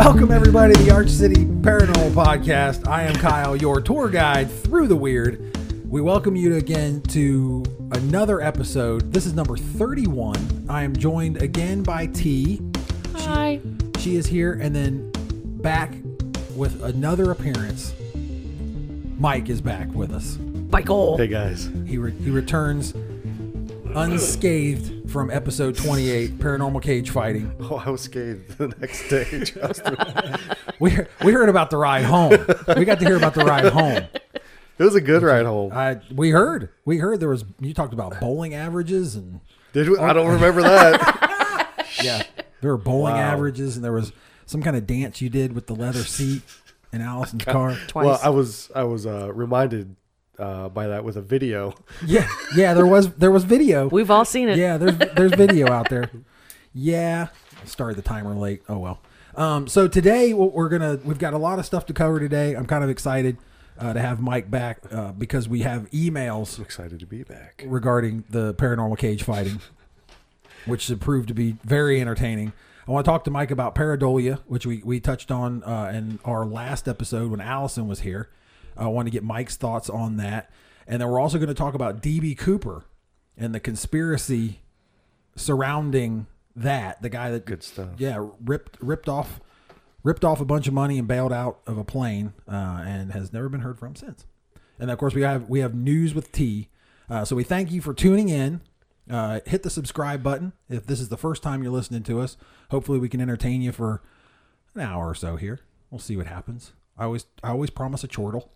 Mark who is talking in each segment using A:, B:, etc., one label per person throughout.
A: everybody to the Arch City Paranormal Podcast. I am Kyle, your tour guide through the weird. We welcome you again to another episode. This is number 31. I am joined again by T.
B: Hi.
A: She is here and then back with another appearance. Mike is back with us.
B: Michael.
C: Hey guys,
A: He, re- he returns unscathed from episode 28, Paranormal Cage Fighting.
C: oh, I was scathed the next day. Trust me.
A: We, we heard about the ride home. We got to hear about the ride home.
C: It was a good ride home.
A: I we heard we heard there was you talked about bowling averages and
C: Did we? I don't remember that.
A: yeah there were bowling averages and there was some kind of dance you did with the leather seat in Allison's car.
B: Twice.
C: Well, I was I was uh, reminded uh, by that with a video.
A: Yeah, yeah, there was there was video.
B: We've all seen it.
A: Yeah, there's there's video out there. Yeah, started the timer late. Oh well. Um, so today what we're gonna we've got a lot of stuff to cover today. I'm kind of excited uh, to have Mike back uh, because we have emails
C: Excited to be back.
A: regarding the paranormal cage fighting, which proved to be very entertaining. I want to talk to Mike about pareidolia, which we, we touched on uh, in our last episode when Allison was here. I want to get Mike's thoughts on that. And then we're also going to talk about DB Cooper and the conspiracy surrounding that. The guy that
C: Good stuff.
A: yeah, ripped ripped off ripped off a bunch of money and bailed out of a plane, uh, and has never been heard from since. And of course, we have we have news with T. Uh, so we thank you for tuning in. Uh, hit the subscribe button if this is the first time you're listening to us. Hopefully, we can entertain you for an hour or so here. We'll see what happens. I always I always promise a chortle,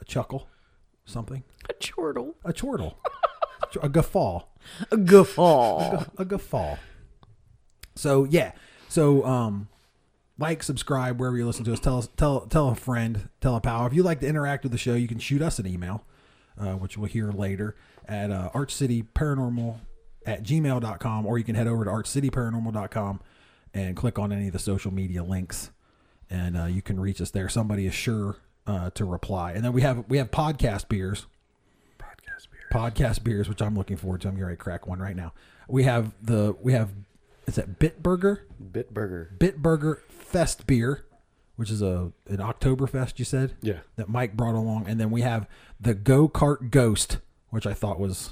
A: a chuckle, something,
B: A chortle.
A: a chortle, a guffaw
B: A guffaw.
A: a guffaw. So yeah, so um, like, subscribe wherever you listen to us. Tell us, tell, tell a friend, tell a pal. If you'd like to interact with the show, you can shoot us an email, uh, which we'll hear later at uh, archcityparanormal at gmail.com, or you can head over to archcityparanormal.com and click on any of the social media links, and uh, you can reach us there. Somebody is sure uh, to reply, and then we have we have podcast beers
C: Podcast beer.
A: podcast beers, which I'm looking forward to. I'm gonna crack one right now. We have the we have is that Bitburger
C: Bitburger.
A: Bitburger Fest beer, which is a an Oktoberfest. You said
C: Yeah.
A: that Mike brought along, and then we have the Go Kart Ghost, which I thought was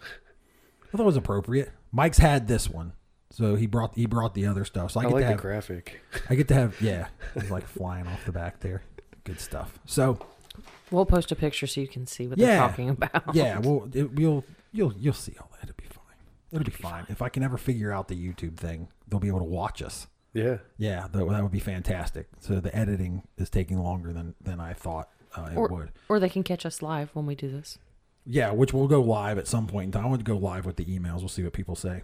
A: I thought was appropriate. Mike's had this one, so he brought he brought the other stuff. So I,
C: I
A: get
C: like
A: to
C: the
A: have
C: graphic.
A: I get to have yeah, it's like flying off the back there. Good stuff. So
B: We'll post a picture so you can see what
A: Yeah.
B: they're talking about.
A: yeah, well, it, we'll you'll you'll see all that. It'll be fine. It'll be fine. If I can ever figure out the YouTube thing, they'll be able to watch us.
C: Yeah.
A: Yeah, that, that would be fantastic. So the editing is taking longer than than I thought uh, it
B: Or,
A: would.
B: or they can catch us live when we do this.
A: Yeah, which will go live at some point in time. I want to go live with the emails. We'll see what people say.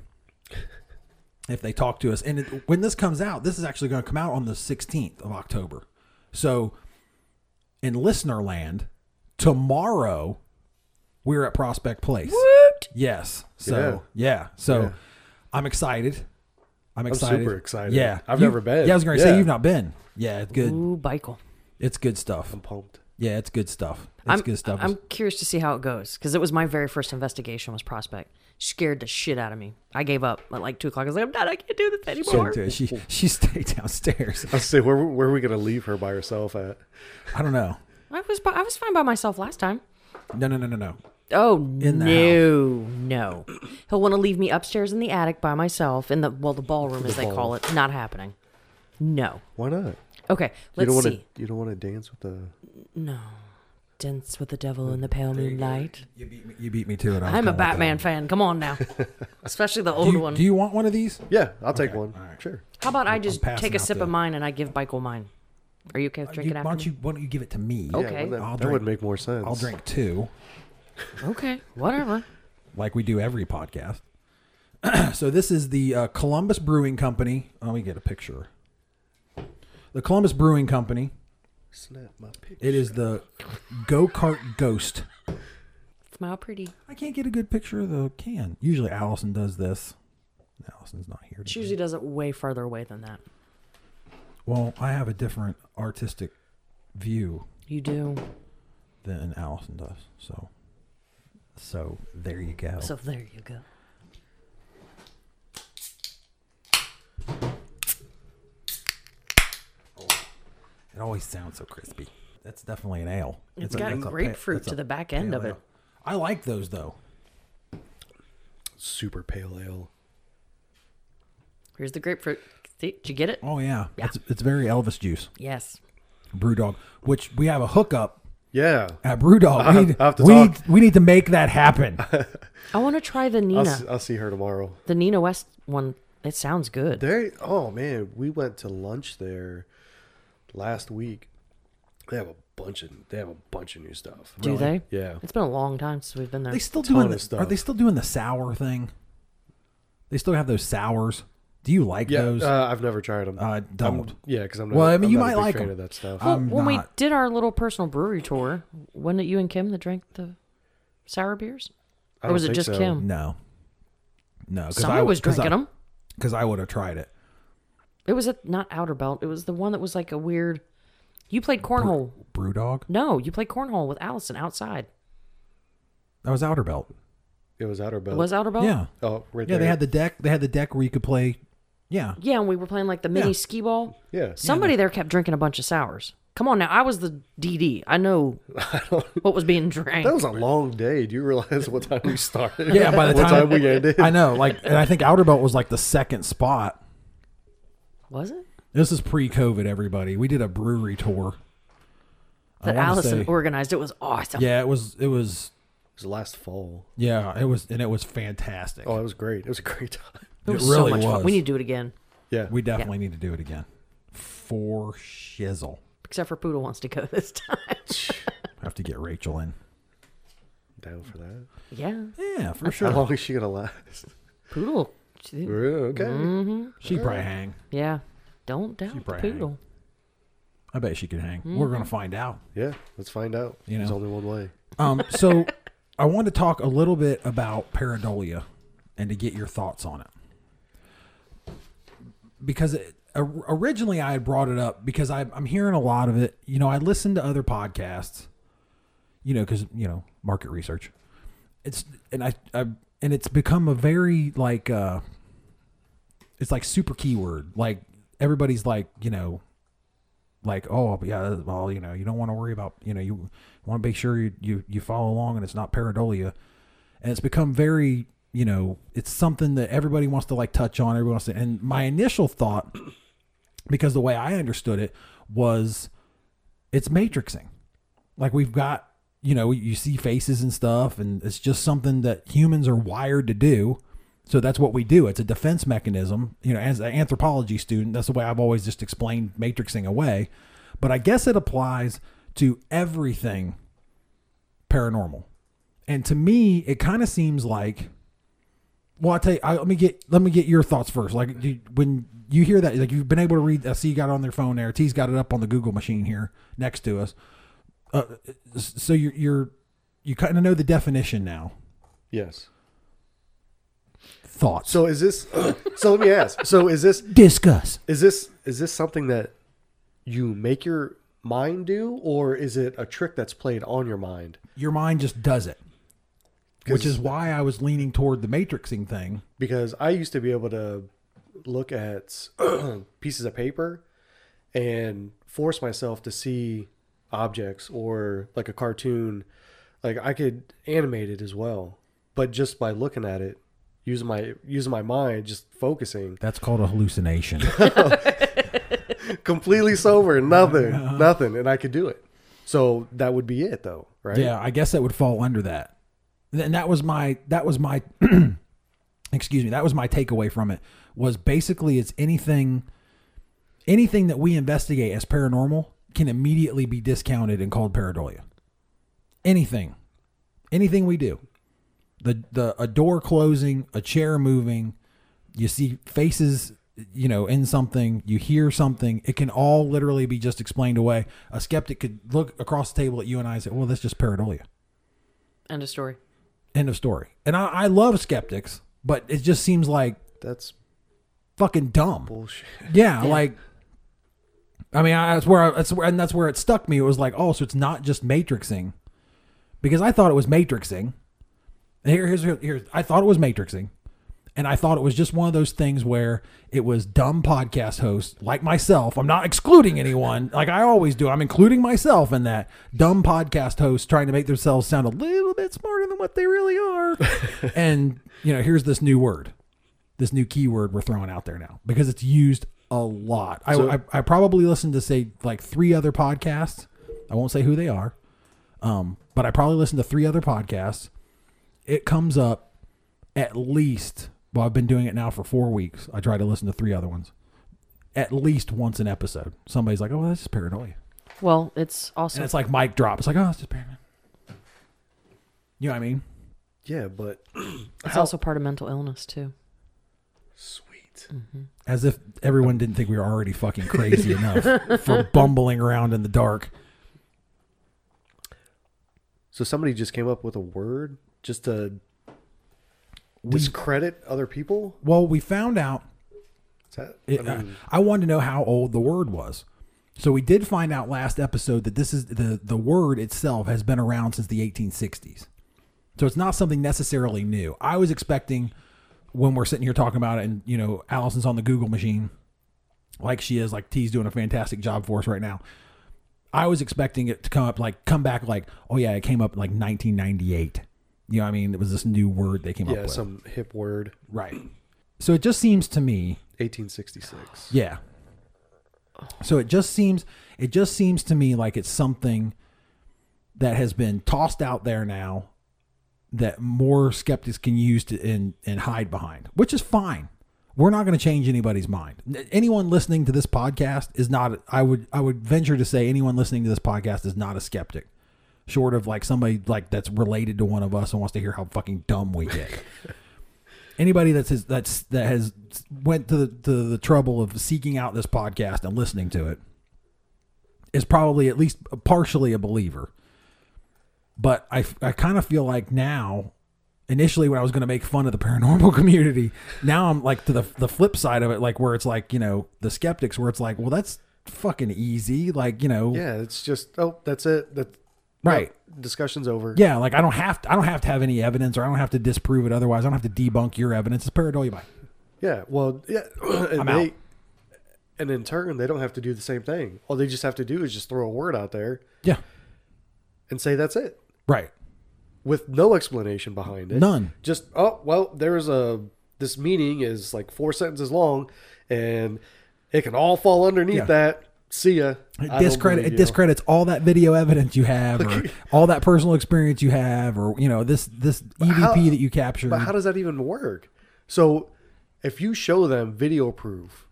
A: if they talk to us. And it, when this comes out, this is actually going to come out on the 16th of October. So in listener land, tomorrow we're at Prospect Place. Yes. So, yeah. So I'm excited. I'm excited.
C: super excited.
A: Yeah.
C: I've
A: You-
C: never been.
A: Yeah, I was going to say
C: Yeah.
A: you've not been. Yeah, it's good.
B: Ooh, Michael.
A: It's good stuff.
C: I'm pumped.
A: Yeah, it's good stuff. It's
B: I'm,
A: good stuff.
B: I'm curious to see how it goes because it was my very first investigation was Prospect. Scared the shit out of me. I gave up at like two o'clock. I was like, I'm done. I can't do this anymore.
A: Into it. She she stayed downstairs.
C: I say, where where are we gonna leave her by herself at?
A: I don't know.
B: I was I was fine by myself last time.
A: No, no, no, no, no.
B: Oh
A: the
B: no, no. He'll want to leave me upstairs in the attic by myself in the well, the ballroom as they call it. Not happening. No.
C: Why not?
B: Okay,
C: You
B: let's
C: don't want to.
B: see.
C: You don't want to dance with the.
B: No. Dance with the devil in the pale moonlight.
A: You beat me, you beat me to it. I was
B: I'm
A: gonna
B: a
A: let that
B: Batman fan. Come on now. Especially the old
A: Do you,
B: one.
A: do you want one of these?
C: Yeah, I'll take one. Sure.
B: How about I just
A: passing
B: take a
A: out
B: sip
A: the- Uh,
B: of mine and I give Michael mine? Are you okay with
A: You-
B: drinking
A: why
B: after
A: don't
B: me?
A: you why don't you give it to me?
B: Okay.
C: Yeah, well, that
A: I'll
C: that would
A: drink-
C: make more sense.
A: I'll drink two,
B: Okay, whatever.
A: like we do every podcast. so this is the uh, Columbus Brewing Company. Let me get a picture. The Columbus Brewing Company.
C: Snap my picture.
A: It is the Go Kart Ghost.
B: Smile pretty.
A: I can't get a good picture of the can. Usually Allison does this. Allison's not here.
B: She
A: today.
B: usually does it way farther away than that.
A: Well, I have a different artistic view
B: You do.
A: than Allison does. So, so there you go.
B: So there you go.
A: It always sounds so crispy. That's definitely an ale.
B: it's got
A: pa-
B: grapefruit
A: that's
B: to
A: a
B: the back end
A: pale
B: of it.
A: ale. I like those though.
C: Super pale ale.
B: Here's the grapefruit. See, did you get it?
A: Oh yeah, It's, it's very Elvis juice.
B: Yes.
A: BrewDog, which we have a hookup
C: Yeah.
A: at BrewDog. We need,
C: I have to
A: we,
C: talk.
A: need we need to make that happen.
B: I want to try the
C: I'll,
B: Nina,
C: s- I'll see her tomorrow.
B: the Nina West one. It sounds good.
C: There. Oh man, we went to lunch there last week. They have a bunch of they have a bunch of new stuff.
B: Do they?
C: Yeah.
B: It's been a long time since we've been there.
A: they still
C: Ton
A: doing
C: of
A: the,
C: stuff.
A: Are they still doing the sour thing? They still have those sours. Do you like
C: Yeah.
A: those?
C: Uh, I've never tried them.
A: I don't.
C: yeah, because I'm not.
A: Well, I mean,
C: I'm
A: you
C: not a
A: might
C: big
A: like
C: fan
A: 'em.
C: of that stuff.
B: Well,
A: I'm
B: when we
A: not-
B: did our little personal brewery tour, wasn't it you and Kim that drank the sour beers?
C: I
B: Or was
C: don't
B: it
C: think
B: just
C: so.
B: Kim?
A: No, no. Uh, Cause
B: Summer was drinking them.
A: because I would have tried it.
B: It was at not Outer Belt. It was the one that was like a weird. You played cornhole.
A: BrewDog.
B: No, you played cornhole with Allison outside.
A: That was Outer Belt.
C: It was Outer Belt.
B: It was Outer Belt.
A: Yeah,
C: Oh, right
A: yeah.
C: there.
A: They had the deck. They had the deck where you could play. Yeah,
B: Yeah, and we were playing like the mini
A: Yeah.
B: skee ball.
C: Yeah.
B: Somebody there kept drinking a bunch of sours. Come on now, I was the DD. I know what was being drank.
C: That was a long day. Do you realize what time we started?
A: yeah. By the
C: what time
A: time,
C: we ended.
A: I know. Like, and I think Outer Belt was like the second spot.
B: Was it?
A: This is pre-COVID. Everybody, we did a brewery tour. I
B: That
A: wanna
B: Allison
A: say-
B: organized. It was awesome.
A: yeah, it was. It was.
C: It was last fall.
A: Yeah, it was, and it was fantastic.
C: Oh, it was great. It was a great time.
B: it was
A: really
B: so much fun.
A: was.
B: We need to do it again.
C: Yeah.
A: We definitely need to do it again. For shizzle,
B: Except for Poodle wants to go this time.
A: have to get Rachel in.
C: down for that.
B: yeah.
A: Yeah, for
C: How
A: sure.
C: long is she gonna last?
B: Poodle. she-
C: Yeah, okay.
A: Mm-hmm. She'd probably hang.
B: Yeah. Don't doubt the
A: probably
B: Poodle.
A: I bet she could hang. We're gonna find out.
C: Yeah. Let's find out.
A: You
C: There's
A: know.
C: only one way.
A: Um, so I want to talk a little bit about pareidolia and to get your thoughts on it. Because it, or- originally I had brought it up because I, I'm hearing a lot of it. You know, I listen to other podcasts, you know, because, you know, market research. It's, and I, I, and it's become a very like, uh, it's like super keyword. Like everybody's like, you know, like oh yeah well you know you don't want to worry about you know you want to make sure you, you you follow along and it's not pareidolia and it's become very you know it's something that everybody wants to like touch on everyone wants to and my initial thought because the way i understood it was it's matrixing like we've got you know you see faces and stuff and it's just something that humans are wired to do so that's what we do it's a defense mechanism you know as an anthropology student that's the way i've always just explained matrixing away but i guess it applies to everything paranormal and to me it kind of seems like well i'll tell you I, let me get let me get your thoughts first like you, when you hear that like you've been able to read i see you got it on their phone there t's got it up on the google machine here next to us so you're you're you kind of know the definition now.
C: Yes.
A: Thoughts.
C: So is this? so let me ask. So is this?
A: discuss.
C: Is this? Is this something that you make your mind do, or is it a trick that's played on your mind?
A: Your mind just does it,
C: 'Cause-
A: which is why I was leaning toward the matrixing thing.
C: because I used to be able to look at pieces of paper and force myself to see objects or like a cartoon. Like I could animate it as well, but just by looking at it, using my using my mind, just focusing,
A: That's called a hallucination.
C: completely sober, nothing, nothing, and I could do it. So that would be it, though, right?
A: yeah, I guess that would fall under that. And that was my that was my excuse me, that was my takeaway from it was basically it's anything anything that we investigate as paranormal can immediately be discounted and called pareidolia. Anything. Anything we do. The the a door closing, a chair moving, you see faces you know in something you hear something it can all literally be just explained away a skeptic could look across the table at you and i and say well that's just pareidolia
B: End of story.
A: end of story and i, I love skeptics but it just seems like
C: That's
A: fucking dumb
C: bullshit.
A: yeah, like I mean, I, that's where I, that's where and that's where it stuck me. It was like, oh, so it's not just matrixing, because I thought it was matrixing. And Here, here's, here's I thought it was matrixing, And I thought it was just one of those things where it was dumb podcast hosts like myself. I'm not excluding anyone, like I always do. I'm including myself in that dumb podcast hosts trying to make themselves sound a little bit smarter than what they really are. and, you know, here's this new word, this new keyword we're throwing out there now because it's used a lot. I, I, I probably listened to, say, like three other podcasts. I won't say who they are, um, but I probably listened to three other podcasts. It comes up at least well i've been doing it now for four weeks i try to listen to three other ones at least once an episode somebody's like oh well, that's just paranoia
B: Well, it's also
A: and it's like mic drop it's like oh it's just paranoia you know what i mean
C: Yeah, but
B: it's also part of mental illness too.
C: sweet.
A: as if everyone didn't think we were already fucking crazy enough for bumbling around in the dark
C: So somebody just came up with a word just to discredit other people.
A: well we found out
C: Is that,
A: It,
C: I
A: I,
C: mean,
A: I wanted to know how old the word was. So we did find out last episode that this is the the word itself has been around since the 1860s. So it's not something necessarily new. I was expecting when we're sitting here talking about it, and you know, Allison's on the Google machine, like she is, like T's doing a fantastic job for us right now. I was expecting it to come up like come back like, oh yeah, it came up in like 1998. You know, what I mean, it was this new word they came up
C: yeah,
A: with,
C: some hip word.
A: right? So it just seems to me
C: 1866.
A: yeah. So it just seems it just seems to me like it's something that has been tossed out there now that more skeptics can use to and, and hide behind, which is fine. We're not going to change anybody's mind. N- Anyone listening to this podcast is not I would I would venture to say anyone listening to this podcast is not a skeptic. Short of like somebody like that's related to one of us and wants to hear how fucking dumb we get. anybody that's his, that's that has went to the, to the trouble of seeking out this podcast and listening to it is probably at least partially a believer but i, I kind of feel like now initially when i was going to make fun of the paranormal community now i'm like to the, the flip side of it like where it's like you know the skeptics where it's like well that's fucking easy like you know
C: Yeah, it's just oh, that's it. That
A: Right.
C: no, discussion's over.
A: Yeah, like I don't have to, I don't have to have any evidence, or I don't have to disprove it. Otherwise, I don't have to debunk your evidence. It's pareidolia. Bye.
C: Yeah. Well, yeah. and
A: I'm
C: they
A: out.
C: and in turn, they don't have to do the same thing. All they just have to do is just throw a word out there
A: Yeah,
C: and say that's it
A: right.
C: with no explanation behind it.
A: None.
C: Just oh, well, there's a this meeting is like four sentences long and it can all fall underneath
A: Yeah.
C: that. See ya. I
A: It
C: don't
A: discredit
C: believe
A: it
C: you.
A: discredits all that video evidence you have or all that personal experience you have or you know this this EVP
C: how-
A: that you captured.
C: But how does that even work? So if you show them video proof,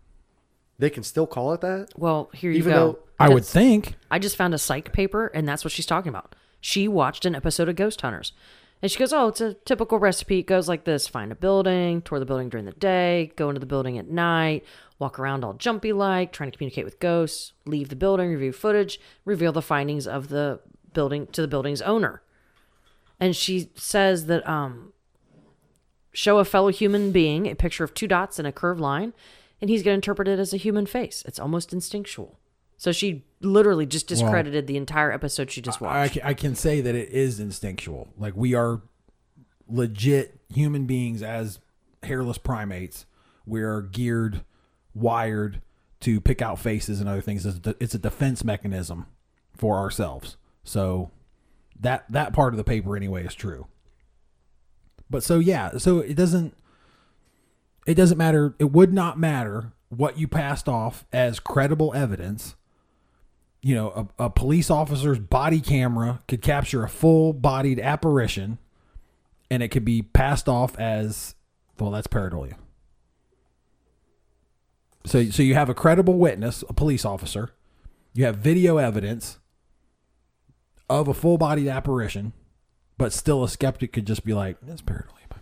C: they can still call it that?
B: Well, here you
C: Even
B: go.
C: though-
A: I would
B: That's-
A: think
B: I just found a psych paper, and that's what she's talking about. She watched an episode of Ghost Hunters, and she goes, "Oh, it's a typical recipe. It goes like this: find a building, tour the building during the day, go into the building at night, walk around all jumpy like, trying to communicate with ghosts, leave the building, review footage, reveal the findings of the building to the building's owner." And she says that um, show a fellow human being a picture of two dots and a curved line, and he's going to interpret it as a human face. It's almost instinctual. So she literally just discredited the entire episode she just
A: I,
B: watched.
A: ca- I can say that it is instinctual. Like we are legit human beings as hairless primates. We are geared, wired to pick out faces and other things. It's a de- It's a defense mechanism for ourselves. So that that part of the paper anyway is true. But so yeah, so it doesn't it doesn't matter. It would not matter what you passed off as credible evidence you know, a, a police officer's body camera could capture a full bodied apparition and it could be passed off as, well, that's pareidolia. So, so you have a credible witness, a police officer, you have video evidence of a full bodied apparition, but still a skeptic could just be like, that's pareidolia.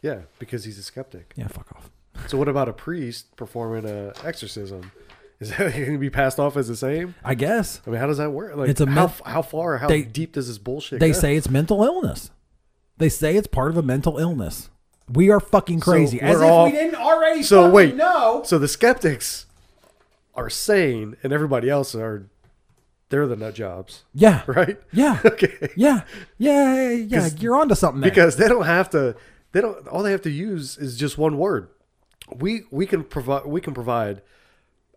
C: Yeah, because he's a skeptic.
A: Yeah, fuck off.
C: So what about a priest performing a exorcism? Is that going to be passed off as the same?
A: I guess
C: I mean, how does that work? Like,
A: It's a
C: how,
A: myth-
C: how far, how
A: They-
C: deep does this bullshit?
A: they
C: go?
A: say it's mental illness. They say it's part of a mental illness. We are fucking crazy. As
C: we're
A: if
C: all-
A: we didn't already
C: So
A: fucking
C: wait,
A: know.
C: So the skeptics are sane, and everybody else are they're the nut jobs,
A: Yeah.
C: right?
A: Yeah.
C: Okay.
A: Yeah. Yeah. Yeah. yeah. You're onto something there.
C: Because they don't have to. They don't. All they have to use is just one word. We we can provide we can provide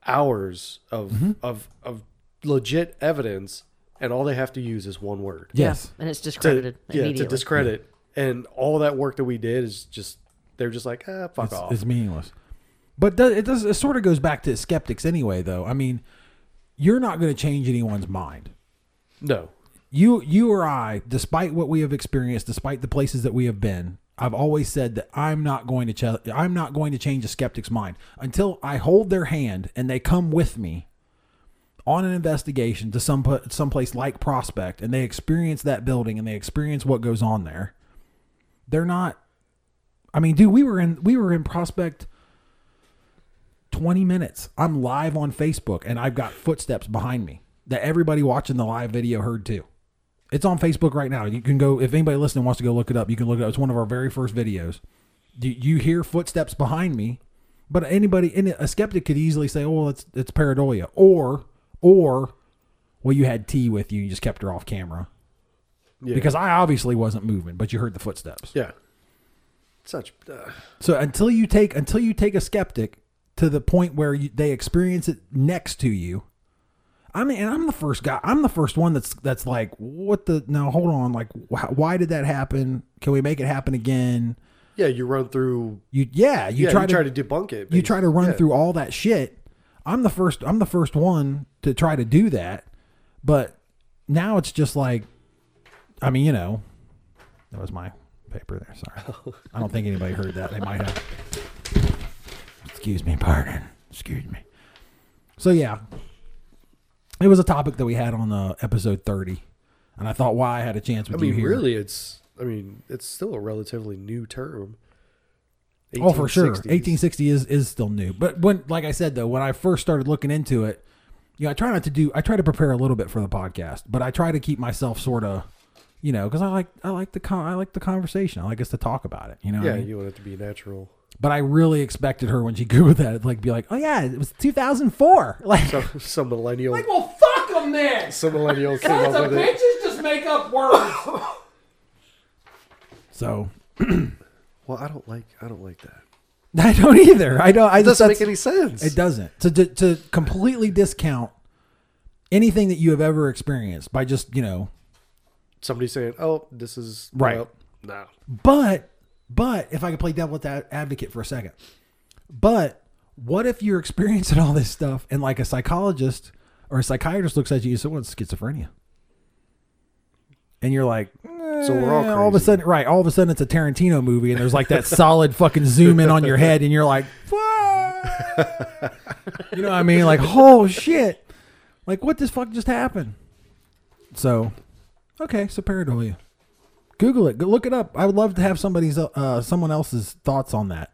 C: hours of
A: Mm-hmm.
C: of of legit evidence, and all they have to use is one word
A: Yes.
B: and it's
C: to,
B: discredited
C: yeah, to
B: immediately.
C: discredit. And all that work that we did is just they're just like ah fuck off.
A: It's meaningless. But do- it does. It sort of goes back to skeptics anyway, though. I mean, you're not going to change anyone's mind.
C: no,
A: You, you or I, despite what we have experienced, despite the places that we have been, I've always said that I'm not going to. Ch- I'm not going to change a skeptic's mind until I hold their hand and they come with me on an investigation to some pla- someplace like Prospect, and they experience that building and they experience what goes on there. They're not. I mean, dude, we were in we were in Prospect 20 minutes. I'm live on Facebook and I've got footsteps behind me that everybody watching the live video heard too. It's on Facebook right now. You can go, if anybody listening wants to go look it up, you can look it up. It's one of our very first videos. You, you hear footsteps behind me, but anybody, and a skeptic could easily say, oh, well, it's, it's pareidolia. Or, or, well, you had tea with you, you just kept her off camera.
C: Yeah.
A: Because I obviously wasn't moving, but you heard the footsteps.
C: yeah, such uh,
A: So until you take until you take a skeptic to the point where you, they experience it next to you, I mean, and I'm the first guy. I'm the first one that's that's like, what the? Now hold on, like, wh- why did that happen? Can we make it happen again?
C: yeah. You run through
A: You yeah, you
C: yeah.
A: try
C: you
A: to
C: try to debunk it.
A: you try to run
C: yeah.
A: through all that shit. I'm the first. I'm the first one to try to do that, but now it's just like, I mean, you know, that was my paper there. Sorry, I don't think anybody heard that. They might have. Excuse me, pardon. Excuse me. So yeah, it was a topic that we had on uh, episode 30, and I thought why I had a chance
C: I
A: with you
C: mean,
A: here.
C: really, it's I mean, it's still a relatively new term.
A: Oh, for sure.
C: 1860s.
A: 1860 is is still new. But when, like I said though, when I first started looking into it, you know, I try not to do. I try to prepare a little bit for the podcast, but I try to keep myself sort of, you know, because I like I like the con- I like the conversation. I like us to talk about it. You know. what I
C: Yeah,
A: mean?
C: you want it to be natural.
A: But I really expected her when she googled that, it'd like be like, oh yeah, it was 2004. Like,
C: So, some millennial,
A: well, fuck them then.
C: some millennial came up with it.
A: just make up words. so
C: Well, I don't like, I don't like that.
A: I don't either. I don't. I
C: It doesn't
A: that's-
C: make any sense.
A: It doesn't. To, to to completely discount anything that you have ever experienced by just you know.
C: Somebody saying, "Oh, this is
A: Right.
C: well, no,
A: But but if I could play devil advocate for a second, but what if you're experiencing all this stuff and like a psychologist or a psychiatrist looks at you and says, "Well, it's schizophrenia," and you're like.
C: So we're all
A: "Eh," all of a
C: crazy."
A: sudden, right? All of a sudden, it's a Tarantino movie, and there's like that solid fucking zoom in on your head, and you're like, "Fuck!" you know what I mean? Like, oh shit! Like, what this fuck just happened? So, okay, so pareidolia. Google it. Go look it up. I would love to have somebody's, uh, someone else's thoughts on that.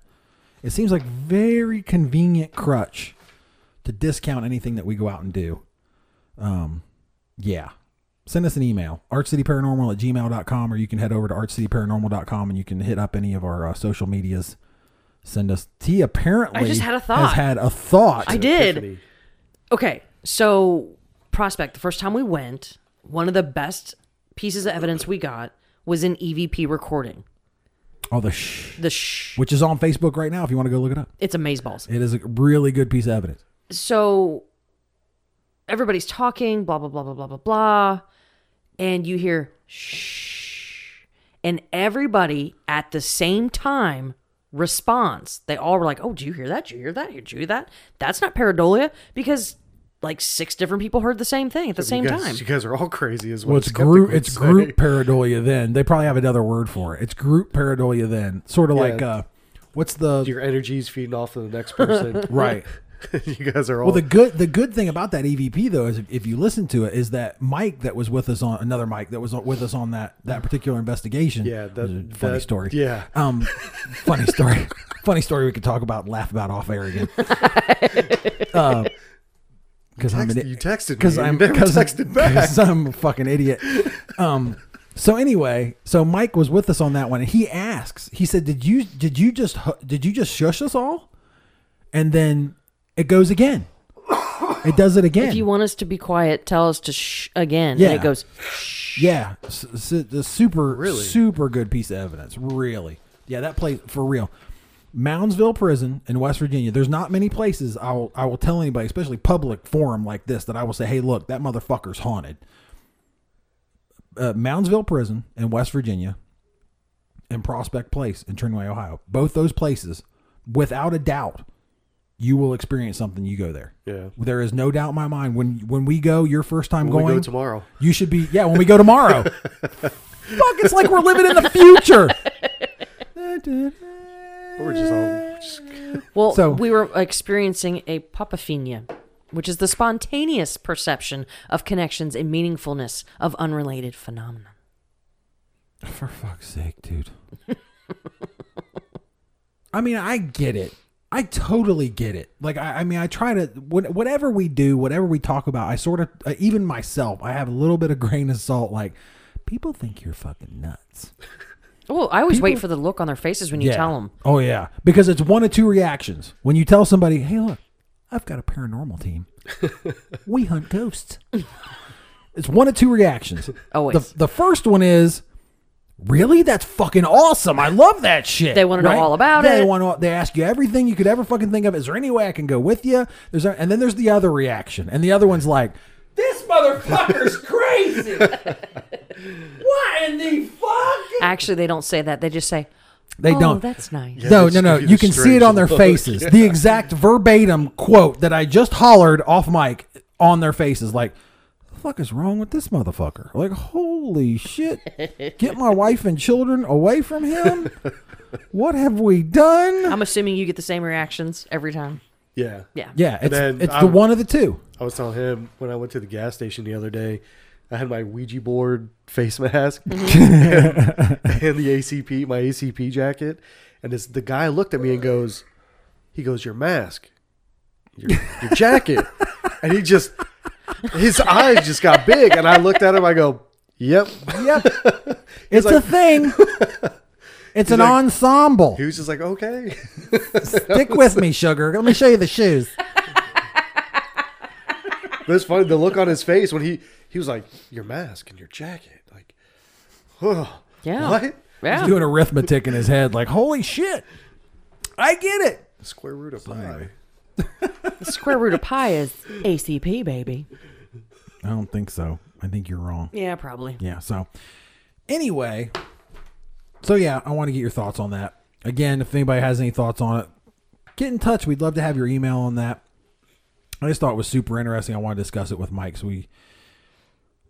A: It seems like very convenient crutch to discount anything that we go out and do. Um, yeah. Send us an email, artcityparanormal at gmail.com, or you can head over to artcityparanormal.com and you can hit up any of our uh, social medias. Send us. T apparently
B: I just had a
A: has
B: thought.
A: had a thought.
B: I did.
C: Epiphany.
B: Okay, so prospect. The first time we went, one of the best pieces of evidence we got was an EVP recording.
A: oh, the shh.
B: The shh.
A: Which is on Facebook right now if you want to go look it up.
B: It's amazeballs.
A: It is a really good piece of evidence.
B: so everybody's talking, blah blah blah blah blah blah blah, and you hear shh, and everybody at the same time responds. They all were like, "Oh, do you hear that? Do you hear that? Did you hear that? That's not pareidolia," because like six different people heard the same thing at the same
C: you guys,
B: time.
C: You guys are all crazy, is what
A: Well,
C: a
A: it's
C: skeptic
A: group.
C: would
A: It's
C: say.
A: group pareidolia. Then they probably have another word for it. It's group pareidolia. Then sort of like
C: Yeah.
A: uh, what's the
C: Your energy's feeding off of the next person.
A: right?
C: you guys are all.
A: Well, the good the good thing about that EVP though is if, if you listen to it is that Mike that was with us on another Mike that was with us on that that particular investigation.
C: yeah, that,
A: It was a funny
C: that-
A: story.
C: Yeah,
A: Um, funny story. funny story we could talk about, laugh about off air again. Because I'm
C: Text-
A: an,
C: you texted me.
A: because
C: and
A: I'm
C: you never
A: because
C: texted back.
A: I'm a fucking idiot. Um. So anyway, so Mike was with us on that one, and he asks. He said, "Did you did you just hu- did you just shush us all?" And then it goes again. It does it again.
B: If you want us to be quiet, tell us to shh again.
A: Yeah.
B: And it goes,
A: yeah, s- s- the super
C: Really?
A: super good piece of evidence. Really, Yeah, that place for real. Moundsville Prison in West Virginia. There's not many places I will I will tell anybody, especially public forum like this, that I will say, "Hey, look, that motherfucker's haunted." Uh, Moundsville Prison in West Virginia, and Prospect Place in Turnway, Ohio. Both those places, without a doubt, you will experience something. You go there.
C: Yeah.
A: There is no doubt in my mind. When when we go, your first time
C: When
A: going
C: we go tomorrow.
A: you should be yeah. When we go tomorrow, fuck, it's like we're living in the future.
C: We're just all just,
B: Well,
A: So-
B: we were experiencing a popophilia, which is the spontaneous perception of connections and meaningfulness of unrelated phenomena.
A: For fuck's sake, dude. I mean, I get it. I totally get it. Like, I, I mean, I try to what, whatever we do, whatever we talk about. I sort of uh, even myself, I have a little bit of grain of salt. Like, people think you're fucking nuts.
B: Oh, I always wait for the look on their faces when you
A: Yeah.
B: tell 'em. tell them.
A: Oh yeah, because it's one of two reactions. When you tell somebody, "Hey, look, I've got a paranormal team. we hunt ghosts." It's one of two reactions.
B: Always.
A: The, the first one is, "Really? That's fucking awesome. I love that shit."
B: They wanna know all about
A: Yeah, They
B: it.
A: want to. They ask you everything you could ever fucking think of. Is there any way I can go with you? There's a- and then there's the other reaction, and the other one's like. This motherfucker's crazy. what in the fuck?
B: Actually, they don't say that. They just say,
A: They
B: "Oh,
A: don't.
B: that's nice."
A: no,
C: it's
A: no, no.
C: gonna be
A: You
C: the
A: can see it on their
C: strangest
A: faces. The exact verbatim quote that I just hollered off mic on their faces. Like, the fuck is wrong with this motherfucker? Like, holy shit. Get my wife and children away from him. What have we done?
B: I'm assuming you get the same reactions every time.
C: yeah.
B: Yeah.
A: Yeah, it's,
C: then
A: it's the
C: I'm-
A: one of the two.
C: I was telling him when I went to the gas station the other day, I had my Ouija board face mask and, and the ACP, my ACP jacket. And this, the guy looked at me and goes, he goes, your mask, your, your jacket. and he just, his eyes just got big. And I looked at him, I go, yep.
A: Yep. it's a
C: like-
A: thing. It's an
C: like-
A: ensemble.
C: He was just like, okay.
A: Stick with me, sugar. Let me show you the shoes.
C: But it's funny the look on his face when he, he was like, your mask and your jacket. Like, oh,
B: Yeah.
C: What?
A: He's
B: Yeah.
A: doing arithmetic in his head, like, holy shit. I get it.
C: The square root of pi.
B: The square root of pi is ACP, baby.
A: I don't think so. I think you're wrong.
B: Yeah, probably.
A: Yeah. So, anyway, so yeah, I want to get your thoughts on that. Again, if anybody has any thoughts on it, get in touch. We'd love to have your email on that. I just thought it was super interesting. I want to discuss it with Mike. So we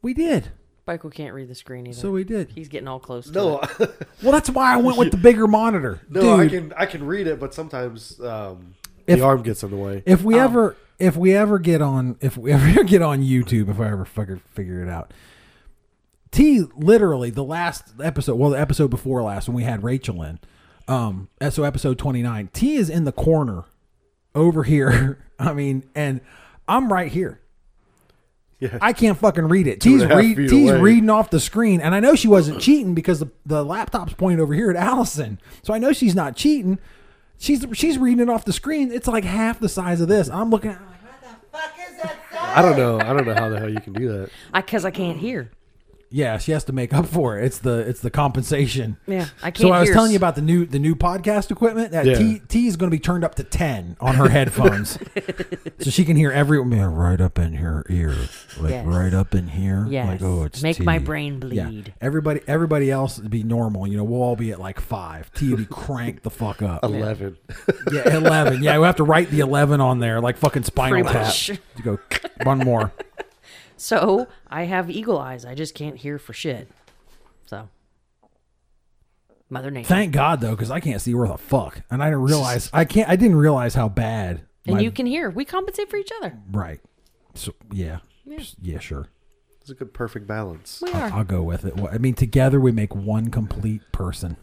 A: we did.
B: Michael can't read the screen either.
A: So we did.
B: He's getting all close. To it.
C: No,
A: Well, that's why I went with the bigger monitor,
C: No, I
A: dude.
C: can I can read it, but sometimes um,
A: If-
C: the arm gets in the way.
A: If we ever, if we ever get on, if we ever get on YouTube, if I ever figure figure it out, T literally the last episode, well, the episode before last when we had Rachel in, um, and so episode twenty nine, T is in the corner over here. I mean, and I'm right here.
C: Yeah.
A: I can't fucking read it. T's,
C: and a half
A: read,
C: feet
A: T's
C: away.
A: reading off the screen, and I know she wasn't cheating because the, the laptop's pointed over here at Allison. So I know she's not cheating. She's she's reading it off the screen. It's like half the size of this. I'm looking at it like,
C: I don't know. I don't know how the hell you can do that.
B: I because I can't hear.
A: yeah, she has to make up for it. It's the it's the compensation.
B: Yeah, I can't.
A: So I was
B: hear
A: telling
B: s-
A: you about the new the new podcast equipment. That
C: Yeah.
A: T T is going to be turned up to ten on her headphones, so she can hear every yeah, right up in her ear, like
B: Yes.
A: right up in here. like
B: Yes.
A: oh, it's
B: Make my
A: T.
B: brain
A: Yeah,
B: bleed.
A: everybody everybody else would be normal. You know, we'll all be at like five. T would be cranked the fuck up.
C: Eleven.
A: yeah, eleven. Yeah, we have to write the eleven on there, like fucking spinal
B: Pretty
A: tap.
B: much.
A: You go one more.
B: So I have eagle eyes. I just can't hear for shit. So Mother Nature.
A: Thank God though, because I can't see worth a fuck, and I didn't realize I can't. I didn't realize how bad.
B: and
A: my-
B: you can hear. We compensate for each other.
A: right. So yeah, yeah, sure.
C: It's a good perfect balance.
B: We
A: I'll,
B: are.
A: I'll go with it. Well, I mean, together we make one complete person.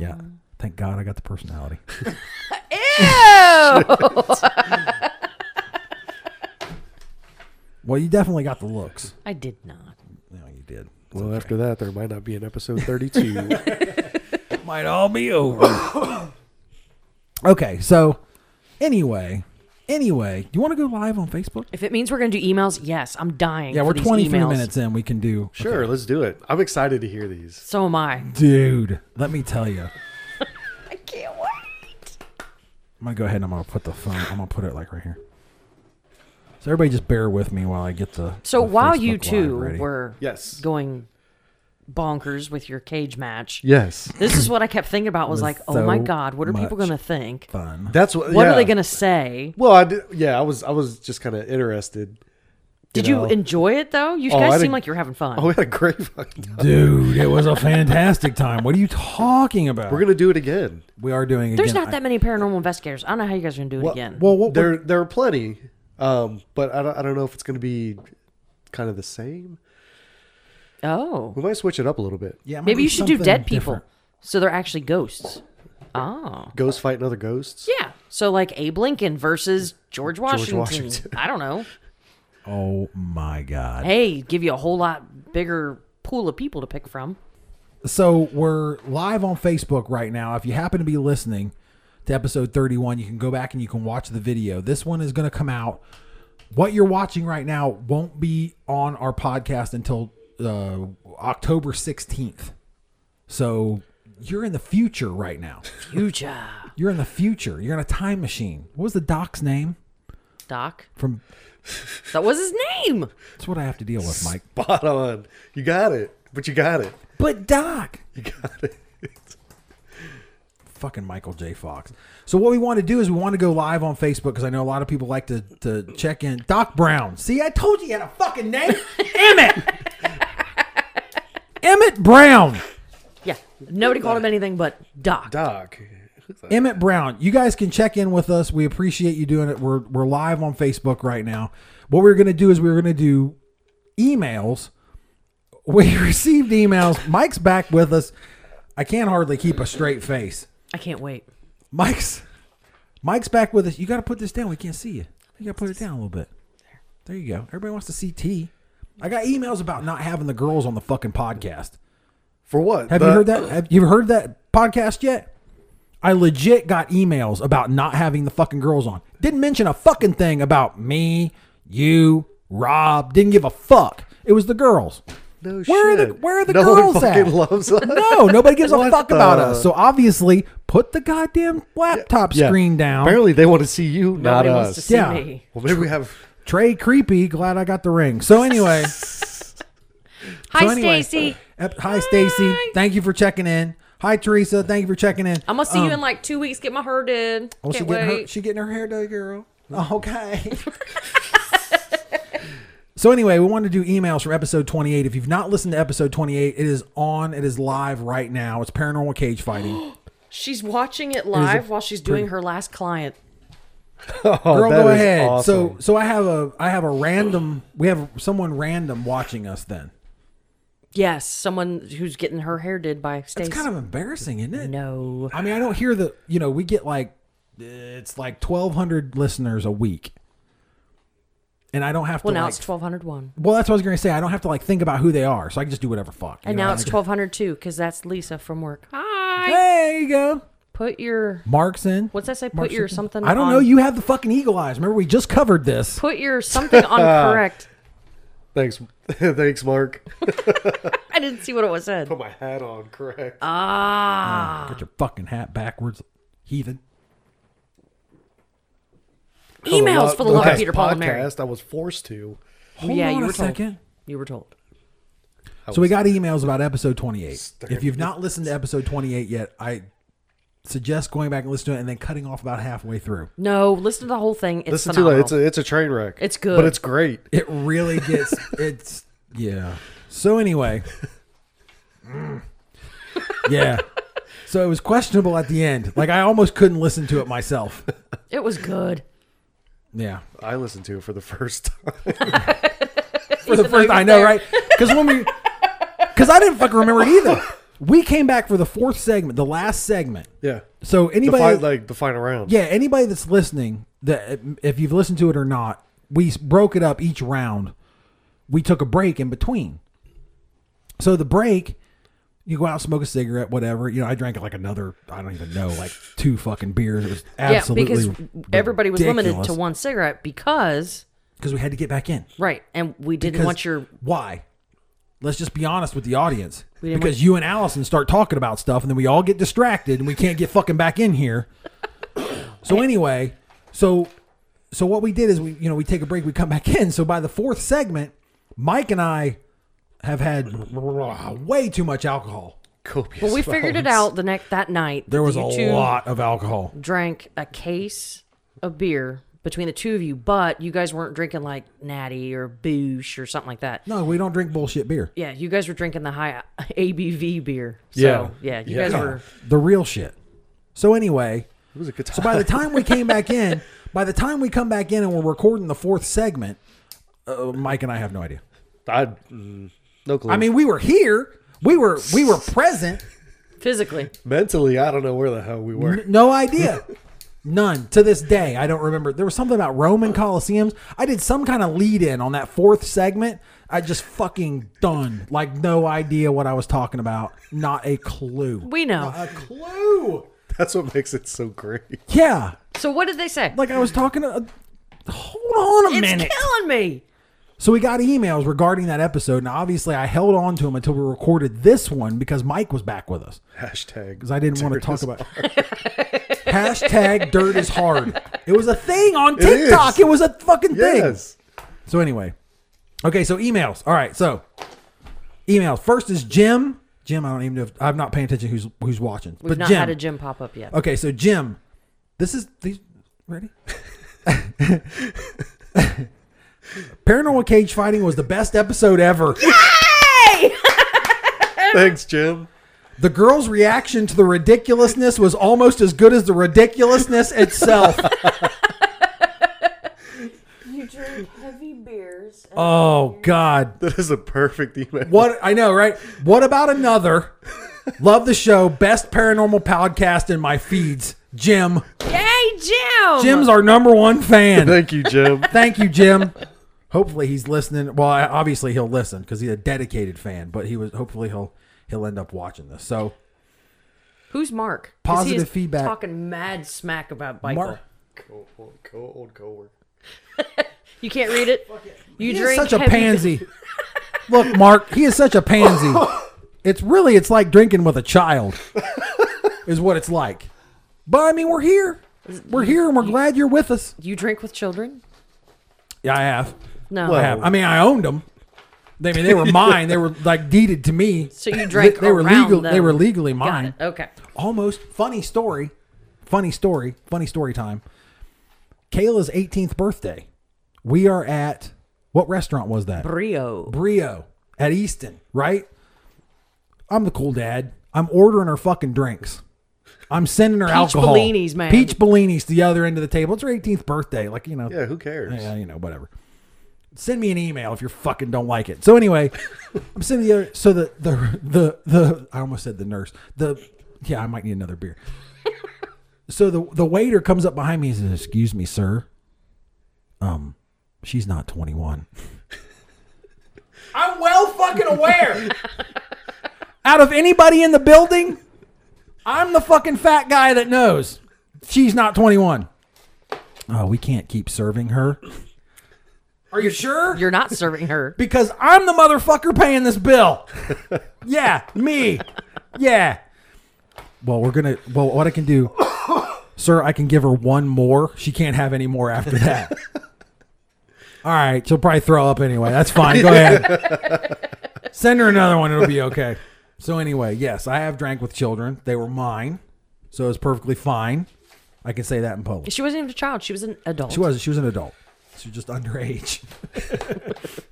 A: Yeah. Thank God I got the personality.
B: Ew!
A: Well, you definitely got the looks.
B: I did not.
A: No, you did.
C: Well, after that, there might not be an episode thirty-two.
A: might all be over. okay, so anyway, anyway, do you want to go live on Facebook?
B: If it means we're gonna do emails, yes, I'm dying.
A: Yeah,
B: for
A: we're
B: these
A: 23
B: emails.
A: minutes in. We can do.
C: sure, let's do it. I'm excited to hear these.
B: So am I.
A: Dude, let me tell you. I'm gonna go ahead and I'm gonna put the phone. I'm gonna put it like right here. So everybody, just bear with me while I get the.
B: So
A: the
B: while
A: Facebook
B: you
A: Live
B: two
A: ready.
B: were
C: Yes.
B: going bonkers with your cage match,
C: Yes.
B: this is what I kept thinking about was
A: Was
B: like, oh my
A: so
B: God, what are people
A: much
B: going to think?
A: fun,
C: That's what.
B: What are
C: yeah.
B: they going to say?
C: Well, I did, yeah, I was I was just kind of interested.
B: Did you
C: know.
B: enjoy it though? You
C: Oh, I
B: guys seem
C: didn't-
B: like you were having fun.
C: Oh, we had a great fucking time.
A: dude, it was a fantastic time. What are you talking about?
C: We're gonna do it again.
A: we are doing.
B: There's
A: again.
B: not that many paranormal investigators. I don't know how you guys are going to do it again.
A: Well, what,
C: there there are plenty, um, but I don't I don't know if it's gonna be kind of the same.
B: oh,
C: We might switch it up a little bit.
A: yeah, it might
B: maybe
A: be
B: you should do
A: something
B: dead people,
A: different.
B: so they're actually ghosts. Oh,
C: Ghosts fighting other ghosts.
B: yeah. So like Abe Lincoln versus George Washington.
C: Washington.
B: I don't know.
A: Oh my god.
B: Hey, give you a whole lot bigger pool of people to pick from.
A: So we're live on Facebook right now. If you happen to be listening to episode 31, you can go back and you can watch the video. This one is going to come out. What you're watching right now won't be on our podcast until uh, October 16th. So you're in the future right now.
B: Future
A: You're in the future. You're in a time machine. What was the doc's name?
B: Doc.
A: From
B: That was his name.
A: that's what I have to deal with, Mike.
C: Spot on. You got it. But you got it.
A: But Doc,
C: You got it.
A: fucking Michael J. Fox. So what we want to do is we want to go live on Facebook because I know a lot of people like to, to check in. Doc Brown. See, I told you he had a fucking name. Emmett. Emmett Brown.
B: Yeah. Nobody called him anything but Doc.
C: Doc.
A: Emmett Brown. You guys can check in with us. We appreciate you doing it. We're we're live on Facebook right now. What we're gonna do is we're gonna do emails. We received emails. Mike's back with us. I can't hardly keep a straight face.
B: I can't wait.
A: Mike's Mike's back with us. You got to put this down. We can't see you. You got to put it down a little bit. There you go. Everybody wants to see T. I got emails about not having the girls on the fucking podcast.
C: For what?
A: Have
C: The-
A: you heard that? Have you heard that podcast yet? I legit got emails about not having the fucking girls on. Didn't mention a fucking thing about me, you, Rob. Didn't give a fuck. It was the girls.
C: No
A: Where are the
C: shit.
A: Where are the
C: No one
A: girls
C: fucking
A: at?
C: loves us.
A: No, nobody gives a
C: What
A: fuck about
C: the-
A: us. So obviously, put the goddamn laptop
C: Yeah.
A: screen down.
C: Apparently they want to see you, not
B: Nobody wants to
C: us.
B: see
A: Yeah.
B: me.
C: Well, maybe we have.
A: Trey creepy, glad I got the ring. So anyway,
B: Hi,
A: so anyway,
B: Stacy.
A: Ep- hi Stacy. Thank you for checking in. Hi Teresa, thank you for checking in.
B: I'm gonna see you in like two weeks. Get my hair did.
A: Oh, um, she
B: Can't
A: getting her
B: wait.
A: she getting her hair done, girl. Okay. so anyway, we want to do emails from episode 28. If you've not listened to episode 28, it is on. It is live right now. It's paranormal cage fighting.
B: She's watching it live while she's doing her last client.
C: Oh,
A: Girl,
C: that
A: go
C: is
A: ahead.
C: awesome.
A: So so I have a I have a random we have someone random watching us then.
B: Yes, someone who's getting her hair did by Stacy.
A: It's kind of embarrassing, isn't it?
B: no.
A: I mean, I don't hear the. You know, we get like it's like twelve hundred listeners a week, and I don't have to.
B: Well, now
A: like,
B: it's 1201.
A: well, that's what I was gonna say. I don't have to like think about who they are, so I can just do whatever fuck. you
B: And
A: know?
B: now
A: I
B: it's
A: can-
B: 1202 because that's Lisa from work.
A: Ah.
B: Hi.
A: There you go.
B: Put your,
A: Marks in.
B: what's that say? Put
A: Mark's
B: your
A: in.
B: something
A: I don't
B: on-
A: know. You have the fucking eagle eyes. Remember, we just covered this.
B: put your something on correct.
C: Thanks, thanks, Mark.
B: I didn't see what it was said.
C: Put my hat on, correct?
B: Um, Ah.
A: Get your fucking hat backwards, heathen.
B: Emails for the love of
C: last
B: Peter, Paul, and Mary.
C: podcast, I was forced to.
B: Oh,
A: Hold
B: yeah,
A: on
B: you
A: a
B: were told.
A: second.
B: You were told.
A: So we got emails about episode 28. If you've not listened to episode 28 yet, I suggest going back and listening to it and then cutting off about halfway through.
B: No, listen to the whole thing. It's
C: Listen to
B: phenomenal.
C: it. It's a it's a train wreck.
B: It's good.
C: but it's great.
A: It really gets it's yeah. So anyway, Mm. yeah. So it was questionable at the end. Like I almost couldn't listen to it myself.
B: it was good.
A: Yeah.
C: I listened to it for the first time.
A: For the
B: Even though
A: first
B: you're
A: I know,
B: there.
A: right? Cuz when we cuz I didn't fucking remember it either. We came back for the fourth segment, the last segment.
C: yeah,
A: So
C: the
A: anybody
C: fi- like the final round.
A: Yeah, anybody that's listening, that if you've listened to it or not, we s- broke it up each round. We took a break in between. So the break, you go out, smoke a cigarette, whatever. You know, I drank like another, I don't even know, like two fucking beers. It was absolutely
B: yeah, because everybody was limited to
A: ridiculous.
B: one cigarette because
A: because we had to get back in.
B: right, and we didn't
A: 'Cause
B: want your
A: why? Let's just be honest with the audience.
B: didn't
A: Because you and Allison start talking about stuff, and then we all get distracted, and we can't get fucking back in here. So anyway, so so what we did is we you know we take a break, we come back in. So by the fourth segment, Mike and I have had way too much alcohol.
C: Copious.
B: Well, we figured it
C: amounts.
B: out the next that night.
A: There was
B: You
A: a
B: two
A: lot of alcohol.
B: Drank a case of beer between the two of you, but you guys weren't drinking like Natty or Boosh or something like that.
A: No, we don't drink bullshit beer.
B: Yeah, you guys were drinking the high ABV beer. So,
C: Yeah.
B: yeah, you
C: Yeah.
B: guys were.
A: The real shit. So anyway,
C: It was a good time.
A: So by the time we came back in, by the time we come back in and we're recording the fourth segment, uh, Mike and I have no idea.
C: I, mm, no clue.
A: I mean, we were here, we were we were present,
B: Physically,
C: mentally, I don't know where the hell we were.
A: no idea. None to this day. I don't remember. There was something about Roman Colosseums. I did some kind of lead in on that fourth segment. I just fucking done. Like no idea what I was talking about. Not a clue.
B: we know.
A: a clue.
C: That's what makes it so great.
A: Yeah.
B: So what did they say?
A: Like I was talking to Hold on a
B: it's
A: minute.
B: killing me.
A: So we got emails regarding that episode, and obviously I held on to them until we recorded this one because Mike was back with us
C: Hashtag.
A: because I didn't want to talk about hashtag dirt is hard. It was a thing on TikTok.
C: is.
A: It, was a fucking thing.
C: Yes.
A: So anyway, okay. So emails. All right. So emails. First is Jim. Jim, I don't even know. if I'm not paying attention who's who's watching.
B: We've
A: but
B: not
A: Jim.
B: had a gym pop up yet.
A: Okay, so Jim, this is these ready. Paranormal cage fighting was the best episode ever.
C: Thanks, Jim.
A: The girls' reaction to the ridiculousness was almost as good as the ridiculousness itself.
B: You drink heavy beers.
A: oh God.
C: That is a perfect email.
A: What I know, right? What about another? Love the show. Best paranormal podcast in my feeds. Jim.
B: Yay, Jim!
A: Jim's our number one fan.
C: Thank you, Jim.
A: Thank you, Jim. Hopefully he's listening. Well, I- obviously he'll listen because he's a dedicated fan. But he was hopefully he'll he'll end up watching this. So
B: Who's Mark? 'Cause he
A: Positive
B: is
A: feedback.
B: Talking mad smack about Michael.
A: Mark,
C: cold, cold, cold.
B: You can't read it. You
A: he is
B: drink
A: such a
B: heavy
A: pansy. Look, Mark, he is such a pansy. It's really it's like drinking with a child, is what it's like. But I mean, we're here. We're here, and we're glad you're with us.
B: You drink with children?
A: Yeah, I have.
B: No.
A: I have. I mean, I owned them. I mean, they were mine. They were like deeded to me.
B: So you drank
A: They, were
B: around
A: legal. They
B: them.
A: were legally
B: Got
A: mine.
B: it. Okay.
A: almost funny story funny story funny story time kayla's 18th birthday we are at what restaurant was that
B: Brio.
A: brio at easton right i'm the cool dad i'm ordering her fucking drinks i'm sending her alcohol
B: Bellinis, man.
A: peach bellinis to the other end of the table it's her 18th birthday like you know
C: Yeah, who cares?
A: yeah, you know, whatever. Send me an email if you fucking don't like it. So anyway, I'm sending the other. So the the the the I almost said the nurse. The yeah, I might need another beer. so the the waiter comes up behind me and says, "Excuse me, sir. Um, she's not 21." I'm well fucking aware. Out of anybody in the building, I'm the fucking fat guy that knows she's not 21. Oh, we can't keep serving her. Are you sure?
B: You're not serving her.
A: Because I'm the motherfucker paying this bill. yeah, me. Yeah. Well, we're gonna. Well, what I can do, sir, I can give her one more. She can't have any more after that. All right, she'll probably throw up anyway. That's fine. Go ahead. Send her another one. It'll be okay. So anyway, yes, I have drank with children. They were mine, so it's perfectly fine. I can say that in public.
B: She wasn't even a child. She was an adult.
A: She wasn't. She was an adult. She was just underage,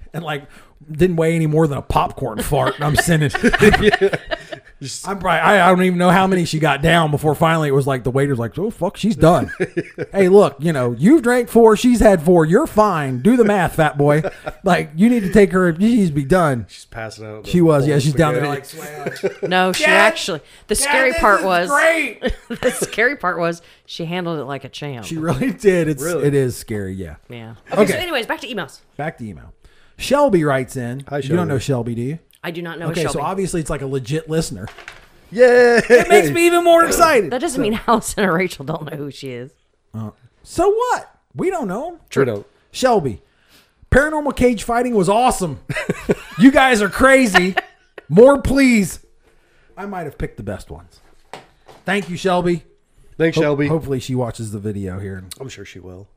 A: and like didn't weigh any more than a popcorn fart. And I'm sending. I'm probably. I, I don't even know how many she got down before finally it was like the waiter's like, oh fuck, she's done. hey, look, you know, you've drank four, she's had four. You're fine. Do the math, fat boy. Like you need to take her. She needs to be done.
C: She's passing out. the
A: She was.
C: bowl
A: Yeah,
C: of
A: she's down there
C: spaghetti.
A: like.
B: No, she
A: Dad?
B: actually. The scary
A: "Dad, this
B: part
A: is
B: was.
A: great.
B: the scary part was she handled it like a champ.
A: She really did. It's
C: Really?
A: it is scary. Yeah.
B: yeah. Okay, So,
A: Okay.
B: anyways, back to emails.
A: Back to email. Shelby writes in.
C: Hi,
A: You don't
C: Shelby.
A: know Shelby, do you?
B: I do not know
A: Okay,
B: a Shelby.
A: so obviously it's like a legit listener.
C: Yay!
A: It makes me even more excited.
B: that doesn't mean Allison or Rachel don't know who she is.
A: so what? We don't know.
C: True. No.
A: Shelby, paranormal cage fighting was awesome. you guys are crazy. More, please. I might have picked the best ones. Thank you, Shelby.
C: Thanks,
A: Ho-
C: Shelby.
A: Hopefully, she watches the video here.
C: I'm sure she will.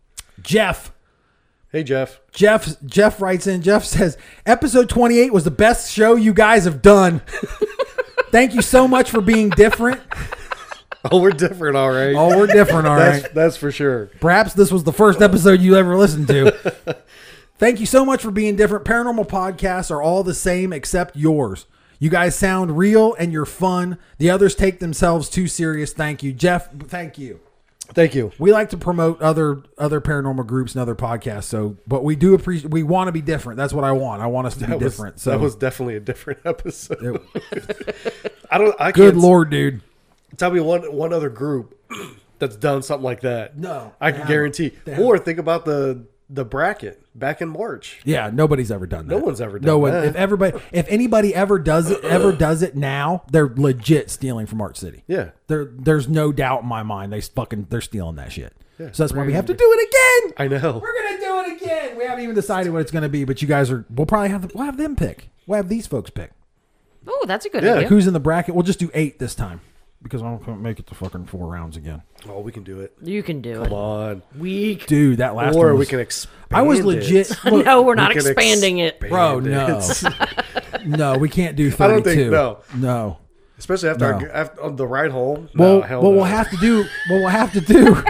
A: Jeff.
C: Hey, Jeff.
A: Jeff Jeff writes in. Jeff says, "Episode 28 was the best show you guys have done. Thank you so much for being different.
C: Oh, we're different, all right.
A: Oh, we're different, all
C: that's,
A: right.
C: that's for sure.
A: Perhaps this was the first episode you ever listened to. Thank you so much for being different. Paranormal podcasts are all the same except yours. You guys sound real and you're fun. The others take themselves too serious. Thank you, Jeff. Thank you.
C: Thank you.
A: We like to promote other other paranormal groups and other podcasts. So, but we do appreciate. We want to be different. That's what I want. I want us to
C: That
A: be
C: was-
A: different. So
C: that was definitely a different episode.
A: It-
C: I don't. I
A: good
C: can't
A: lord, dude.
C: tell me one one other group that's done something like that.
A: No,
C: I
A: they
C: can
A: haven't.
C: guarantee.
A: They haven't.
C: Or think about the the bracket back in March.
A: Yeah, nobody's ever done that.
C: No one's ever
A: no
C: done
A: one.
C: that.
A: If everybody, if anybody ever does it, ever does it now, they're legit stealing from Art City.
C: Yeah.
A: there, there's no doubt in my mind. They fucking, they're stealing that shit. so that's why we have to do it again.
C: I know.
A: We're gonna do it again. We haven't even decided what it's gonna be, but you guys are. We'll probably have. We'll have them pick. We'll have these folks pick.
B: Oh, that's a good
C: Yeah,
B: idea.
A: Who's in the bracket? We'll just do eight this time because I don't make it to fucking four rounds again.
C: Oh, we can do it.
B: You can do
C: Come
B: it.
C: on.
B: Weak.
A: Dude, that last
C: or
A: one
C: we
A: was-
C: can expand.
A: I was
C: it.
A: legit. look,
B: No, we're
C: We
B: not
C: can
B: expanding it.
C: expand
A: Bro, no. no, we can't do thirty-two.
C: I don't think- no.
A: no.
C: Especially after,
A: No.
C: our, after on the ride home.
A: Well,
C: no, hell
A: well,
C: no.
A: we'll have to do. Well, we'll have to do.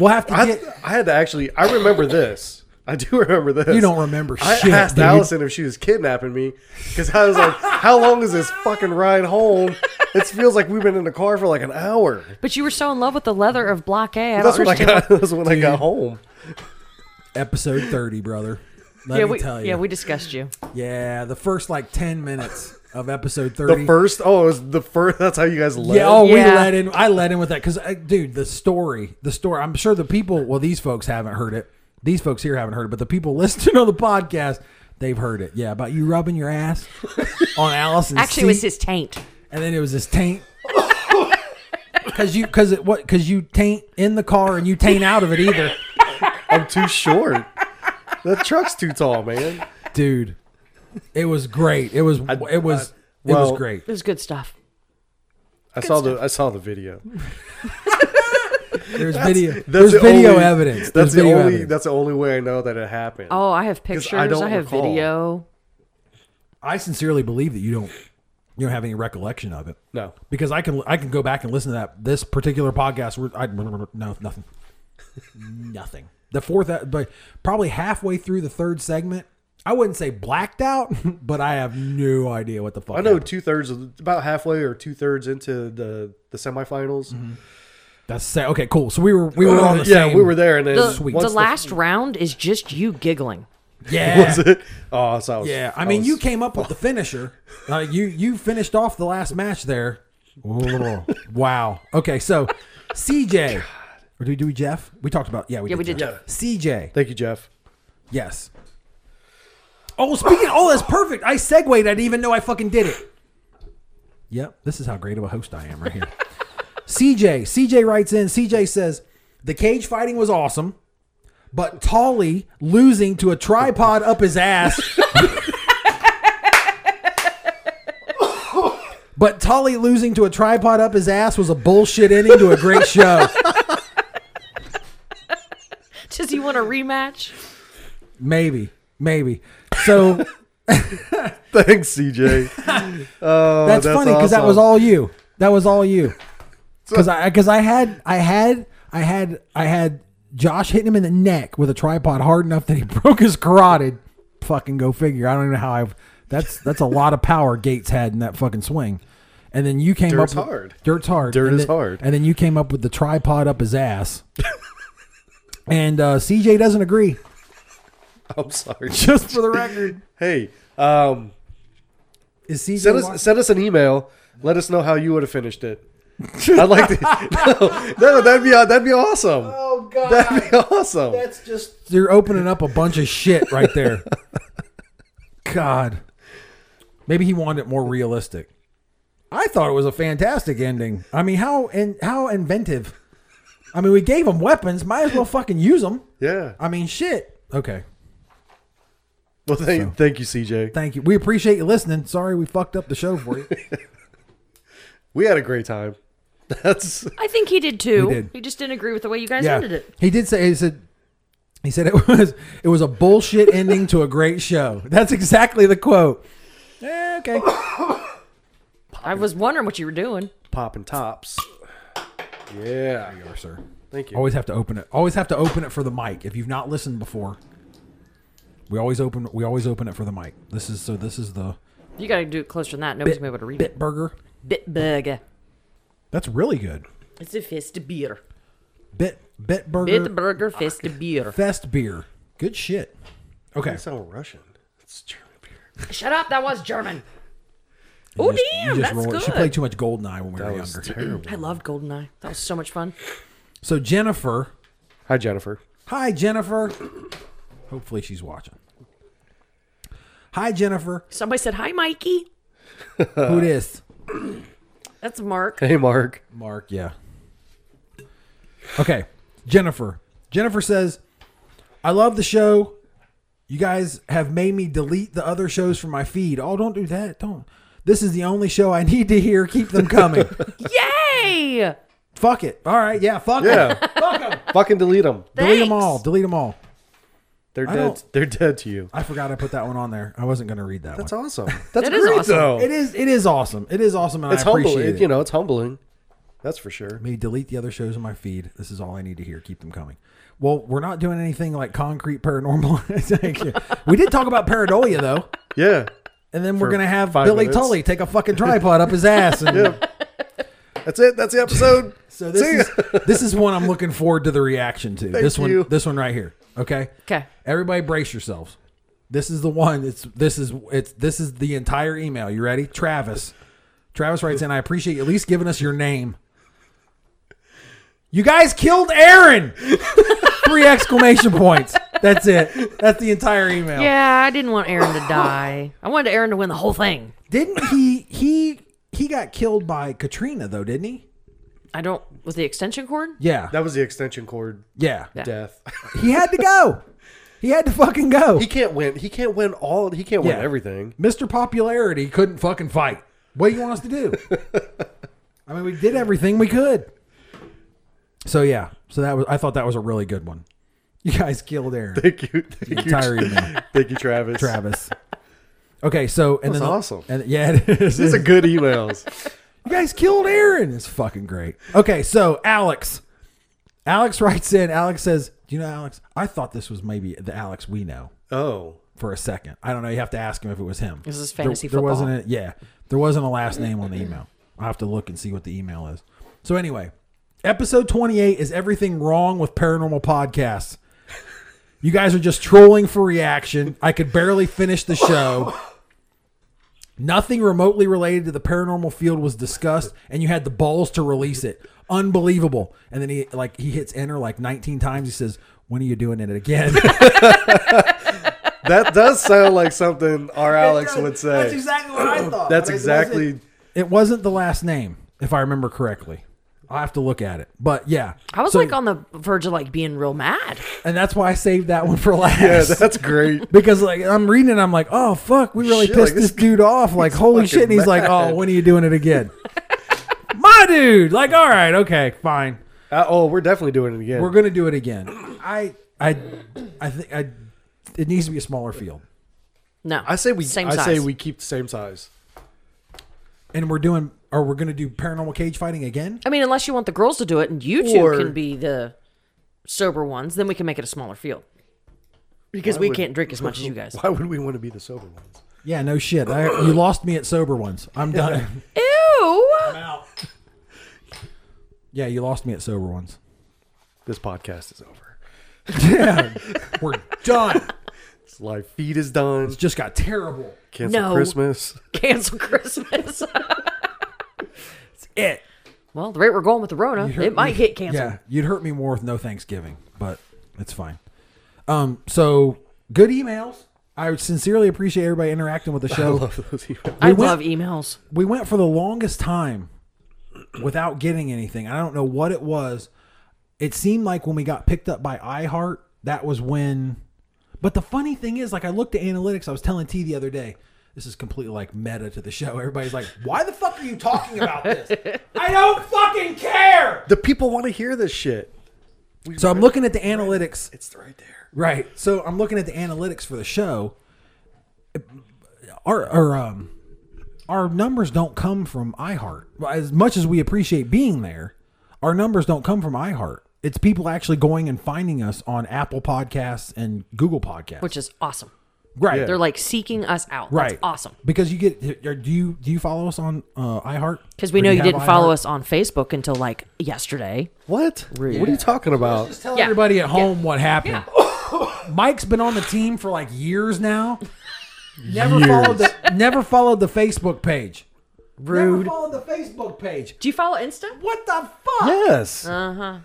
A: we'll have to
C: I,
A: get.
C: I had to actually. I remember this. I do remember this.
A: You don't remember
C: I
A: shit,
C: asked
A: dude.
C: Allison if she was kidnapping me because I was like, "How long is this fucking ride home?" It feels like we've been in the car for like an hour.
B: But you were so in love with the leather of Block A. I don't
C: That's when I
B: understand.
C: got. That's when I got home.
A: episode thirty, brother. Let
B: yeah,
A: me
B: we,
A: tell you.
B: yeah, we discussed you.
A: Yeah, the first like ten minutes of episode thirty.
C: The first. Oh, it was the first. That's how you guys left.
A: Yeah, oh, we
B: Yeah.
A: let in. I let in with that because, dude, the story, the story. I'm sure the people. Well, these folks haven't heard it. These folks here haven't heard it, but the people listening on the podcast, they've heard it. Yeah, about you rubbing your ass on Allison's.
B: Actually, it was
A: seat,
B: his taint.
A: and then it was this taint. Cause you, cause it, what? Cause you taint in the car and you taint out of it either,
C: I'm too short. The truck's too tall, man.
A: dude. It was great. It was, it was, it
C: well-
A: was great.
B: It was good stuff.
C: I saw the I saw the video.
A: There's video.
C: That's
A: there's
C: the
A: video
C: only-
A: evidence. There's
C: That's the
A: video
C: only.
A: evidence.
C: That's the only way I know that it happened.
B: Oh, I have
C: 'Cause
B: pictures.
C: I
B: I,
C: don't
B: have
C: recall.
B: video.
A: I sincerely believe that you don't you don't have any recollection of it.
C: No.
A: Because I can I can go back and listen to that this particular podcast where I no nothing. nothing. The fourth uh, but probably halfway through the third segment, I wouldn't say blacked out, but I have no idea what the fuck.
C: I know
A: happened.
C: two thirds of about halfway or two thirds into the the semifinals.
A: Mm-hmm. that's sa- okay, cool. So we were we were on the
C: Uh, yeah,
A: same-
C: we were there, and then
B: The,
A: Sweet.
B: the
A: Once
C: the-
B: last round is just you giggling.
A: Yeah.
C: was it? Oh, so I was,
A: Yeah, I mean,
C: was-
A: you came up with the finisher. Uh, you you finished off the last match there. Whoa. wow. Okay, so CJ, or do we do we Jeff? We talked about yeah, we
B: Yeah,
A: did
B: we did
A: Jeff.
B: Jeff.
A: CJ.
C: Thank you, Jeff.
A: Yes. Oh, speaking. Oh, that's perfect. I segued. I didn't even know I fucking did it. Yep. This is how great of a host I am right here. CJ. CJ writes in. CJ says the cage fighting was awesome, but Tolly losing to a tripod up his ass. but Tolly losing to a tripod up his ass was a bullshit ending to a great show.
B: Does he want a rematch?
A: Maybe. Maybe. So
C: Thanks, CJ. Oh,
A: that's, funny because that was
C: awesome.
A: all you. That was all you. Because I because I had I had I had I had Josh hitting him in the neck with a tripod hard enough that he broke his carotid. Fucking go figure. I don't even know how I've. That's that's a lot of power Gates had in that fucking swing. And then you came
C: Dirt's
A: up. with-
C: hard.
A: Dirt's hard.
C: Dirt
A: and
C: is
A: then-
C: hard.
A: And then you came up with the tripod up his ass. and uh, CJ doesn't agree.
C: I'm sorry.
A: Just for the record,
C: hey, um,
A: is CJ?
C: send
A: wa-
C: us send us an email. Let us know how you would have finished it. I'd like to. No, no, that'd be that'd be awesome.
A: oh God.
C: that'd be awesome.
A: That's just you're opening up a bunch of shit right there. God, maybe he wanted it more realistic. I thought it was a fantastic ending. I mean, how and how inventive. I mean, we gave him weapons. Might as well fucking use them.
C: yeah.
A: I mean, shit. Okay,
C: Well, thank, thank you, CJ.
A: thank you. We appreciate you listening. Sorry we fucked up the show for you.
C: We had a great time. That's
B: I think he did too.
A: He did.
B: just didn't agree with the way you guys
A: yeah,
B: ended it.
A: he did say he said he said it was it was a bullshit ending to a great show. That's exactly the quote. Eh, okay,
B: I was wondering what you were doing.
C: popping tops. Yeah.
A: There, sir.
C: Thank you.
A: Always have to open it. Always have to open it for the mic. If you've not listened before, we always open we always open it for the mic. This is so this is the
B: You got to do it closer than that. Nobody's gonna be able to read it.
A: bit burger.
B: Bit burger.
A: That's really good.
B: It's a fist beer.
A: Bit bit burger
B: Bit burger fist beer.
A: fest beer. Good shit. Okay.
C: I sound Russian. It's German beer.
B: Shut up. That was German. Oh
A: You just- you
B: damn,
A: just
B: that's
A: roll it.
B: good.
A: She played too much Goldeneye when we
C: That
A: were
C: was
A: younger.
C: terrible.
B: I loved Goldeneye. That was so much fun.
A: So Jennifer,
C: Hi, Jennifer.
A: hi Jennifer. Hopefully she's watching. Hi Jennifer.
B: Somebody said hi, Mikey.
A: Who
C: Uh,
A: this?
B: That's Mark.
C: Hey, Mark.
A: Mark, yeah. Okay, Jennifer. Jennifer says, "I love the show. You guys have made me delete the other shows from my feed. Oh, don't do that. Don't. This is the only show I need to hear. Keep them coming.
B: Yay!
A: fuck it. All right, yeah. Fuck it.
C: Yeah. Fucking delete them.
A: Delete them
B: Thanks.
A: all. Delete them all.
C: They're
A: I
C: dead.
A: don't-
C: They're dead to you.
A: I forgot I put that one on there. I wasn't gonna read that
C: That's
A: one.
C: awesome. That's
B: That is
C: great,
B: awesome.
C: though.
A: It is. It is awesome. It is awesome, and
C: it's
A: I appreciate
C: humbling.
A: it.
C: You know, it's humbling. That's for sure.
A: Maybe delete the other shows in my feed. This is all I need to hear. Keep them coming. Well, we're not doing anything like concrete paranormal. It's like- we did talk about pareidolia though,
C: Yeah.
A: and then we're gonna have
C: five
A: Billy
C: minutes.
A: Tully take a fucking tripod up his ass. And,
C: That's it. That's the episode.
A: So this
C: See
A: is this is one I'm looking forward to the reaction to. this one,
C: you.
A: this one right here. Okay.
B: Okay.
A: Everybody, brace yourselves. This is the one. It's this is it's this is the entire email. You ready, Travis? Travis writes in. I appreciate you at least giving us your name. You guys killed Aaron! Three exclamation points. That's it. That's the entire email.
B: Yeah, I didn't want Aaron to die. I wanted Aaron to win the whole thing.
A: Didn't he? He he got killed by Katrina though, didn't he?
B: I don't with the extension cord.
A: Yeah.
C: That was the extension cord
A: Yeah.
B: Yeah.
C: death.
A: He had to go. He had to fucking go.
C: he can't win. He can't win all. He can't
A: Yeah.
C: win everything.
A: Mr. Popularity couldn't fucking fight. What do you want us to do? I mean, we did everything we could. So yeah, so that was I thought that was a really good one. You guys killed Aaron.
C: Thank you. Thank you.
A: Entire email,
C: Thank you, Travis.
A: Travis. Okay, so and
C: That's
A: then
C: awesome.
A: And yeah, it is.
C: These are good emails.
A: You guys killed Aaron. It's fucking great. Okay, so Alex. Alex writes in. Alex says, Do you know Alex? I thought this was maybe the Alex we know.
C: Oh,
A: for a second. I don't know. You have to ask him if it was him.
B: This is fantasy
A: there, there
B: football.
A: wasn't a yeah. There wasn't a last name on the email. I'll have to look and see what the email is. So anyway, episode twenty eight is everything wrong with paranormal podcasts. You guys are just trolling for reaction. I could barely finish the show. Nothing remotely related to the paranormal field was discussed, and you had the balls to release it. Unbelievable. And then he like he hits enter like 19 times. He says, When are you doing it again?
C: that does sound like something our Alex would say. That's,
A: exactly what I thought. but it
C: exactly.
A: wasn't- It wasn't the last name, if I remember correctly. I'll have to look at it. But yeah.
B: I was
A: So-
B: like um, on the verge of like being real mad.
A: And that's why I saved that one for last.
C: Yeah, that's great.
A: because like I'm reading it, I'm like, oh fuck, we really
C: Shit,
A: pissed
C: like,
A: this
C: this
A: dude off. Like, holy
C: fucking
A: shit. And he's like,
C: mad.
A: oh, when are you doing it again? My dude. Like, all right, okay, fine.
C: Uh, oh, we're definitely doing it again.
A: We're gonna do it again. I I I think I it needs to be a smaller field.
B: No,
C: I say we.
B: Same
C: I
B: size.
C: say we keep the same size.
A: And we're doing or we're gonna do paranormal cage fighting again?
B: I mean, unless you want the girls to do it, and you two
C: Or-
B: can be the sober ones, then we can make it a smaller field because we
C: would-
B: can't drink as much as you guys.
C: Why would we want to be the sober ones?
A: Yeah, no shit. I, you lost me at sober ones. I'm done.
B: Ew!
A: Yeah, you lost me at sober ones.
C: This podcast is over.
A: Yeah, we're done.
C: It's live feed is done.
A: Just got terrible.
C: Cancel
B: No.
C: Christmas.
B: Cancel Christmas.
A: It.
B: well, the rate we're going with the Rona,
A: hurt
B: it might
A: me.
B: get canceled.
A: Yeah, you'd hurt me more with no Thanksgiving, but it's fine. Um, so good emails. I sincerely appreciate everybody interacting with the
C: I
A: show.
C: love those emails.
A: We
B: I
A: went-
B: love emails.
A: We went for the longest time without getting anything. I don't know what it was. It seemed like when we got picked up by iHeart, that was when. But the funny thing is, like I looked at analytics. I was telling T the other day This is completely like meta to the show. Everybody's like, "Why the fuck are you talking about this? I don't fucking care."
C: The people want to hear this shit.
A: So I'm looking at the analytics
C: It's right there.
A: Right. So I'm looking at the analytics for the show. Our our um our numbers don't come from iHeart. As much as we appreciate being there, our numbers don't come from iHeart. It's people actually going and finding us on Apple Podcasts and Google Podcasts.
B: which is awesome.
A: right.
B: They're like seeking us out.
A: right.
B: That's awesome.
A: Because you get or do you do you follow us on uh iHeart?
B: Because we
A: Or
B: know
A: do
B: you
A: have
B: didn't follow
A: iHeart?
B: us on Facebook until like yesterday.
C: What? What are you talking about?
A: Just tell
B: Yeah.
A: everybody at home what happened. Mike's been on the team for like years now. Never followed the never followed the Facebook page. Never
B: Rude.
A: followed the Facebook page.
B: Do you follow Insta?
A: What the fuck?
C: Yes.
B: Uh.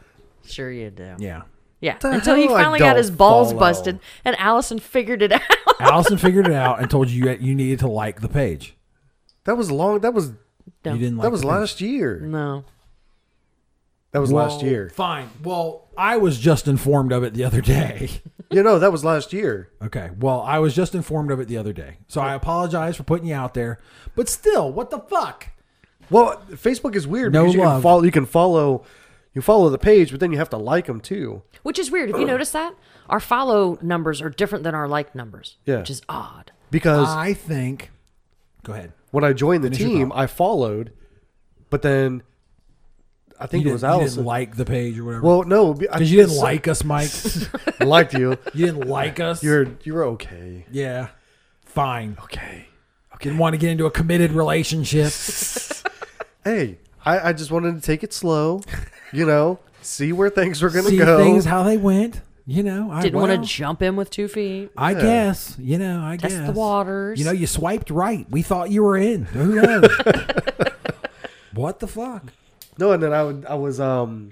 B: Sure you do.
A: Yeah.
B: Yeah.
C: The
B: Until he
C: hell I
B: finally got
C: don't
B: his balls
C: follow.
B: busted and Allison figured it out.
A: Allison figured it out and told you that you needed to like the page.
C: that was long. That was
B: No.
A: You didn't like
C: that was
A: the page.
C: last year.
B: No.
C: That was last
A: Well,
C: year.
A: Fine. Well, I was just informed of it the other day.
C: You know, that was last year.
A: Okay. Well, I was just informed of it the other day. So I apologize for putting you out there. But still, what the fuck?
C: Well, Facebook is weird
A: No
C: because you
A: love.
C: can follow you can follow you follow the page, but then you have to like them too.
B: Which is weird. If you notice that, our follow numbers are different than our like numbers.
C: Yeah.
B: Which is odd.
C: Because
A: I think Go ahead.
C: when I joined the
A: Uh, your
C: team, I followed, but then I think
A: You
C: it was
A: didn't- you
C: Allison.
A: didn't like the page or whatever.
C: well, no, be- I-
A: Because you didn't like us, Mike.
C: I liked you.
A: You didn't like us.
C: You're you were okay.
A: yeah. Fine.
C: Okay.
A: Didn't want to get into a committed relationship.
C: Hey, I, I just wanted to take it slow, you know, see where things were gonna
A: See
C: go.
A: things how they went. You know, I
B: Didn't want
A: Uh, well,
B: to jump in with two feet.
A: I guess. You know, I
B: Test
A: guess.
B: the waters.
A: You know, you swiped right. We thought you were in. Who knows? what the fuck?
C: No, and then I would I was um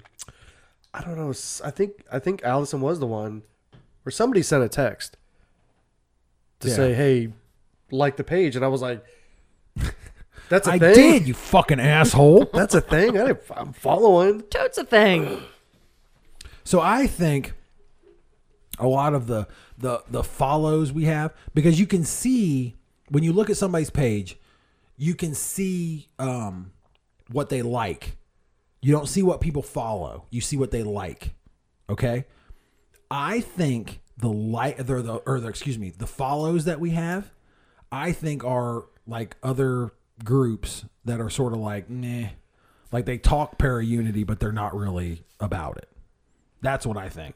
C: I don't know, s- I think I think Allison was the one or somebody sent a text to
A: Yeah.
C: say, "Hey, like the page." And I was like, "That's a
A: I
C: thing.
A: did, you fucking asshole.
C: That's a thing. I didn't, I'm following."
B: Totes a thing.
A: So I think a lot of the the the follows we have because you can see when you look at somebody's page, you can see um, what they like. You don't see what people follow. You see what they like. Okay. I think the light or the or the excuse me the follows that we have, I think are like other groups that are sort of like nah, like they talk para unity but they're not really about it. That's what I think.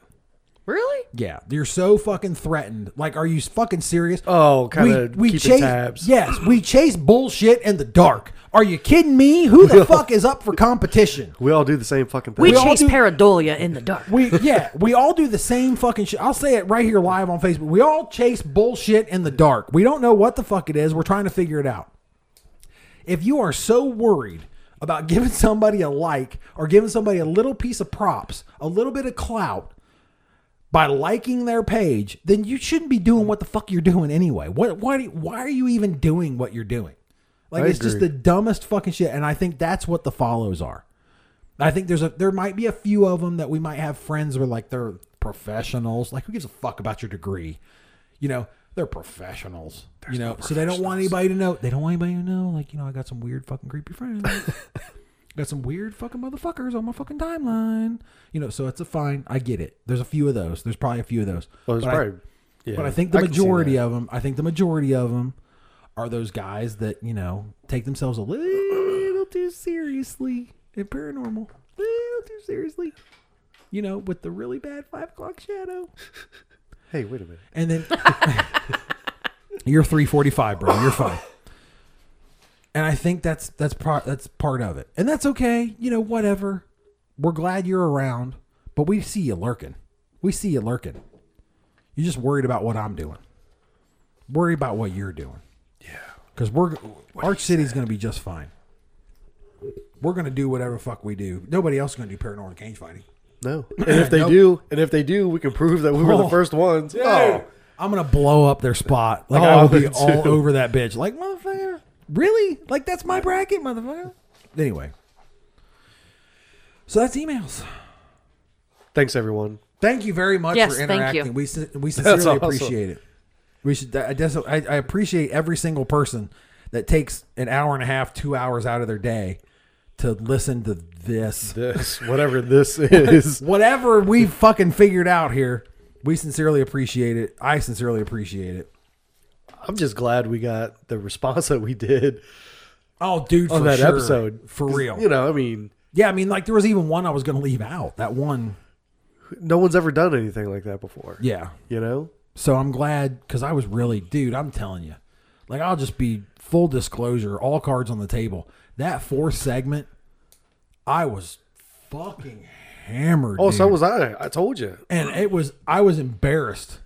B: Really?
A: Yeah, you're so fucking threatened. Like, are you fucking serious?
C: Oh, kinda keeping
A: chase,
C: tabs.
A: Yes, we chase bullshit in the dark. Are you kidding me? Who the fuck is up for competition?
C: We all do the same fucking thing.
B: We,
A: We all
B: chase
A: do-
B: pareidolia in the dark.
A: We yeah, we all do the same fucking shit. I'll say it right here live on Facebook. We all chase bullshit in the dark. We don't know what the fuck it is. We're trying to figure it out. If you are so worried about giving somebody a like or giving somebody a little piece of props, a little bit of clout by liking their page, then you shouldn't be doing what the fuck you're doing anyway. What why do you, why are you even doing what you're doing? Like
C: I
A: it's just
C: agree.
A: the dumbest fucking shit and I think that's what the follows are. I think there's a there might be a few of them that we might have friends where like they're professionals. Like who gives a fuck about your degree? You know, they're professionals. you know, so they don't want anybody to know. They don't want anybody to know. Like you know, I got some weird fucking creepy friends. got some weird fucking motherfuckers on my fucking timeline. You know, so it's a fine. I get it. There's a few of those. There's probably a few of those.
C: Well, it's
A: But I-
C: probably- yeah,
A: but I think the
C: can see
A: majority
C: that.
A: of them, I think the majority of them are those guys that, you know, take themselves a little too seriously and paranormal. Little too seriously. You know, with the really bad five o'clock shadow.
C: Hey, wait a minute.
A: And then you're 345, bro. You're fine. And I think that's that's part that's part of it. And that's okay. You know, whatever. We're glad you're around, but we see you lurking. We see you lurking. You're just worried about what I'm doing. Worry about what you're doing. Yeah. Cuz we're Arch City's going to be just fine. We're going to do whatever fuck we do. Nobody else is going to do paranormal cage fighting.
C: No. And if they
A: Nope.
C: do, and if they do, we can prove that we were
A: Oh.
C: the first ones.
A: Oh,
C: Oh.
A: I'm gonna blow up their spot. Like I will
C: Oh,
A: be
C: dude.
A: all over that bitch. Like motherfucker, really? Like that's my bracket, motherfucker. Anyway, so that's emails.
C: Thanks everyone.
A: Thank you very much
B: Yes,
A: for
B: thank
A: interacting.
B: you.
A: We sin- we sincerely
C: awesome.
A: appreciate it. We should. I, that's- I, I appreciate every single person that takes an hour and a half, two hours out of their day to listen to this.
C: This, whatever this is.
A: Whatever we fucking figured out here, we sincerely appreciate it. I sincerely appreciate it.
C: I'm just glad we got the response that we did
A: Oh, dude,
C: on
A: for
C: that
A: sure.
C: episode.
A: for
C: 'Cause,
A: real.
C: You know, I mean,
A: Yeah, I mean, like there was even one I was gonna leave out. That one.
C: no one's ever done anything like that before.
A: Yeah.
C: You know?
A: So I'm glad because I was really, dude. I'm telling you, like I'll just be full disclosure, all cards on the table. That fourth segment, I was fucking hammered.
C: Oh,
A: dude.
C: so was I. I told you.
A: and it was I was embarrassed.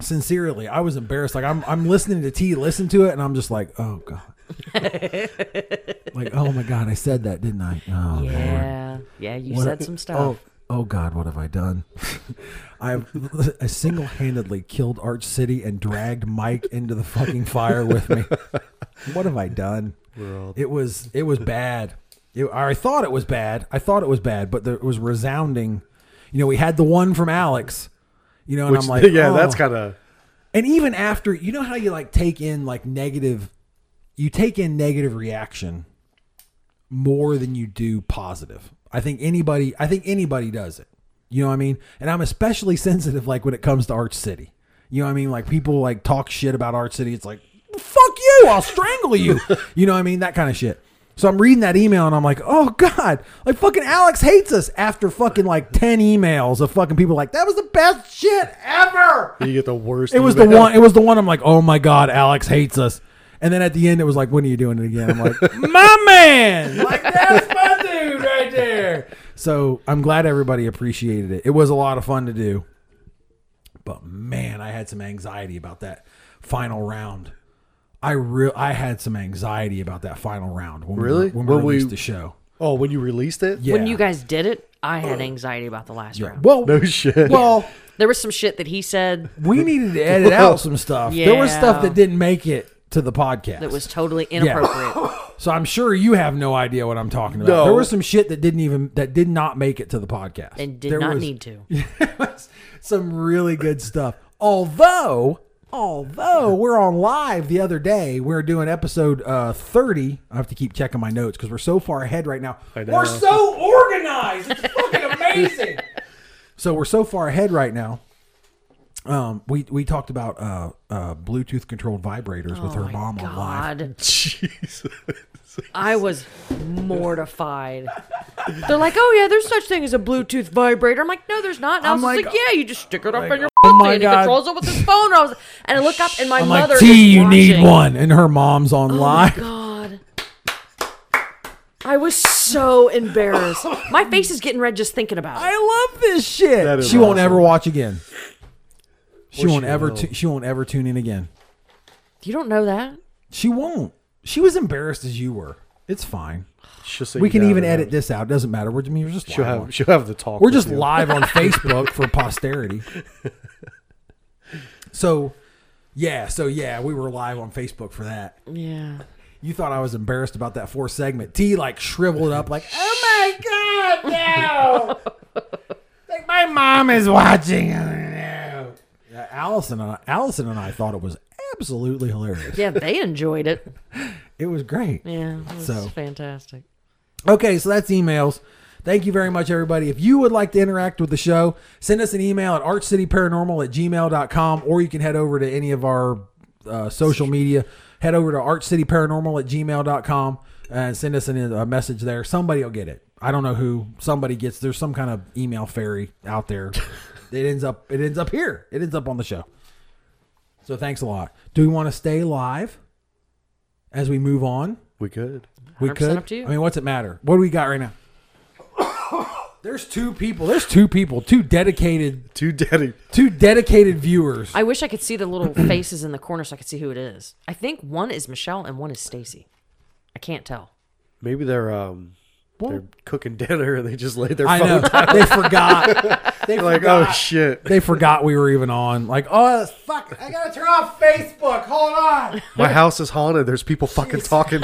A: Sincerely, I was embarrassed. Like I'm I'm listening to T listen to it, and I'm just like, oh god, like oh my god, I said that, didn't I? Oh, Lord.
B: Yeah. Yeah, you
A: What-
B: said some stuff.
A: Oh, oh God, what have I done? I've I single-handedly killed Arch City and dragged Mike into the fucking fire with me. What have I done? It was it was bad. It, I thought it was bad. I thought it was bad, but there, it was resounding. You know, we had the one from Alex. You know, and
C: Which,
A: I'm like,
C: yeah,
A: oh.
C: that's kind of.
A: And even after, you know how you like take in like negative, you take in negative reaction more than you do positive. I think anybody, I think anybody does it. You know what I mean? And I'm especially sensitive like when it comes to Arch City. You know what I mean? Like people like talk shit about Arch City. It's like, fuck you, I'll strangle you. you know what I mean? That kind of shit. So I'm reading that email and I'm like, oh God, like fucking Alex hates us after fucking like 10 emails of fucking people like, that was the best shit ever.
C: You get the worst.
A: It was the
C: email.
A: one. It was the one. I'm like, oh my god, Alex hates us. And then at the end, it was like, when are you doing it again? I'm like, my man, like that's my dude right there. So I'm glad everybody appreciated it. It was a lot of fun to do, but man, I had some anxiety about that final round. I real I had some anxiety about that final round. When
C: Really?
A: We, when we
C: When we-
A: released the show.
C: Oh, when you released it?
A: Yeah. Oh.
B: When you guys did it, I had anxiety about the last round.
A: well,
C: No shit.
A: well,
B: There was some shit that he said
A: we needed to edit out some stuff. There was stuff
B: Yeah.
A: that didn't make it to the podcast.
B: that was totally inappropriate.
A: So I'm sure you have no idea what I'm talking about.
C: No.
A: There was some shit that didn't even that did not make it to the podcast.
B: and did
A: There
B: not
A: was
B: need to.
A: some really good stuff. Although, although we're on live the other day, we are doing episode uh, 30. I have to keep checking my notes because we're so far ahead right now.
C: I know.
A: We're so organized. It's fucking amazing. so we're so far ahead right now. Um, we we talked about uh, uh, Bluetooth controlled vibrators with her
B: Oh My
A: mom on live.
B: God,
C: Jesus.
B: I was mortified. They're like, "Oh yeah, there's such thing as a Bluetooth vibrator." I'm like, "No, there's not." And I
A: I'm
B: was like,
A: like,
B: "Yeah, you just stick it up in your
A: oh my
B: thing, and
A: God.
B: he controls it with his phone." And I was, and I look up, and my
A: I'm
B: mother
A: like, T,
B: is
A: you need
B: watching." Oh,
A: one. And her mom's on live.
B: God. I was so embarrassed. My face is getting red just thinking about it.
A: I love this shit.
C: That is
A: she won't
C: awesome.
A: ever watch again. She won't
C: she
A: ever.
C: will.
A: Tu- she won't ever tune in again.
B: You don't know that?
A: She won't. She was embarrassed as you were. It's fine.
C: She'll say
A: We
C: you
A: can
C: got
A: even
C: it.
A: edit this out. Doesn't matter. We're, I mean, we're just
C: She'll
A: live on-
C: have, she'll have the talk.
A: we're
C: with
A: just
C: you.
A: live on Facebook for posterity. So, yeah. So yeah, we were live on Facebook for that.
B: Yeah.
A: You thought I was embarrassed about that fourth segment. T like shriveled up, like, oh my god, no! like my mom is watching. Oh, no. Yeah, Allison and I, Allison and I thought it was absolutely hilarious.
B: Yeah, they enjoyed it.
A: It was great.
B: Yeah. It was
A: So-
B: fantastic.
A: Okay, so that's emails. Thank you very much, everybody. If you would like to interact with the show, send us an email at artcityparanormal at gmail.com, or you can head over to any of our uh, social media. Head over to artcityparanormal at gmail.com and send us an, a message there. Somebody will get it. I don't know who. Somebody gets. There's some kind of email fairy out there. it ends up. It ends up here. It ends up on the show. So thanks a lot. Do we want to stay live as we move on?
C: We could.
A: We
B: 100%
A: could.
B: up to you.
A: I mean, what's it matter? What do we got right now? There's two people. There's two people. Two dedicated.
C: Too daddy.
A: Two dedicated viewers.
B: I wish I could see the little faces in the corner so I could see who it is. I think one is Michelle and one is Stacy. I can't tell.
C: Maybe they're um they're cooking dinner and they just laid their
A: I
C: phone
A: know. they forgot. They
C: like
A: forgot.
C: oh shit.
A: They forgot we were even on. Like, oh fuck! I gotta turn off Facebook. Hold on.
C: My house is haunted. There's people fucking talking.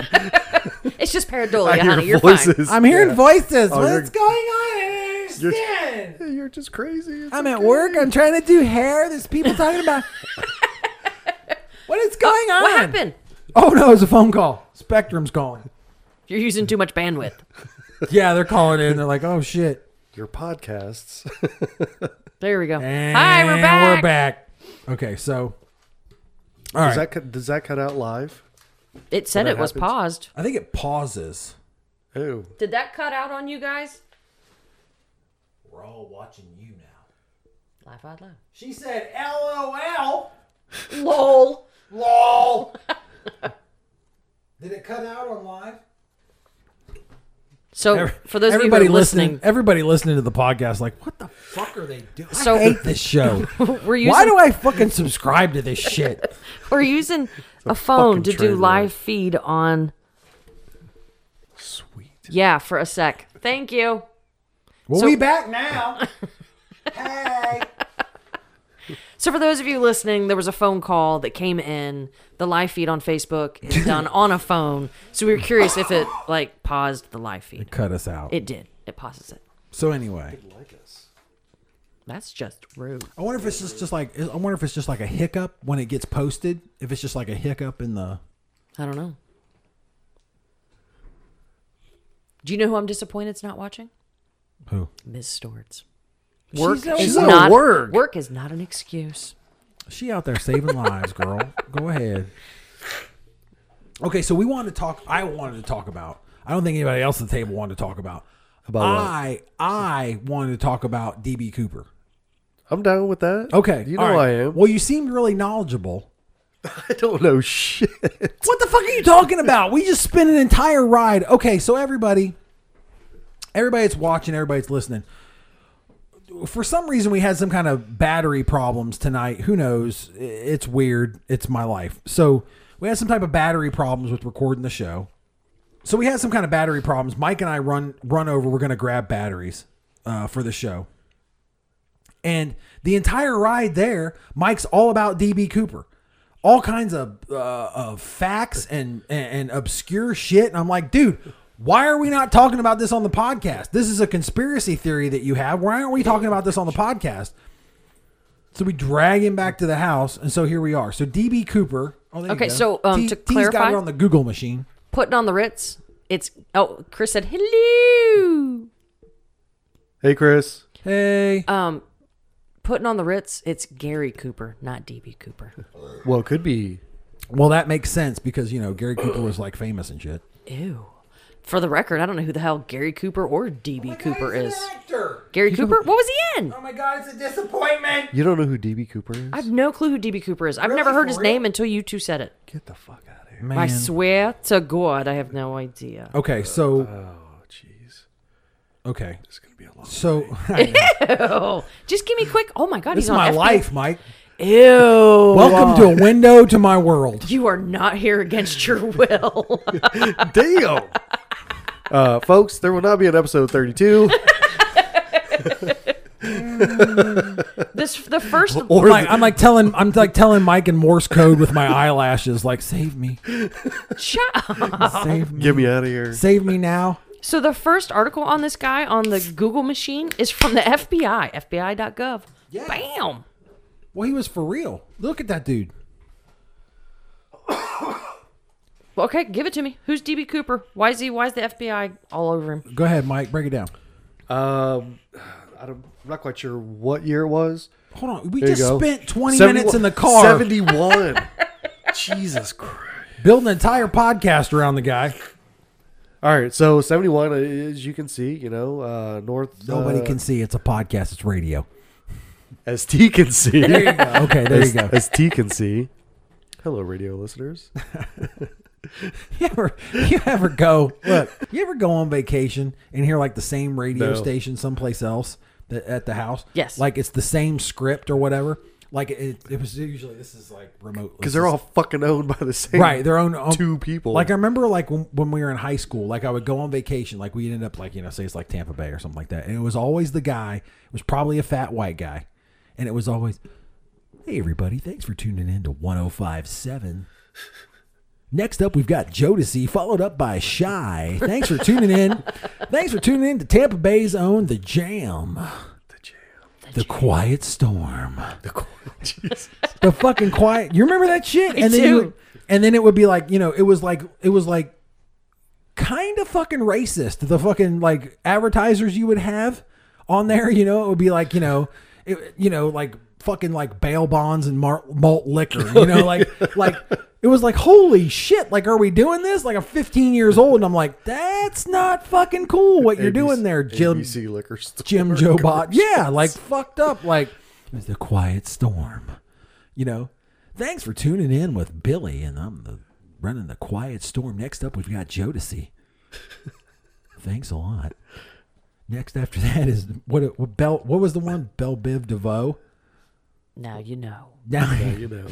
B: It's just pareidolia,
C: I
B: honey.
C: hear
B: You're fine.
C: voices.
A: I'm hearing voices.
C: Oh,
A: What's
C: you're-
A: going on? I don't
C: You're-
A: understand.
C: You're just crazy. It's
A: I'm
C: okay.
A: at work. I'm trying to do hair. There's people talking about. What is going on?
B: What happened?
A: Oh no, it's a phone call. Spectrum's calling.
B: You're using too much bandwidth.
A: Yeah, they're calling in. They're like, oh shit.
C: Your podcasts.
B: There we go.
A: And
B: Hi, we're back.
A: We're back. Okay, so. All right.
C: Does that cut, does that cut out live?
B: It said
C: That
B: it was
C: happens.
B: paused.
A: I think it pauses.
C: Oh,
B: Did that cut out on you guys?
A: We're all watching you now.
B: Laugh out loud.
A: She said, "LOL,
B: LOL.
A: lol." Did it cut out on live?
B: So, for those of you who
A: everybody
B: are listening,
A: everybody listening to the podcast, like, what the fuck are they doing?
B: So-
A: I hate this show.
B: we're using
A: Why do I fucking subscribe to this shit?
B: we're using a phone
C: fucking
B: to
C: train
B: do
C: wreck.
B: live feed on.
C: sweet.
B: Yeah, for a sec. Thank you.
A: We'll
B: So-
A: be back now. hey.
B: So, for those of you listening, there was a phone call that came in. The live feed on Facebook is done on a phone. So, we were curious if it like paused the live feed.
A: Cut us out.
B: It did. It pauses it.
A: so anyway,
C: Like us.
B: That's just rude.
A: I wonder if it's just, just like I wonder if it's just like a hiccup when it gets posted. If it's just like a hiccup in the
B: I don't know. Do you know who I'm disappointed's not watching?
A: who
B: Ms. Storts.
A: Work she's,
B: Is
A: out-
B: not,
C: work.
B: is not an excuse.
A: she out there saving lives, girl. Go ahead. Okay, so we wanted to talk. I wanted to talk about. I don't think anybody else at the table wanted to talk about.
C: About what?
A: I I wanted to talk about DB Cooper.
C: I'm down with that.
A: Okay,
C: You know
A: all right.
C: I am.
A: Well, you seemed really knowledgeable.
C: I don't know shit.
A: What the fuck are you talking about? We just spent an entire ride. Okay, so everybody, everybody that's watching, everybody that's listening. For some reason, we had some kind of battery problems tonight. Who knows? I- It's weird. It's my life. So we had some type of battery problems with recording the show. So we had some kind of battery problems. Mike and I run run over. We're gonna grab batteries uh, for the show. And the entire ride there, Mike's all about DB Cooper, all kinds of uh, of facts and, and and obscure shit. And I'm like, dude, why are we not talking about this on the podcast? This is a conspiracy theory that you have. Why aren't we talking about this on the podcast? So we drag him back to the house, and so here we are. So DB Cooper. Oh, there you
B: Okay,
A: go.
B: so, um,
A: has
B: to
A: got
B: clarify-
A: it on the Google machine.
B: Putting on the Ritz, it's. Oh, Chris said, hello.
C: Hey, Chris.
A: Hey,
B: Um, Putting on the Ritz, it's Gary Cooper, not DB Cooper.
C: Well, it could be.
A: well that makes sense because you know Gary Cooper was like famous and shit.
B: Ew. For the record, I don't know who the hell Gary Cooper or DB Cooper is.
A: actor.
B: Gary Cooper? What was he in?
A: Oh my god, it's a disappointment.
C: You don't know who DB Cooper is?
B: I have no clue who DB Cooper is. I've never heard his name until you two said it.
C: Get the fuck out of here.
A: Man.
B: I swear to God, I have no idea.
A: Okay, so
C: Oh, jeez.
A: okay,
C: It's going to be a long
A: so
B: Oh, just give me quick. Oh my God,
A: this
B: he's
A: is
B: on Oh,
A: my
B: FB.
A: life, Mike.
B: Ew.
A: Welcome to a window to my world.
B: You are not here against your will.
C: Damn. Uh, folks, there will not be an episode 32
B: this the first
C: or
A: Like, I'm like telling, I'm like telling Mike in Morse code with my eyelashes, like save me,
B: shut up.
A: save
C: the-
A: me,
C: get me out of here.
A: save me now.
B: So the first article on this guy on the Google machine is from the FBI, FBI.gov. Bam.
A: Well, he was for real. Look at that dude.
B: Well, okay, give it to me. Who's DB Cooper? Why is he? Why is the FBI all over him?
A: Go ahead, Mike. Break it down.
C: Um, I don't, I'm not quite sure what year it was.
A: Hold on. We
C: There you
A: just
C: go.
A: spent 20
C: 71
A: minutes in the car
C: 71. Jesus Christ.
A: building an entire podcast around the guy.
C: All right, so 71, as you can see, you know, uh, North.
A: Nobody
C: uh,
A: can see. It's a podcast. It's radio.
C: As T can see.
A: Okay, there you go.
C: As T can see. Hello, radio listeners.
A: You ever, you ever go look? You ever go on vacation and hear like the same radio
C: No.
A: station someplace else that, at the house?
B: Yes.
A: like it's the same script or whatever. Like it, it was usually this is like remote
C: Because they're all fucking owned by the same.
A: right their own own-
C: two people.
A: Like I remember like when, when we were in high school, like I would go on vacation, like we ended up like you know say it's like Tampa Bay or something like that, and it was always the guy. It was probably a fat white guy, and it was always, "Hey everybody, thanks for tuning in to 105.7." Next up, we've got Jodeci, followed up by Shy. Thanks for tuning in. Thanks for tuning in to Tampa Bay's own The Jam. The Jam. The, The Quiet Storm. The fucking quiet. You remember that shit?
B: I
A: and then you
B: do.
A: would- and then it would be like, you know, it was like it was like kind of fucking racist. The fucking like advertisers you would have on there, you know, it would be like, you know, it, you know, like fucking like bail bonds and mar- malt liquor, you know, like like it was like holy shit, like are we doing this? Like I'm 15 years old and I'm like, that's not fucking cool what you're doing there, Jim
C: ABC liquor store.
A: Jim Joe Bot. Yeah, like fucked up. Like it was the quiet storm. You know. Thanks for tuning in with Billy, and I'm the running the quiet storm. Next up, we've got Jodeci. Thanks a lot. Next after that is what, what Bell? What was the one Bell Biv DeVoe?
B: Now you know.
A: Now
C: You know,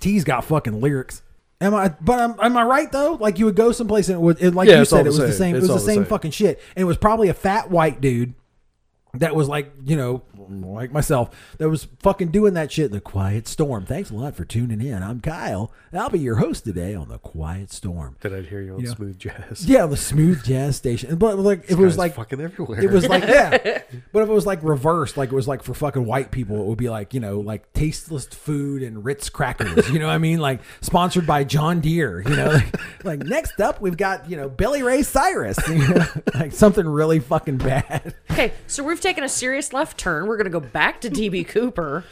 A: T's got fucking lyrics. Am I? But am, am I right though? Like you would go someplace and it would, it, like
C: Yeah,
A: you
C: it's all
A: said, it
C: the
A: was the
C: same.
A: same. It
C: It's
A: was the
C: all the
A: same
C: same.
A: fucking shit, and it was probably a fat white dude that was like you know like myself that was fucking doing that shit. in The Quiet Storm. Thanks a lot for tuning in. I'm Kyle. And I'll be your host today on the Quiet Storm.
C: that I'd hear you on
A: know.
C: smooth jazz.
A: Yeah, the smooth jazz station. But like if it
C: Guys
A: was like
C: fucking everywhere.
A: it was like yeah, but if it was like reversed, like it was like for fucking white people, it would be like you know like tasteless food and Ritz crackers. You know what I mean? Like sponsored by John Deere. You know, like, like, next up we've got you know Billy Ray Cyrus. You know? like something really fucking bad.
B: Okay, so we've taken a serious left turn. We're gonna go back to DB Cooper.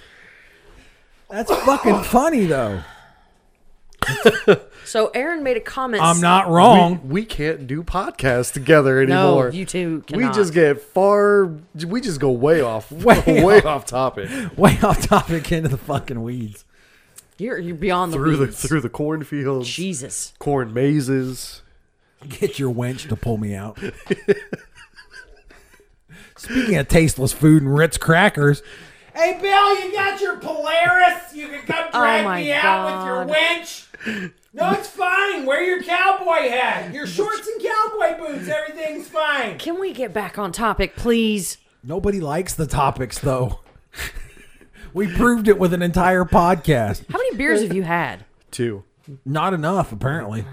A: That's fucking funny though.
B: So Aaron made a comment.
A: I'm not
C: we,
A: wrong.
C: we can't do podcasts together
B: No,
C: anymore.
B: you two
C: We
B: cannot.
C: just get far. We just go way off,
A: Way
C: way, off topic
A: Way off topic into the fucking weeds.
B: You're you're beyond the
C: through the
B: weeds.
C: through the cornfields,
B: Jesus.
C: corn mazes.
A: Get your wench to pull me out. Speaking of tasteless food and Ritz crackers.
D: Hey, Bill, you got your Polaris? You can
A: Oh
D: come drag
B: my
D: me out
B: God.
D: with your winch. No, it's fine. Wear your cowboy hat, your shorts, and cowboy boots. Everything's fine.
B: Can we get back on topic, please?
A: Nobody likes the topics, though. we proved it with an entire podcast.
B: How many beers have you had?
C: Two.
A: Not enough, apparently.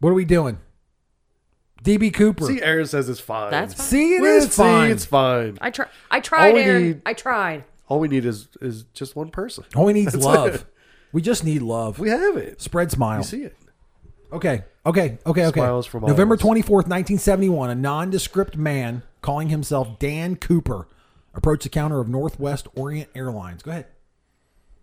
A: What are we doing? DB Cooper.
C: See, Aaron says it's fine.
B: That's fine.
A: See, it
C: Let's
A: is fine.
C: See, it's fine.
B: I try. I tried,
C: All we
B: Aaron.
C: need-
B: I tried.
C: All we need is is just one person.
A: All we need is
C: That's
A: love.
C: it.
A: We just need love.
C: We have it.
A: Spread smile.
C: You see it.
A: Okay, okay, okay, okay.
C: Smiles from all
A: November
C: of us.
A: 24th, 1971, a nondescript man calling himself Dan Cooper approached the counter of Northwest Orient Airlines. Go ahead.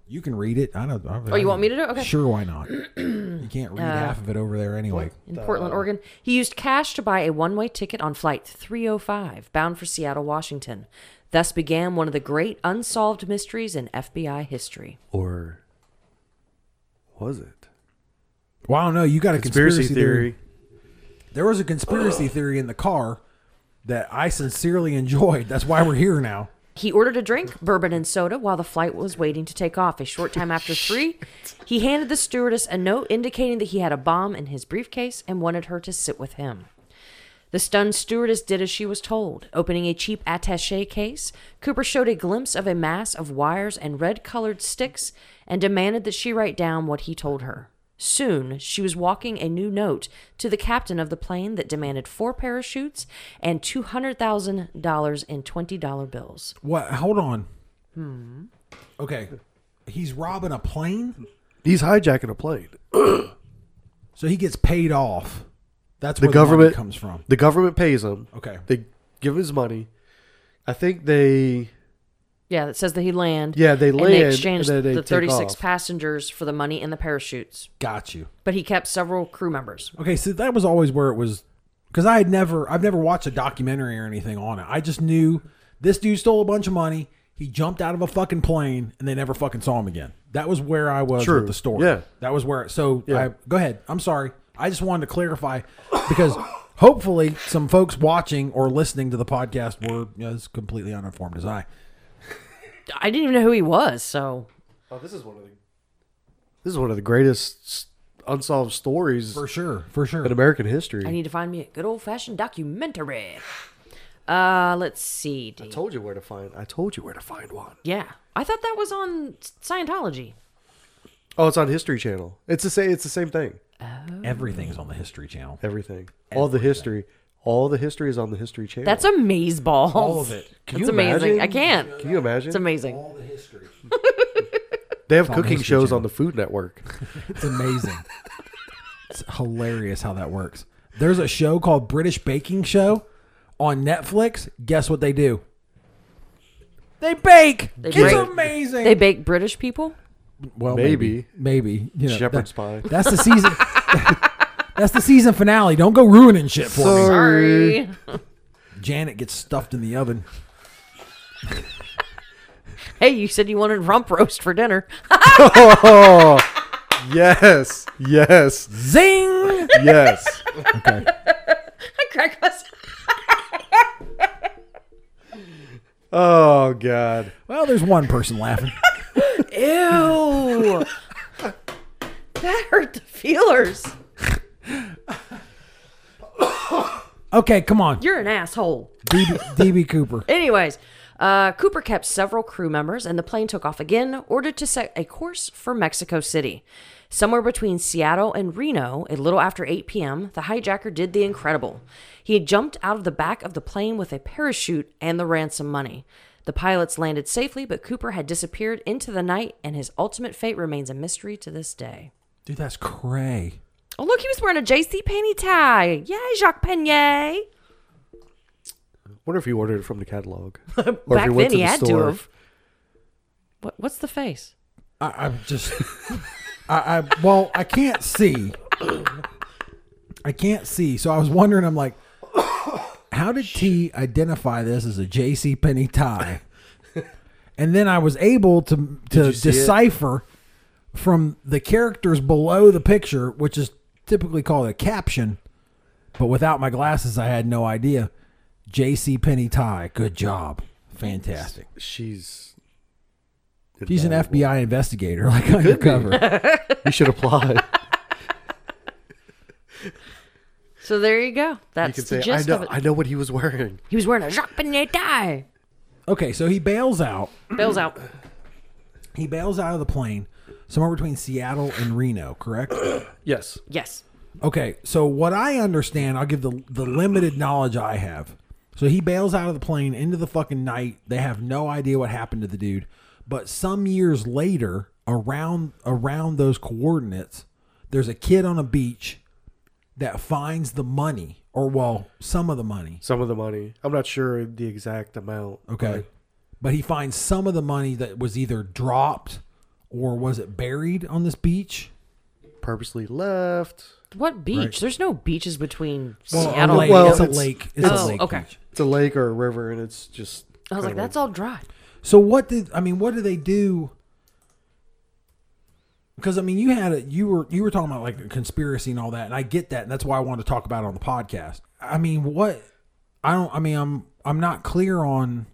A: You can read it. I don't know.
B: Oh, you want me to do it? Okay. Uh,
A: Sure, why not? you can't read half of it over there anyway.
B: In Portland, Oregon, he used cash to buy a one-way ticket on flight 305 bound for Seattle, Washington. Thus began one of the great unsolved mysteries in FBI history.
C: Or was it
A: Well, I don't know. You got a
C: conspiracy,
A: conspiracy,
C: theory?
A: There was a conspiracy theory in the car that I sincerely enjoyed. That's why we're here now.
B: He ordered a drink, bourbon and soda, while the flight was waiting to take off. A short time after three, he handed the stewardess a note indicating that he had a bomb in his briefcase and wanted her to sit with him. The stunned stewardess did as she was told. Opening a cheap attache case, Cooper showed a glimpse of a mass of wires and red colored sticks and demanded that she write down what he told her. Soon, she was walking a new note to the captain of the plane that demanded four parachutes and $200,000 in $20 bills.
A: What? Hold on. Hmm. Okay. He's robbing a plane,
C: He's hijacking a plane.
A: so he gets paid off. That's
C: The
A: where the money
C: government
A: comes from.
C: The government pays him.
A: Okay.
C: They give his money. I think they
B: Yeah, that says that he land.
C: Yeah, they
B: and
C: land,
B: They
C: and
B: exchanged
C: then they
B: the
C: take
B: 36
C: off.
B: passengers for the money and the parachutes,
A: Got you.
B: but he kept several crew members.
A: Okay, so that was always where it was because I had never, I've never watched a documentary or anything on it. I just knew this dude stole a bunch of money. He jumped out of a fucking plane, and they never fucking saw him again. That was where I was
C: True.
A: with the story.
C: Yeah.
A: that was where. So I, go ahead. I'm sorry. I just wanted to clarify because hopefully some folks watching or listening to the podcast were you know, as completely uninformed as I.
B: I didn't even know who he was, so
C: Oh, this is one of the This is one of the greatest s- unsolved stories
A: For sure. For sure.
C: in American
B: I
C: history.
B: need to find me a good old fashioned documentary. Uh, let's see.
C: I
B: Dave.
C: told you where to find I told you where to find one.
B: Yeah, I thought that was on Scientology.
C: Oh, it's on History Channel. It's the same it's the same thing.
A: Everything's on the History Channel.
C: Everything. All the history. All the history is on the History Channel.
B: That's a maze balls.
A: All of it.
C: Can
B: That's
C: you
B: amazing.
C: imagine?
B: I can't.
C: Can you imagine?
B: It's amazing.
A: All the history.
C: They have
A: on the
C: cooking
A: History
C: shows
A: Channel.
C: on the Food Network.
A: It's amazing. it's hilarious how that works. There's a show called British Baking Show on Netflix. Guess what they do? They bake. it's
B: bake.
A: amazing.
B: They bake British people.
A: well,
C: Maybe.
A: maybe. You know,
C: Shepherd's
A: that-
C: pie.
A: That's the season. that's the season finale. Don't go ruining shit for me.
B: Sorry.
A: Janet gets stuffed in the oven.
B: hey, you said you wanted rump roast for dinner.
C: Yes. Yes.
A: Zing.
C: Yes.
A: Okay.
B: I crack myself.
C: Oh God.
A: Well, there's one person laughing.
B: Ew. that hurt the feelers.
A: Okay, come on.
B: You're an asshole.
A: DB, DB Cooper.
B: Anyways, uh, Cooper kept several crew members, and the plane took off again, ordered to set a course for Mexico City. Somewhere between Seattle and Reno, a little after 8 p.m., the hijacker did the incredible. He had jumped out of the back of the plane with a parachute and the ransom money. The pilots landed safely, but Cooper had disappeared into the night, and his ultimate fate remains a mystery to this day.
A: Dude, that's cray.
B: Oh, look, he was wearing a J.C. Penney tie. Yay, Jacques Penney.
C: Wonder if you ordered it from the catalog, or
B: Back
C: if you
B: then,
C: went to
B: he
C: the
B: had to
C: store.
B: have. What, what's the face?
A: I, I'm just. I, I well, I can't see. I can't see, so I was wondering. I'm like, how did T identify this as a J.C. Penney tie? And then I was able to to
C: you see it?
A: decipher from the characters below the picture, which is typically called a caption, but without my glasses, I had no idea. J.C. Penney tie. Good job. Fantastic.
C: She's.
A: She's an
C: invaluable.
A: FBI investigator, like undercover.
C: You should apply.
B: So there you go.
C: you
B: That's
C: can
B: the
C: say, "I
B: gist of
C: know,
B: it.
C: I know what he was wearing."
B: He was wearing a Jacques Benet tie.
A: okay, so he bails out.
B: Bill's out.
A: He bails out of the plane somewhere between Seattle and Reno, correct?
C: Yes.
B: Yes.
A: Okay, so what I understand, I'll give the the limited knowledge I have. So he bails out of the plane into the fucking night. They have no idea what happened to the dude. But some years later, around around those coordinates, there's a kid on a beach that finds the money, or well, some of the money.
C: Some of the money. I'm not sure the exact amount.
A: Okay. But he finds some of the money that was either dropped or was it buried on this beach?
C: but Purposely left.
B: What beach? There's no beaches between
A: Well, a
B: Seattle.
A: lake.
B: and
C: Well,
A: it's a
C: it's-
A: lake. It's
B: oh,
A: a lake
B: okay.
A: beach.
C: It's a lake or a river, and it's just.
B: I was like, that's all dry.
A: So what did I mean? What do they do? Because I mean, you had a you were you were talking about like a conspiracy and all that, and I get that, and that's why I wanted to talk about it on the podcast. I mean, what? I don't. I mean, I'm I'm not clear on.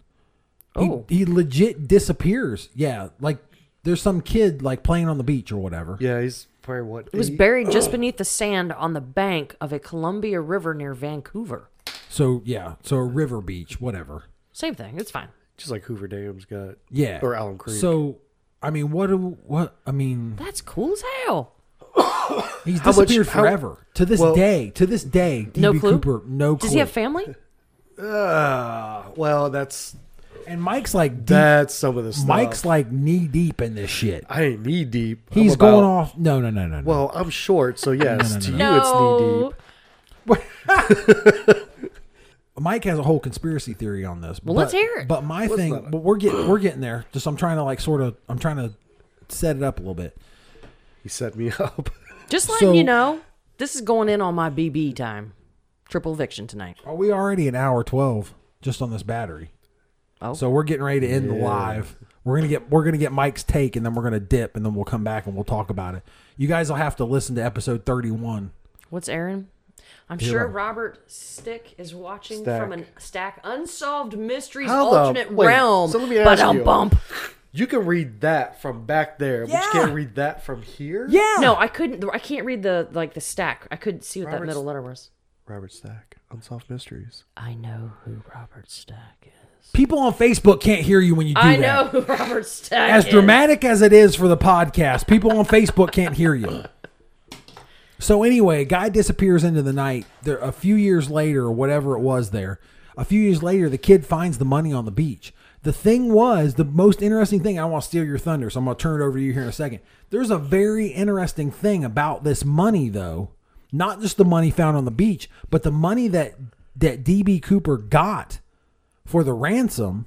A: he-
B: Oh.
A: he, legit disappears. Yeah, like there's some kid like playing on the beach or whatever.
C: Yeah, he's probably what.
B: It was buried just beneath the sand on the bank of a Columbia River near Vancouver.
A: So yeah, so a river beach, whatever.
B: Same thing. It's fine.
C: just like Hoover Dam's got.
A: Yeah,
C: Or Allen Creek.
A: So I mean, what do what I mean?
B: That's cool as hell.
A: He's
C: How much-
A: disappeared
C: how-
A: forever to this
C: well-
A: day. To this day, DB
B: No clue?
A: Cooper, no clue.
B: Does he have family?
C: Ah, well, that's
A: and Mike's like deep,
C: that's some of the stuff.
A: Mike's like knee deep in this shit.
C: I ain't knee deep. I'm
A: He's
C: about-
A: going off. No, no, no, no, no.
C: Well, I'm short, so yes,
A: no,
C: to you it's knee
B: No.
C: deep.
A: Mike has a whole conspiracy theory on this. Well,
B: let's hear it.
A: But my thing, but we're getting we're getting there. Just I'm trying to like sort of I'm trying to set it up a little bit.
C: He set me up.
B: Just letting
A: So-
B: you know, this is going in on my BB time. Triple eviction tonight.
A: Are we already an hour twelve just on this battery?
B: Oh.
A: So we're getting ready to end the live. We're gonna get we're gonna get Mike's take, and then we're gonna dip, and then we'll come back and we'll talk about it. You guys will have to listen to episode thirty one.
B: What's Aaron? I'm sure Robert Stick is watching
C: Stack.
B: from an stack unsolved mysteries
C: How the-
B: alternate
C: wait,
B: realm.
C: so let me ask you.
B: Ba-dum-bump.
C: You can read that from back there, but you can't read that from here.
A: Yeah.
B: No, I couldn't. I can't read the like the stack. I couldn't see what that
C: Robert's-
B: middle letter was.
C: Robert Stack, Unsolved Mysteries.
B: I know who Robert Stack is.
A: People on Facebook can't hear you when you do
B: I
A: that.
B: know who Robert Stack
A: As
B: is.
A: dramatic as it is for the podcast, people on Facebook can't hear you. So anyway, guy disappears into the night. There, a few years later, or whatever it was, there. A few years later, the kid finds the money on the beach. The thing was, the most interesting thing. I want to steal your thunder, so I'm going to turn it over to you here in a second. There's a very interesting thing about this money, though. Not just the money found on the beach, but the money that that DB Cooper got for the ransom.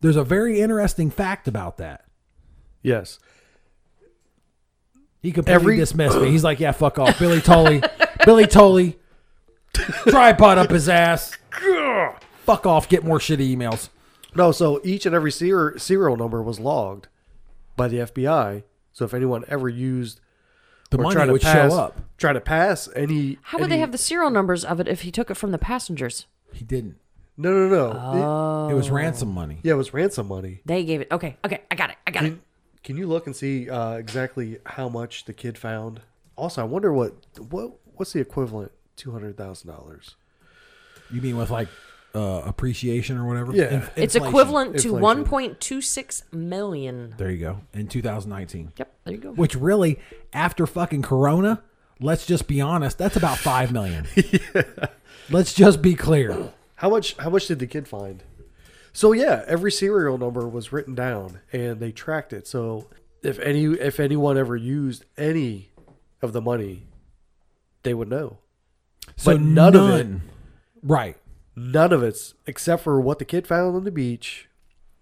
A: There's a very interesting fact about that.
C: Yes.
A: He completely
C: Every-
A: dismissed me. He's like, "Yeah, fuck off, Billy Tully, Billy Tully, tripod up his ass. fuck off. Get more shitty emails.
C: No, so each and every ser- serial number was logged by the FBI. So if anyone ever used
A: The
C: or tried
A: money
C: to
A: would
C: pass,
A: show up.
C: try to pass any,
B: How would they
C: any-
B: have the serial numbers of it if he took it from the passengers?
A: He didn't.
C: No, no, no. It-
B: Oh.
A: It was ransom money.
C: yeah, it was ransom money.
B: They gave it. Okay, okay, I got it. I got it.
C: Can, can you look and see uh, exactly how much the kid found? Also, I wonder what what what's the equivalent two hundred thousand dollars.
A: You mean with like uh, appreciation or whatever?
C: Yeah.
A: Inf-
B: It's
A: inflation.
B: equivalent
C: Inflation.
B: to 1.26 million.
A: There you go. In 2019,
B: Yep, there you go.
A: which really, after fucking Corona, let's just be honest. That's about five million. Let's just be clear.
C: How much how much did the kid find? So yeah, every serial number was written down and they tracked it. So if any if anyone ever used any of the money, they would know.
A: So
C: But none of it-
A: Right.
C: None of it's except for what the kid found on the beach,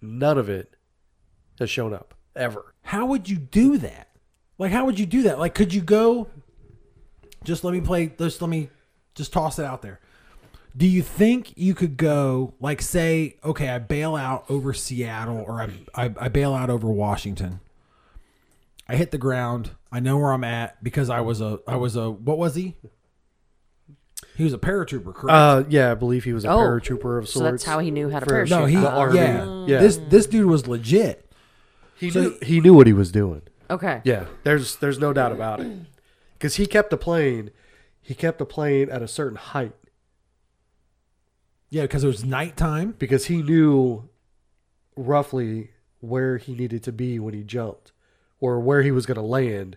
C: none of it has shown up ever.
A: how would you do that? Like, how would you do that? Like, could you go? Just let me play. Just let me just toss it out there. Do you think you could go, like, say, okay, I bail out over Seattle or I, I, I bail out over Washington. I hit the ground. I know where I'm at because I was a, I was a, what was he? He was a paratrooper, correct?
C: Uh yeah, I believe he was a
B: Oh,
C: paratrooper of sorts.
B: so that's how he knew how to
C: for-
B: parachute.
A: no, he,
C: the army.
A: yeah,
C: Yeah.
A: This, this dude was legit.
C: He
A: So-
C: knew he knew what he was doing.
B: okay.
C: Yeah, there's there's no doubt about it. Because he kept the plane, he kept the plane at a certain height
A: Yeah, because it was nighttime.
C: because he knew roughly where he needed to be when he jumped or where he was going to land.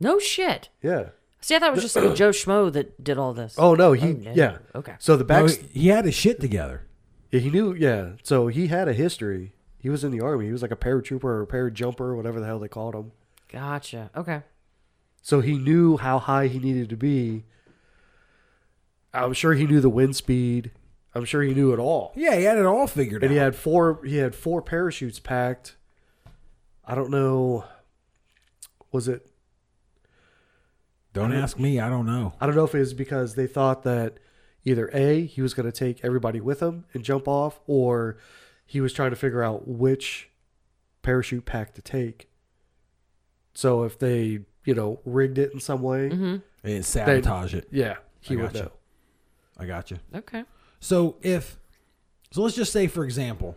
B: No shit.
C: Yeah.
B: See, I thought it was just like Joe Schmo that did all this.
C: Oh no, he
B: no.
C: yeah.
B: Okay.
C: So the back
A: No, he- he had his shit together.
C: he, knew yeah. So he had a history. He was in the army. He was like a paratrooper or a parajumper or whatever the hell they called him.
B: Gotcha. Okay.
C: So he knew how high he needed to be. I'm sure he knew the wind speed. I'm sure he knew it all.
A: Yeah, he had it all figured out.
C: and he had four he had four parachutes packed i don't know was it
A: Don't ask me. I don't know.
C: i don't know if it was because they thought that either a he was going to take everybody with him and jump off or he was trying to figure out which parachute pack to take so if they you know rigged it in some way
A: It sabotage it.
C: yeah he
A: I
C: would
A: gotcha.
C: know
A: I got you.
B: Okay.
A: So if so, let's just say for example,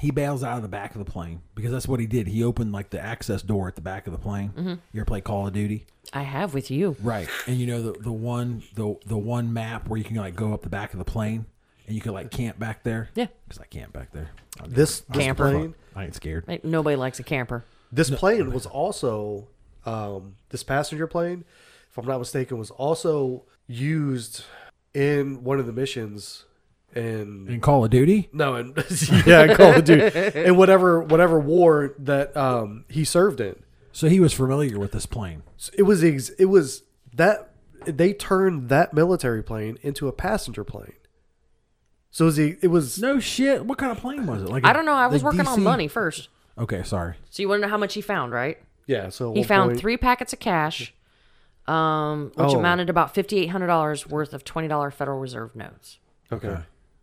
A: he bails out of the back of the plane because that's what he did. He opened like the access door at the back of the plane.
C: Mm-hmm.
A: You ever play Call of Duty?
B: I have with you.
A: Right. And you know the the one the the one map where you can like go up the back of the plane and you can like camp back there.
B: Yeah.
A: Because I camp back there. I don't
C: this,
A: give a-
C: this
B: Camper.
C: plane
A: I ain't scared.
B: Like, nobody likes a camper.
C: This plane was also, um, this passenger plane, if I'm not mistaken, was also used in one of the missions in.
A: In Call of Duty,
C: no, in, yeah, Call of Duty, in whatever whatever war that um, he served in,
A: so he was familiar with this plane.
C: So it was ex- it was that they turned that military plane into a passenger plane. So it was, the- it was
A: No shit. What kind of plane was it? Like
B: I
A: a-
B: don't know. I was
A: the
B: working on
A: DC
B: money first.
A: Okay, sorry.
B: So you want to know how much he found, right?
C: yeah. So at
B: He
C: one
B: found
C: point-
B: three packets of cash, um, which
C: Oh.
B: amounted to about $5,800 worth of $20 Federal Reserve notes.
C: Okay,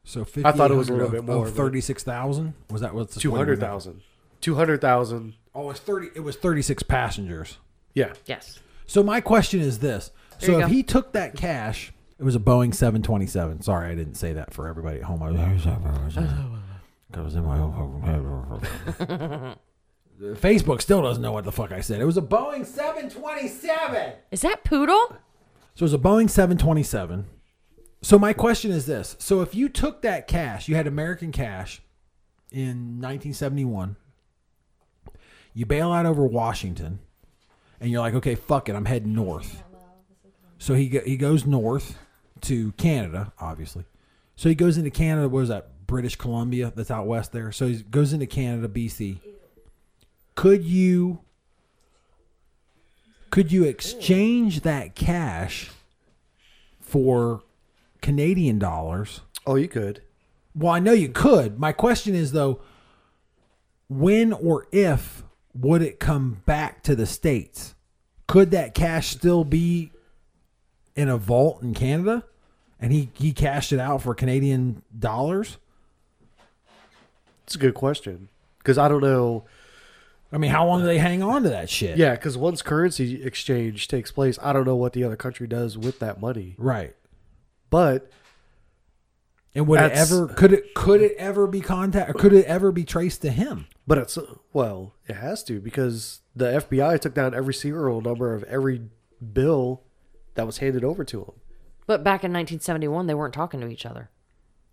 A: So
C: I thought it was a little
A: 5800
C: bit more,
A: Of
C: but-
A: thirty-six thousand was that what?
C: two hundred thousand, two hundred thousand.
A: Oh, it's thirty. It was thirty-six passengers.
C: Yeah,
B: Yes.
A: So my question is this: So
B: you
A: if
B: go.
A: he took that cash, it was a Boeing seven twenty-seven. Sorry, I didn't say that for everybody at home. I was, I was in my own. Facebook still doesn't know what the fuck I said. It was a Boeing seven twenty-seven.
B: Is that Poodle?
A: So it was a Boeing 727. So my question is this. So if you took that cash, you had American cash in 1971. You bail out over Washington and you're like, okay, fuck it, I'm heading north. So he go, he goes north to Canada, obviously. So he goes into Canada. What is that? British Columbia. That's out west there. So he goes into Canada, BC. Could you could you exchange that cash for Canadian dollars?
C: Oh, you could.
A: Well, I know you could. My question is though, when or if would it come back to the states? Could that cash still be in a vault in Canada? And he he cashed it out for Canadian dollars?
C: It's a good question because I don't know.
A: I mean, how long do they hang on to that shit?
C: Yeah, because once currency exchange takes place, I don't know what the other country does with that money.
A: Right.
C: But
A: And would
C: That's-
A: it ever could it could it ever be contact or could it ever be traced to him?
C: but it's well, it has to because the FBI took down every serial number of every bill that was handed over to them.
B: But back in 1971, they weren't talking to each other.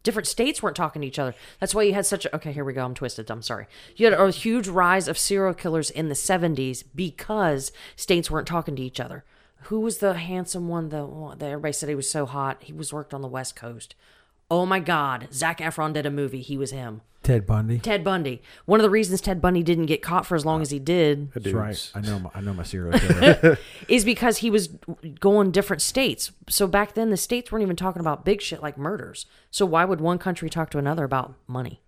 B: Different states weren't talking to each other. That's why you had such a. Okay, here we go. I'm twisted. I'm sorry. You had a huge rise of serial killers in the 70s because states weren't talking to each other. Who was the handsome one that, oh, that everybody said he was so hot? He was worked on the West Coast. Oh my God. Zach Efron did a movie. He was him.
A: Ted Bundy.
B: Ted Bundy. One of the reasons Ted Bundy didn't get caught for as long as he did
A: That's right. I know. My, I know my serial killer.
B: is because he was going different states. So back then, the states weren't even talking about big shit like murders. So why would one country talk to another about money?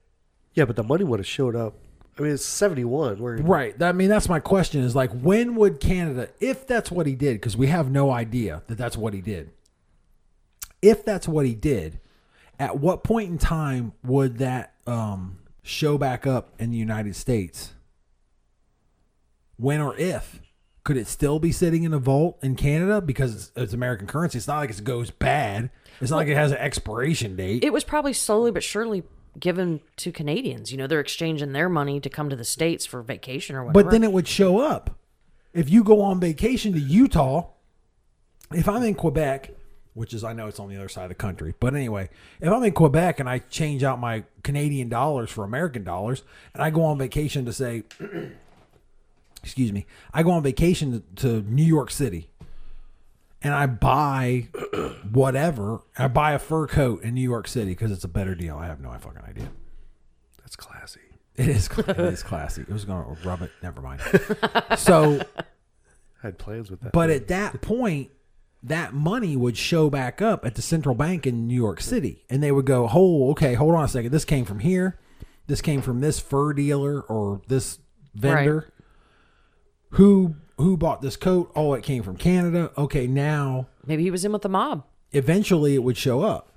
C: Yeah, but the money would have showed up. I mean, it's seventy one. Where
A: Right. I mean, that's my question is like, when would Canada, if that's what he did, because we have no idea that that's what he did, if that's what he did, at what point in time would that um, show back up in the United States? When or if? Could it still be sitting in a vault in Canada because it's, it's American currency? It's not like it goes bad. It's not like it has an expiration date.
B: It was probably slowly but surely given to Canadians. You know, they're exchanging their money to come to the states for vacation or whatever.
A: But then it would show up. If you go on vacation to Utah, if I'm in Quebec, which is I know it's on the other side of the country, but anyway, if I'm in Quebec and I change out my Canadian dollars for American dollars, and I go on vacation to say, excuse me, I go on vacation to, to New York City, and I buy whatever, I buy a fur coat in New York City because it's a better deal. I have no fucking idea.
C: that's classy.
A: It is. cla- It is classy. It was gonna rub it. Never mind. So,
C: I had plans with that.
A: but at that point, that money would show back up at the central bank in New York City, and they would go, "Oh, okay, hold on a second. This came from here. This came from this fur dealer or this vendor. Who who bought this coat? Oh, it came from Canada. Okay, now
B: Maybe he was in with the mob.
A: eventually it would show up.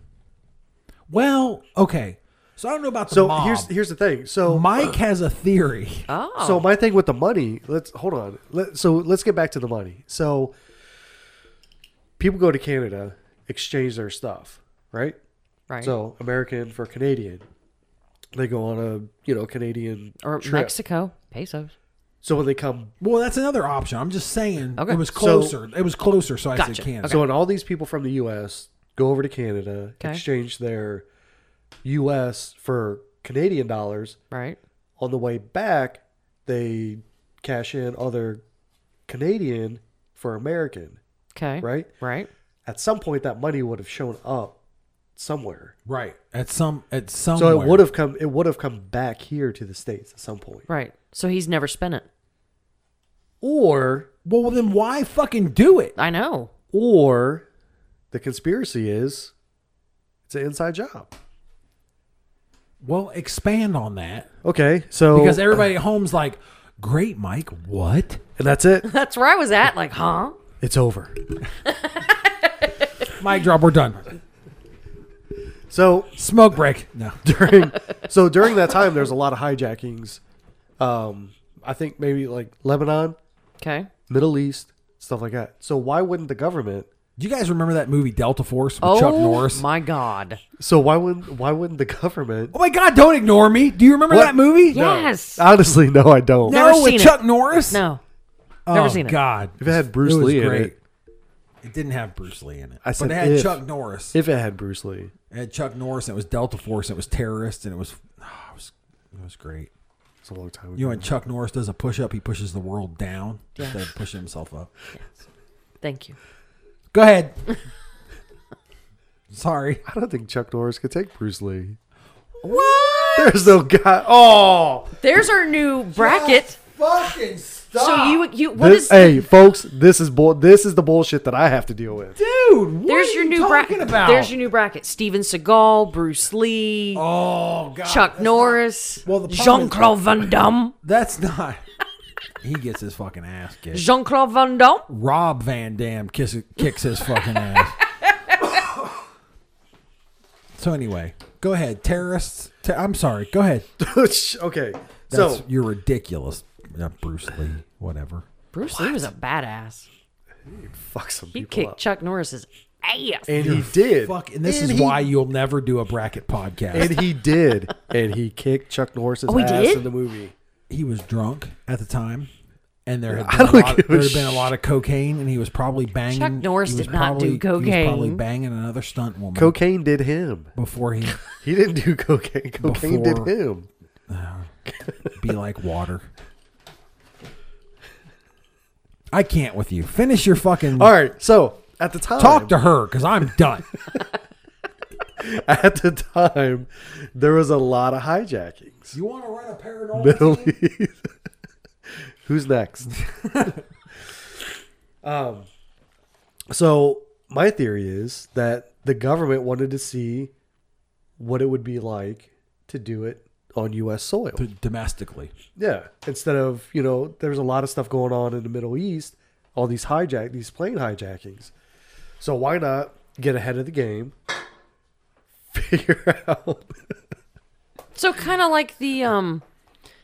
A: Well, okay. So I don't know about the
C: so
A: mob.
C: here's here's the thing. So
A: Mike has a theory.
B: Oh,
C: so my thing with the money. Let's hold on. Let, so let's get back to the money. So people go to Canada, exchange their stuff, right?
B: right.
C: So American for Canadian. They go on a you know Canadian
B: or
C: trip.
B: Mexico, pesos.
C: So when they come,
A: Well, that's another option. I'm just saying
B: Okay.
A: it was
B: So-
A: closer. it was closer, so I
B: Gotcha.
A: said Canada.
B: Okay.
C: so when all these people from the U.S. go over to Canada,
B: Okay.
C: exchange their U.S. for Canadian dollars.
B: Right.
C: On the way back, they cash in other Canadian for American,
B: Okay.
C: right?
B: Right.
C: At some point, that money would have shown up somewhere.
A: Right at some at some.
C: So it would have come. It would have come back here to the states at some point.
B: Right. So he's never spent it.
C: Or
A: Well, then why fucking do it?
B: I know.
C: Or the conspiracy is it's an inside job.
A: Well, expand on that
C: Okay, so
A: because everybody at home's like, "Great, Mike. What?
C: and that's it.
B: That's where I was at. Like, huh?
C: It's over.
A: Mic drop. We're done.
C: So
A: Smoke break. No.
C: during so during that time, there's a lot of hijackings. Um, I think maybe like Lebanon,
B: Okay.
C: Middle East, stuff like that. So why wouldn't the government?
A: Do you guys remember that movie Delta Force with
B: Oh
A: Chuck Norris?
B: my God.
C: So why wouldn't why wouldn't the government?
A: oh my God! Don't ignore me. Do you remember
C: What?
A: that movie?
C: No.
B: Yes.
A: Uh,
C: honestly, no, I don't.
A: No,
B: Never
A: with
B: seen it.
A: Chuck Norris.
B: No.
A: oh,
B: never seen it.
A: God,
C: If it had Bruce
A: was
C: Lee in it.
A: it didn't have Bruce Lee in it.
C: I said
A: but it had
C: if.
A: Chuck Norris.
C: If it had Bruce Lee,
A: It had Chuck Norris and it was Delta Force and it was terrorists and it was oh, it was it was great.
C: It's a long time ago.
A: You know, when Chuck Norris does a push up, he pushes the world down instead of pushing himself up.
B: Thank you.
A: Go ahead. Sorry.
C: I don't think Chuck Norris could take Bruce Lee.
A: What?
C: There's no guy. Oh,
B: There's our new bracket.
D: Fucking stop.
B: So you you what
C: this,
B: is
C: hey, folks, this is bull. This is the bullshit that I have to deal with.
A: Dude, what
B: there's
A: are
B: your
A: you
B: new
A: talking
B: bracket.
A: about?
B: There's your new bracket. Steven Seagal, Bruce Lee,
A: Oh, God.
B: Chuck Norris,
A: Well, the problem
B: Jean
A: is-
B: Claude Van Damme,
A: That's not. He gets his fucking ass kicked.
B: Jean Claude Van Damme.
A: Rob Van Dam kisses, kicks his fucking ass. so anyway, go ahead, terrorists. Ter- I'm sorry. Go ahead.
C: okay,
A: That's,
C: so
A: you're ridiculous, Yeah, Bruce Lee. Whatever.
B: Bruce Lee was a badass.
C: fuck some
B: He
C: people
B: kicked
C: up.
B: Chuck Norris's ass.
C: and he did.
A: Fuck. And this
C: And
A: is
C: he-
A: why you'll never do a bracket podcast.
C: And he did. and he kicked Chuck Norris's
B: Oh, he
C: ass
B: did?
C: in the movie.
A: he was drunk at the time, and there had
C: I
A: been, a
C: don't
A: lot,
C: give a
A: there had been a
C: sh-
A: lot of cocaine, and he was probably banging.
B: Chuck Norris
A: he was
B: did not do
A: He was probably
B: cocaine.
A: banging another stunt woman
C: Cocaine did him.
A: before he
C: He didn't do cocaine. Cocaine
A: Before-
C: did him.
A: be like water. I can't with you. Finish your fucking.
C: All right. So at the time,
A: Talk to her because I'm done.
C: at the time, there was a lot of hijackings.
A: you want to run a paranormal?
C: Middle East. Who's next? um, so my theory is that the government wanted to see what it would be like to do it on U.S. soil.
A: Domestically,
C: Yeah, instead of you know, there's a lot of stuff going on in the Middle East. All these hijack, these plane hijackings. So why not get ahead of the game? Figure out.
B: So kind of like the um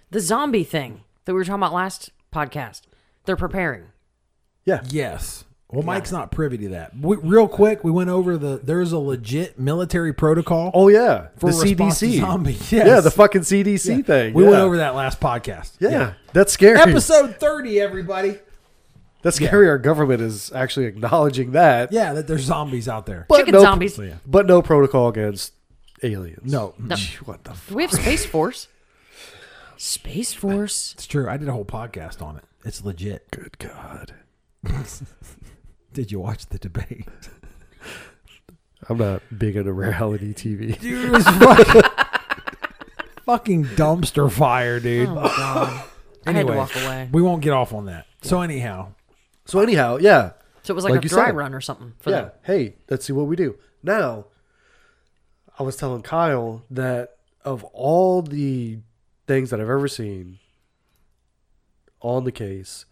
B: the zombie thing that we were talking about last podcast. They're preparing.
C: Yeah,
A: yes. Well, Mike's not privy to that. We, real quick, we went over the. There's a legit military protocol.
C: Oh yeah,
A: For
C: the
A: response to
C: CDC.
A: zombies,
C: Yeah,
A: yes.
C: the fucking CDC thing.
A: we
C: yeah.
A: went over that last podcast.
C: Yeah, that's scary.
A: Episode 30, everybody.
C: That's scary. Our government is actually acknowledging that.
A: Yeah, that there's zombies out there.
C: but
B: Chicken
C: no,
B: zombies.
A: yeah.
C: But no protocol against aliens.
A: No,
C: Gee, what the?
B: Do
C: F-
B: we have Space Force? Space Force.
A: it's true. I did a whole podcast on it. It's legit.
C: Good God.
A: Did you watch the debate?
C: I'm not big into reality TV.
A: Dude, it was fucking, fucking dumpster fire, dude.
B: Oh my god. I had to walk away.
A: we won't get off on that. So anyhow,
C: So anyhow, yeah,
B: So it was like,
C: Like
B: a
C: you
B: dry
C: said.
B: run or something for
C: yeah.
B: them.
C: Hey, let's see what we do now. I was telling Kyle that of all the things that I've ever seen on the case,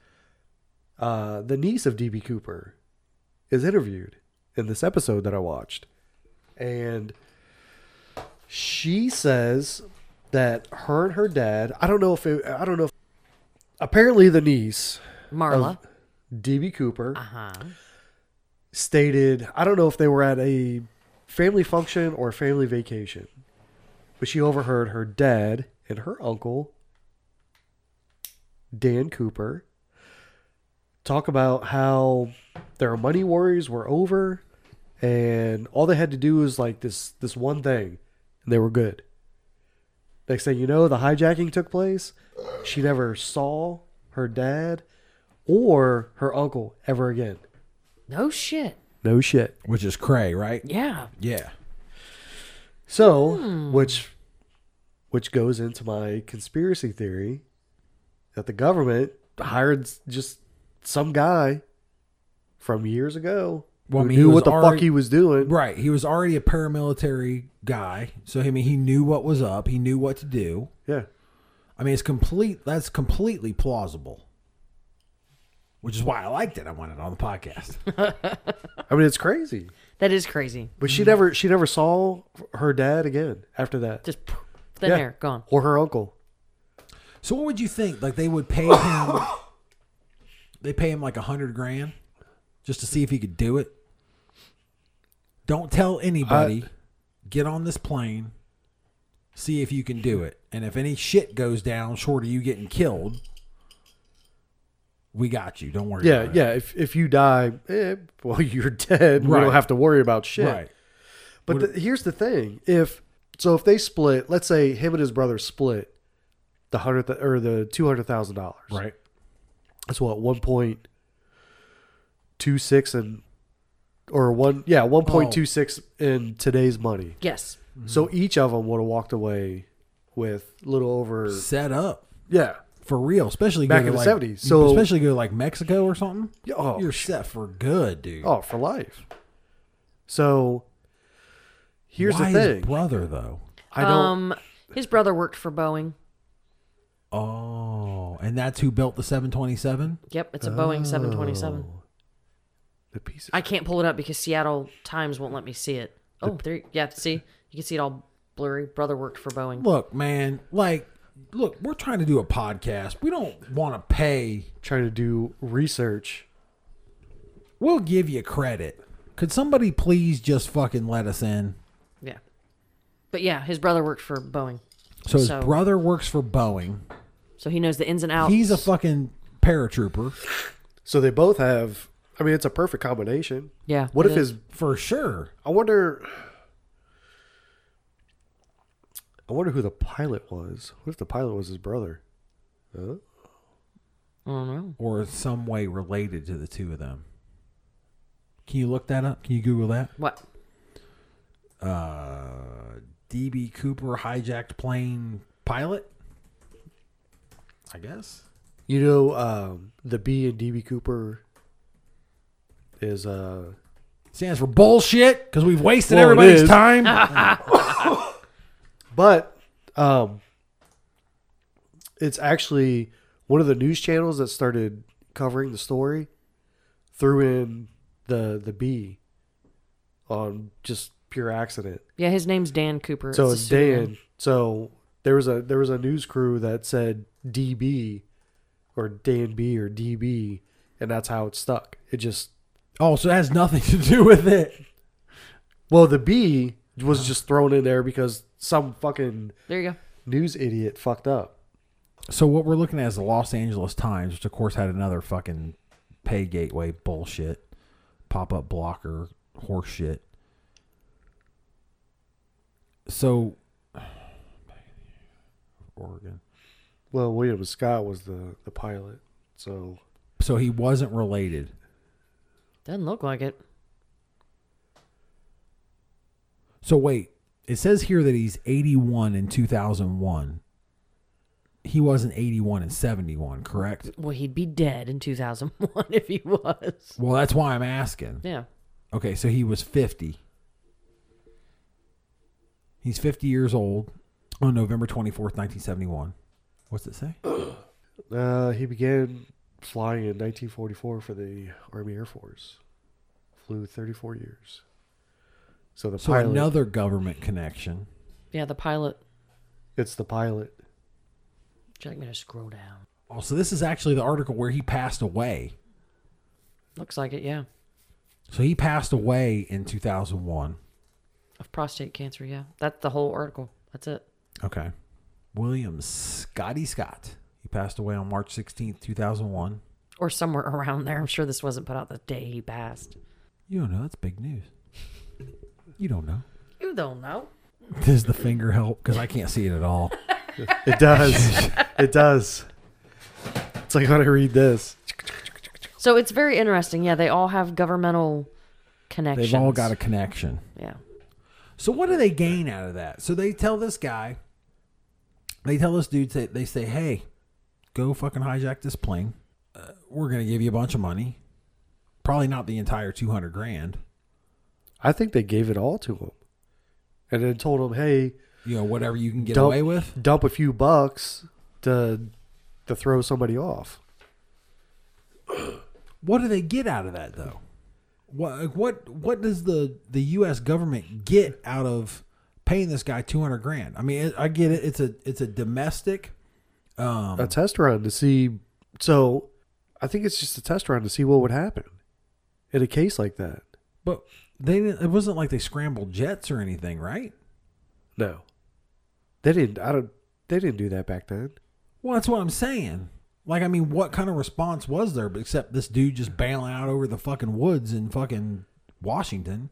C: uh, the niece of DB Cooper is interviewed in this episode that I watched, and she says that her and her dad. I don't know if it, I don't know. If, apparently, the niece
B: Marla.
C: DB Cooper
B: uh-huh.
C: stated I don't know if they were at a family function or a family vacation, but she overheard her dad and her uncle, Dan Cooper, talk about how their money worries were over and all they had to do was like this this one thing and they were good. Next thing you know, the hijacking took place. She never saw her dad or her uncle ever again.
B: No shit.
C: No shit.
A: which is Cray, right?
B: Yeah.
A: Yeah.
C: So, which which goes into my conspiracy theory that the government hired s- just some guy from years ago
A: Well, I
C: who
A: mean, he
C: knew
A: was
C: what the fuck
A: already-
C: he was doing.
A: Right. He was already a paramilitary guy. So, I mean, he knew what was up, he knew what to do.
C: Yeah.
A: I mean, it's complete. That's completely plausible, which is why I liked it. I wanted it on the podcast.
C: I mean, it's crazy.
B: That is crazy.
C: But she never she never saw her dad again after that.
B: Just poof, thin
C: Yeah.
B: air gone.
C: Or her uncle.
A: so, what would you think? Like, they would pay him. they pay him like a hundred grand just to see if he could do it. Don't tell
C: Uh,
A: anybody. Get on this plane. See if you can do it. And if any shit goes down short of you getting killed, we got you. Don't worry.
C: Yeah,
A: about it.
C: yeah. If if you die, eh, well, you're dead. We
A: Right.
C: don't have to worry about shit.
A: Right.
C: But the, here's the thing: if so, if they split, let's say him and his brother split, the hundred th- or the two hundred thousand dollars.
A: Right.
C: That's what one point two six and or one yeah one point two six in today's money.
B: Yes.
A: Mm-hmm.
C: So each of them would have walked away with a little over
A: Set up
C: yeah.
A: for real, especially
C: Back
A: go to
C: in the
A: like,
C: 70s, so-
A: especially go to like Mexico or something.
C: Yeah, oh,
A: You're set for good, dude.
C: Oh, for life. So here's
A: Why
C: the
A: his
C: thing.
A: brother though.
C: I don't.
B: Um, his brother worked for Boeing.
A: Oh, and that's who built the 727.
B: Yep, it's a Boeing 727.
C: Oh. the piece. Of,
B: I can't pull it up because Seattle Times won't let me see it. Oh, there. Yeah, see, you can see it all blurry. Brother worked for Boeing.
A: Look, man, like, look, we're trying to do a podcast. We don't want to pay.
C: trying to do research.
A: We'll give you credit. Could somebody please just fucking let us in?
B: Yeah, but yeah, his brother worked for Boeing,
A: So his
B: So-
A: brother works for Boeing.
B: so he knows the ins and outs.
A: He's a fucking paratrooper
C: So they both have. I mean, it's a perfect combination.
B: Yeah,
C: What
B: it
C: if his?
A: for sure.
C: I wonder. I wonder who the pilot was. What if the pilot was his brother? Huh?
B: I don't know.
A: or some way related to the two of them. Can you look that up? Can you Google that?
B: What?
A: Uh, DB Cooper hijacked plane pilot. I guess.
C: You know, um, the B and DB Cooper is uh
A: Stands for bullshit because we've wasted
C: Well, it
A: everybody's
C: is.
A: time.
C: But um, it's actually one of the news channels that started covering the story threw in the the B on just pure accident.
B: Yeah, his name's Dan Cooper.
C: so
B: a
C: it's
B: pseudonym.
C: Dan. So there was a there was a news crew that said DB or Dan B or DB, and that's how it stuck. It just
A: oh, so it has nothing to do with it.
C: well the B was just thrown in there because some fucking
B: There you go.
C: news idiot fucked up.
A: So what we're looking at is the Los Angeles Times, which of course had another fucking pay gateway bullshit, pop up blocker horse shit. So Oregon.
C: Well, William Scott was the the pilot, so
A: So he wasn't related.
B: Doesn't look like it.
A: So wait, it says here that he's 81 in 2001. He wasn't 81 in 71, correct?
B: Well, he'd be dead in 2001 if he was.
A: Well, that's why I'm asking.
B: Yeah.
A: Okay, so he was 50. He's 50 years old on November 24th, 1971. What's it say?
C: uh, he began flying in 1944 for the Army Air Force. Flew 34 years. So the
A: So
C: pilot,
A: another government connection.
B: Yeah, the pilot.
C: it's the pilot.
B: Would you like me to scroll down?
A: Also, Oh, this is actually the article where he passed away.
B: Looks like it, yeah.
A: So he passed away in 2001.
B: Of prostate cancer, yeah. That's the whole article. That's it.
A: Okay. William Scotty Scott. He passed away on March 16th, 2001.
B: Or somewhere around there. I'm sure this wasn't put out the day he passed.
A: You don't know. That's big news. You don't know.
B: You don't know.
A: Does the finger help? Because I can't see it at all.
C: It does. it does. It's like when I read this.
B: So it's very interesting. Yeah, they all have governmental connections.
A: They've all got a connection.
B: Yeah.
A: So what do they gain out of that? So they tell this guy, they tell this dude, say, they say, hey, go fucking hijack this plane. Uh, we're gonna give you a bunch of money, probably not the entire two hundred grand.
C: I think they gave it all to him, and then told him, "Hey,
A: You know, whatever you can get
C: Dump-
A: away with.
C: dump a few bucks to to throw somebody off."
A: What do they get out of that though? What what what does the the U.S. government get out of paying this guy two hundred grand? I mean, it, I get it. It's a it's a domestic. Um,
C: a test run to see. So I think it's just a test run to see what would happen in a case like that.
A: But they didn't, it wasn't like they scrambled jets or anything, right?
C: No, they didn't. I don't. They didn't do that back then.
A: Well, that's what I'm saying. Like, I mean, what kind of response was there? But except this dude just bailing out over the fucking woods in fucking Washington.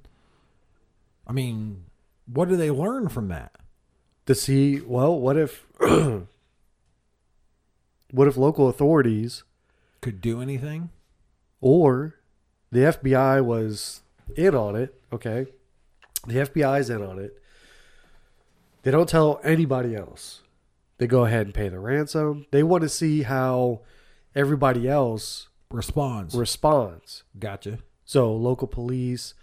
A: I mean, what do they learn from that?
C: To see, well, what if What if local authorities
A: Could do anything.
C: or the FBI was in on it? Okay, the FBI's in on it. They don't tell anybody else. They go ahead and pay the ransom. They want to see how everybody else
A: Responds.
C: responds.
A: gotcha.
C: So local police,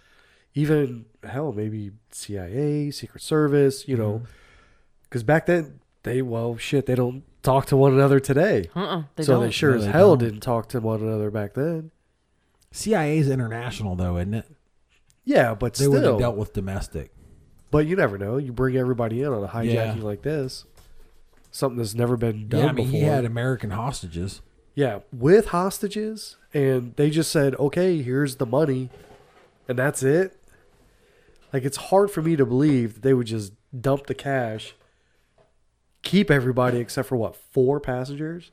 C: even hell, maybe CIA, Secret Service, you
A: Mm-hmm.
C: know, because back then they well shit they don't talk to one another today.
B: Uh-uh, they
C: so
B: don't.
C: they sure
A: No,
C: as
A: they
C: hell
A: don't.
C: didn't talk to one another back then.
A: CIA's international though, isn't it?
C: Yeah, but
A: They would have
C: still,
A: dealt with domestic.
C: but you never know. You bring everybody in on a
A: Yeah.
C: hijacking like this, something that's never been done
A: Yeah, I mean,
C: before.
A: he had American hostages.
C: yeah, with hostages, and they just said, "Okay, here's the money," and that's it. Like it's hard for me to believe that they would just dump the cash, keep everybody except for what four passengers,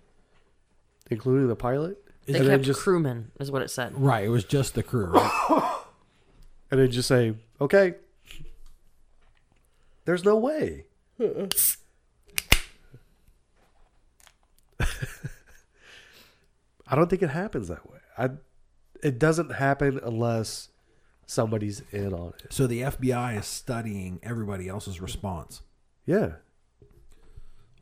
C: including the pilot,
B: They
C: and then
B: kept
C: just
B: crewmen, is what it said.
A: Right. It was just the crew. Right?
C: and then just say, "Okay, there's no way." I don't think it happens that way. I, it doesn't happen unless somebody's in on it.
A: so the FBI is studying everybody else's response.
C: Yeah.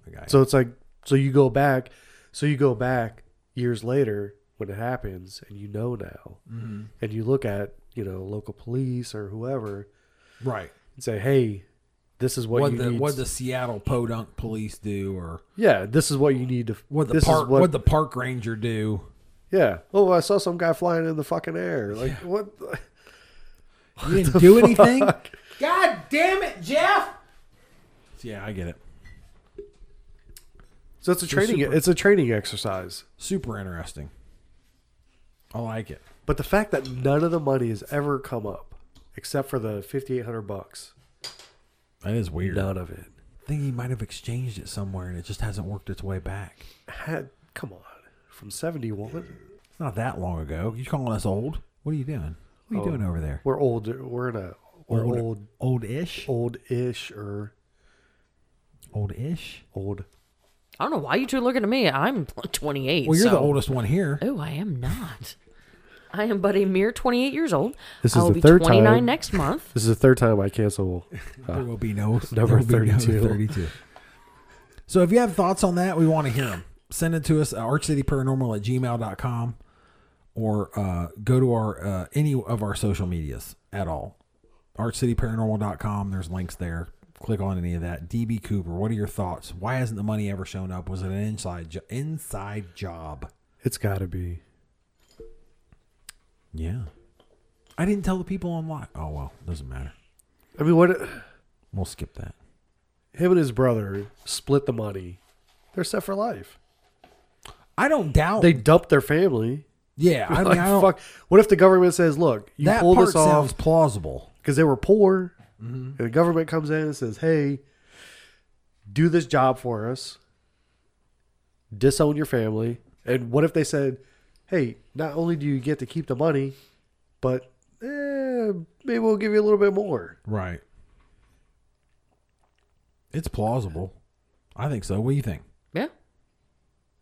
A: Okay.
C: So it's like, so you go back, so you go back years later when it happens, and you know now,
A: Mm-hmm.
C: and you look at you know local police or whoever
A: right.
C: and say, hey, this is what,
A: What
C: you
A: the
C: need.
A: what the Seattle Podunk police do, or
C: Yeah, this is what you need to.
A: what the
C: this
A: park
C: is
A: what,
C: what,
A: the park ranger do?
C: Yeah. Oh, I saw some guy flying in the fucking air. Like what? the-
A: You didn't do anything.
D: God damn it, Jeff!
A: Yeah, I get it.
C: So it's a training.
A: super-
C: It's a training exercise.
A: Super interesting. I like it.
C: But the fact that none of the money has ever come up, except for the fifty eight hundred bucks,
A: That is weird.
C: none of it
A: I think he might have exchanged it somewhere, and it just hasn't worked its way back.
C: had. Come on, from seventy one.
A: It's not that long ago. You calling us old? What are you doing? What are you doing over there?
C: We're old. We're in a. We're old.
A: Old-ish.
C: Old ish or
A: Old-ish.
C: old.
B: I don't know why you two are looking at me. I'm 28.
A: Well, you're the
B: so-
A: oldest one here.
B: Oh, I am not. I am but a mere 28 years old.
C: This
B: I
C: is
B: will
C: the
B: be
C: third
B: 29
C: time.
B: next month.
C: This is the third time I cancel.
A: There
C: Uh,
A: will be no
C: Number
A: there will be no
C: 32.
A: 32. So if you have thoughts on that, we want to hear them. Send it to us, uh, archcityparanormal at gmail.com or uh, go to our uh, any of our social medias at all. Archcityparanormal.com. There's links there. Click on any of that. DB Cooper, what are your thoughts? Why hasn't the money ever shown up? Was it an inside jo- inside job?
C: it's got to be.
A: Yeah. I didn't tell the people on lock. Oh well, doesn't matter.
C: I mean, what?
A: We'll skip that.
C: him and his brother split the money. They're set for life.
A: I don't doubt.
C: They dumped their family.
A: yeah, I mean,
C: Like,
A: I don't,
C: fuck. What if the government says, "Look, you
A: that
C: pulled
A: part
C: us
A: sounds Mm-hmm.
C: off
A: plausible.
C: because they were poor," and the government comes in and says, "Hey, do this job for us. Disown your family." And what if they said, "Hey, not only do you get to keep the money, but eh, maybe we'll give you a little bit more."
A: Right. It's plausible. I think so. What do you think?
B: Yeah.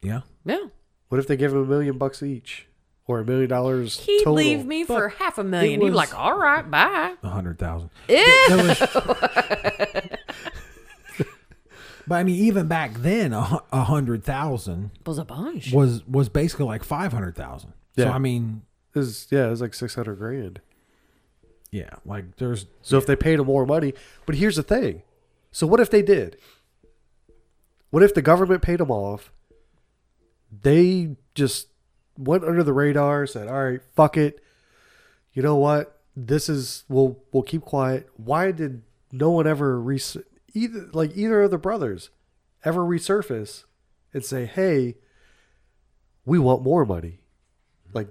A: Yeah.
B: Yeah.
C: What if they give them a million bucks each or a million dollars?
B: He'd
C: total?
B: leave me for half a million. He'd be
A: was-
B: like, all right, bye.
A: A hundred thousand.
B: Eh.
A: But I mean, even back then, a hu- a hundred thousand
B: was a bunch.
A: was was basically like five hundred thousand. So
C: Yeah.
A: I mean,
C: This is yeah, it was like six hundred grand.
A: yeah, like there's
C: So if they paid him more money, but here's the thing. So what if they did? What if the government paid them off? They just went under the radar, said, "All right, fuck it. You know what? This is we'll we'll keep quiet." Why did no one ever res either like either of the brothers ever resurface and say, "Hey, we want more money." Like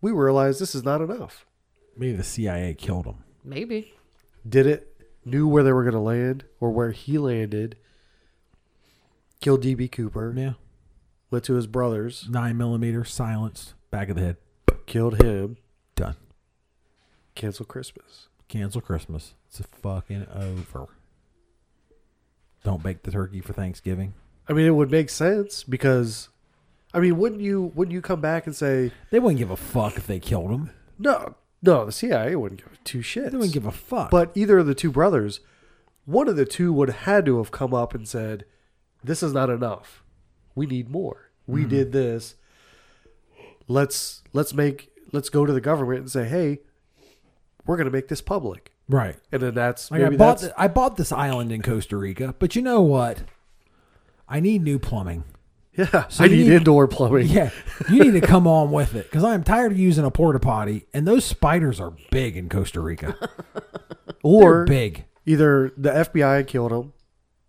C: we realize this is not enough.
A: maybe the CIA killed them.
B: Maybe.
C: did it, knew where they were going to land or where he landed, killed DB Cooper,
A: Yeah.
C: went to his brothers,
A: Nine millimeter silenced. Back of the head.
C: killed him,
A: Done.
C: cancel Christmas.
A: Cancel Christmas. It's fucking over. Don't bake the turkey for Thanksgiving.
C: I mean, it would make sense because I mean, wouldn't you? Wouldn't you come back and say
A: They wouldn't give a fuck if they killed him.
C: no? No, the CIA wouldn't give two shits.
A: They wouldn't give a fuck.
C: But either of the two brothers, one of the two would have had to have come up and said, "This is not enough. We need more. We
A: Hmm.
C: did this. Let's let's make let's go to the government and say, hey, we're going to make this public."
A: right.
C: And then that's
A: Like I
C: maybe
A: bought
C: that's
A: th- I bought this island in Costa Rica, but you know what? I need new plumbing.
C: yeah. I
A: you
C: need,
A: need-
C: indoor plumbing.
A: Yeah, you need to come on with it because I'm tired of using a porta potty, and those spiders are big in Costa Rica. They're
C: or
A: big.
C: either the FBI killed him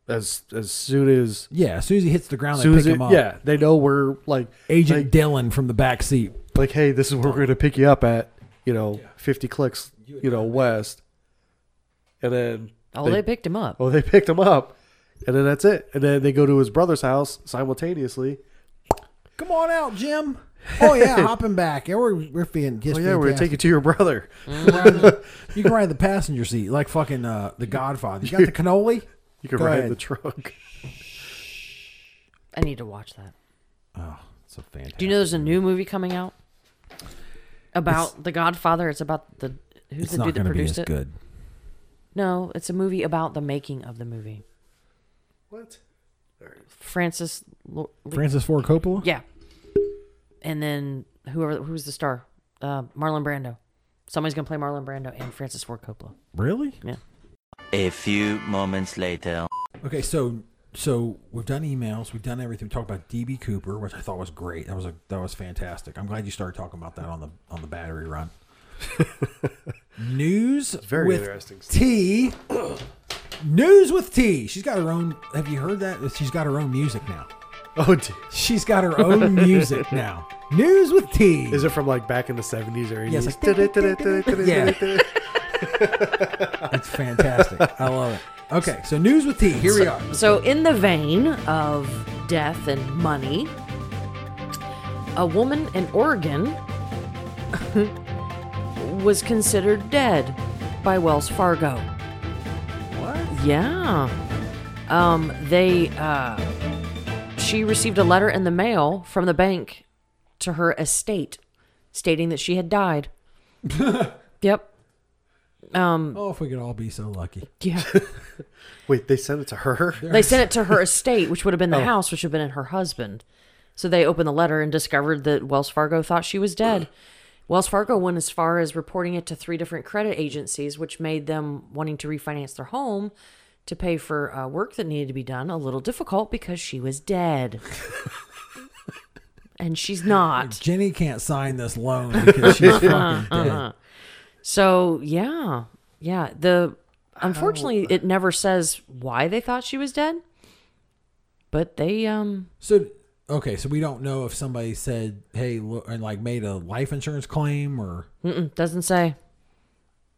C: as as soon as
A: Yeah, as soon as he hits the ground,
C: as
A: they
C: soon
A: pick
C: as it,
A: him up.
C: yeah they know we're like
A: Agent
C: like,
A: Dillon from the back seat.
C: like, hey this is where we're gonna pick you up at you know fifty clicks you know west, and then
B: Oh, they, picked him up.
C: oh they picked him up, and then that's it and then they go to his brother's house simultaneously.
A: Come on out, Jim. Oh yeah, hopping back. Yeah, we're we're feeling just
C: Oh yeah, we're gonna
A: fantastic.
C: take you to your brother.
A: You can ride in the- you can ride in the passenger seat like fucking uh, the Godfather. You got the cannoli.
C: You can
A: Go
C: ride in
A: ahead.
C: the trunk.
B: I need to watch that.
A: Oh, so fantastic.
B: Do you know there's a new movie coming out about The Godfather? It's about the who's
A: it's
B: the
A: not
B: dude that
A: going to be as
B: produced it?
A: good.
B: No, it's a movie about the making of the movie.
C: What?
B: Francis, Lo- Lee-
A: Francis Ford Coppola.
B: yeah, and then whoever who was the star, uh, Marlon Brando. Somebody's gonna play Marlon Brando and Francis Ford Coppola.
A: Really?
E: A few moments later.
A: Okay, so so we've done emails, we've done everything. We talked about DB Cooper, which I thought was great. That was a that was fantastic. I'm glad you started talking about that on the on the battery run. News
C: Very
A: with
C: interesting.
A: T. News with T. She's got her own. Have you heard that? She's got her own music now.
C: Oh, dear.
A: She's got her own music now. News with T.
C: is it from like back in the seventies or
A: Yeah, it's
C: eighties?
A: like- It's fantastic. I love it. Okay, so news with T. Here we are.
B: So, in the vein of death and money, a woman in Oregon was considered dead by Wells Fargo. What? Yeah. Um, they, uh, she received a letter in the mail from the bank to her estate stating that she had died. yep.
A: Oh, if we could all be so lucky.
B: Yeah.
C: Wait, they sent it to her.
B: They sent it to her estate, which would have been the house, which would have been in her husband. So they opened the letter and discovered that Wells Fargo thought she was dead. Wells Fargo went as far as reporting it to three different credit agencies, which made them wanting to refinance their home to pay for uh, work that needed to be done a little difficult because she was dead. and she's not.
A: Jenny can't sign this loan because she's fucking dead.
C: Uh-huh.
B: So, yeah. Yeah. The unfortunately it never says why they thought she was dead. But they um
A: So okay, so we don't know if somebody said, "Hey," look, and like made a life insurance claim or
B: Mm-mm, doesn't say.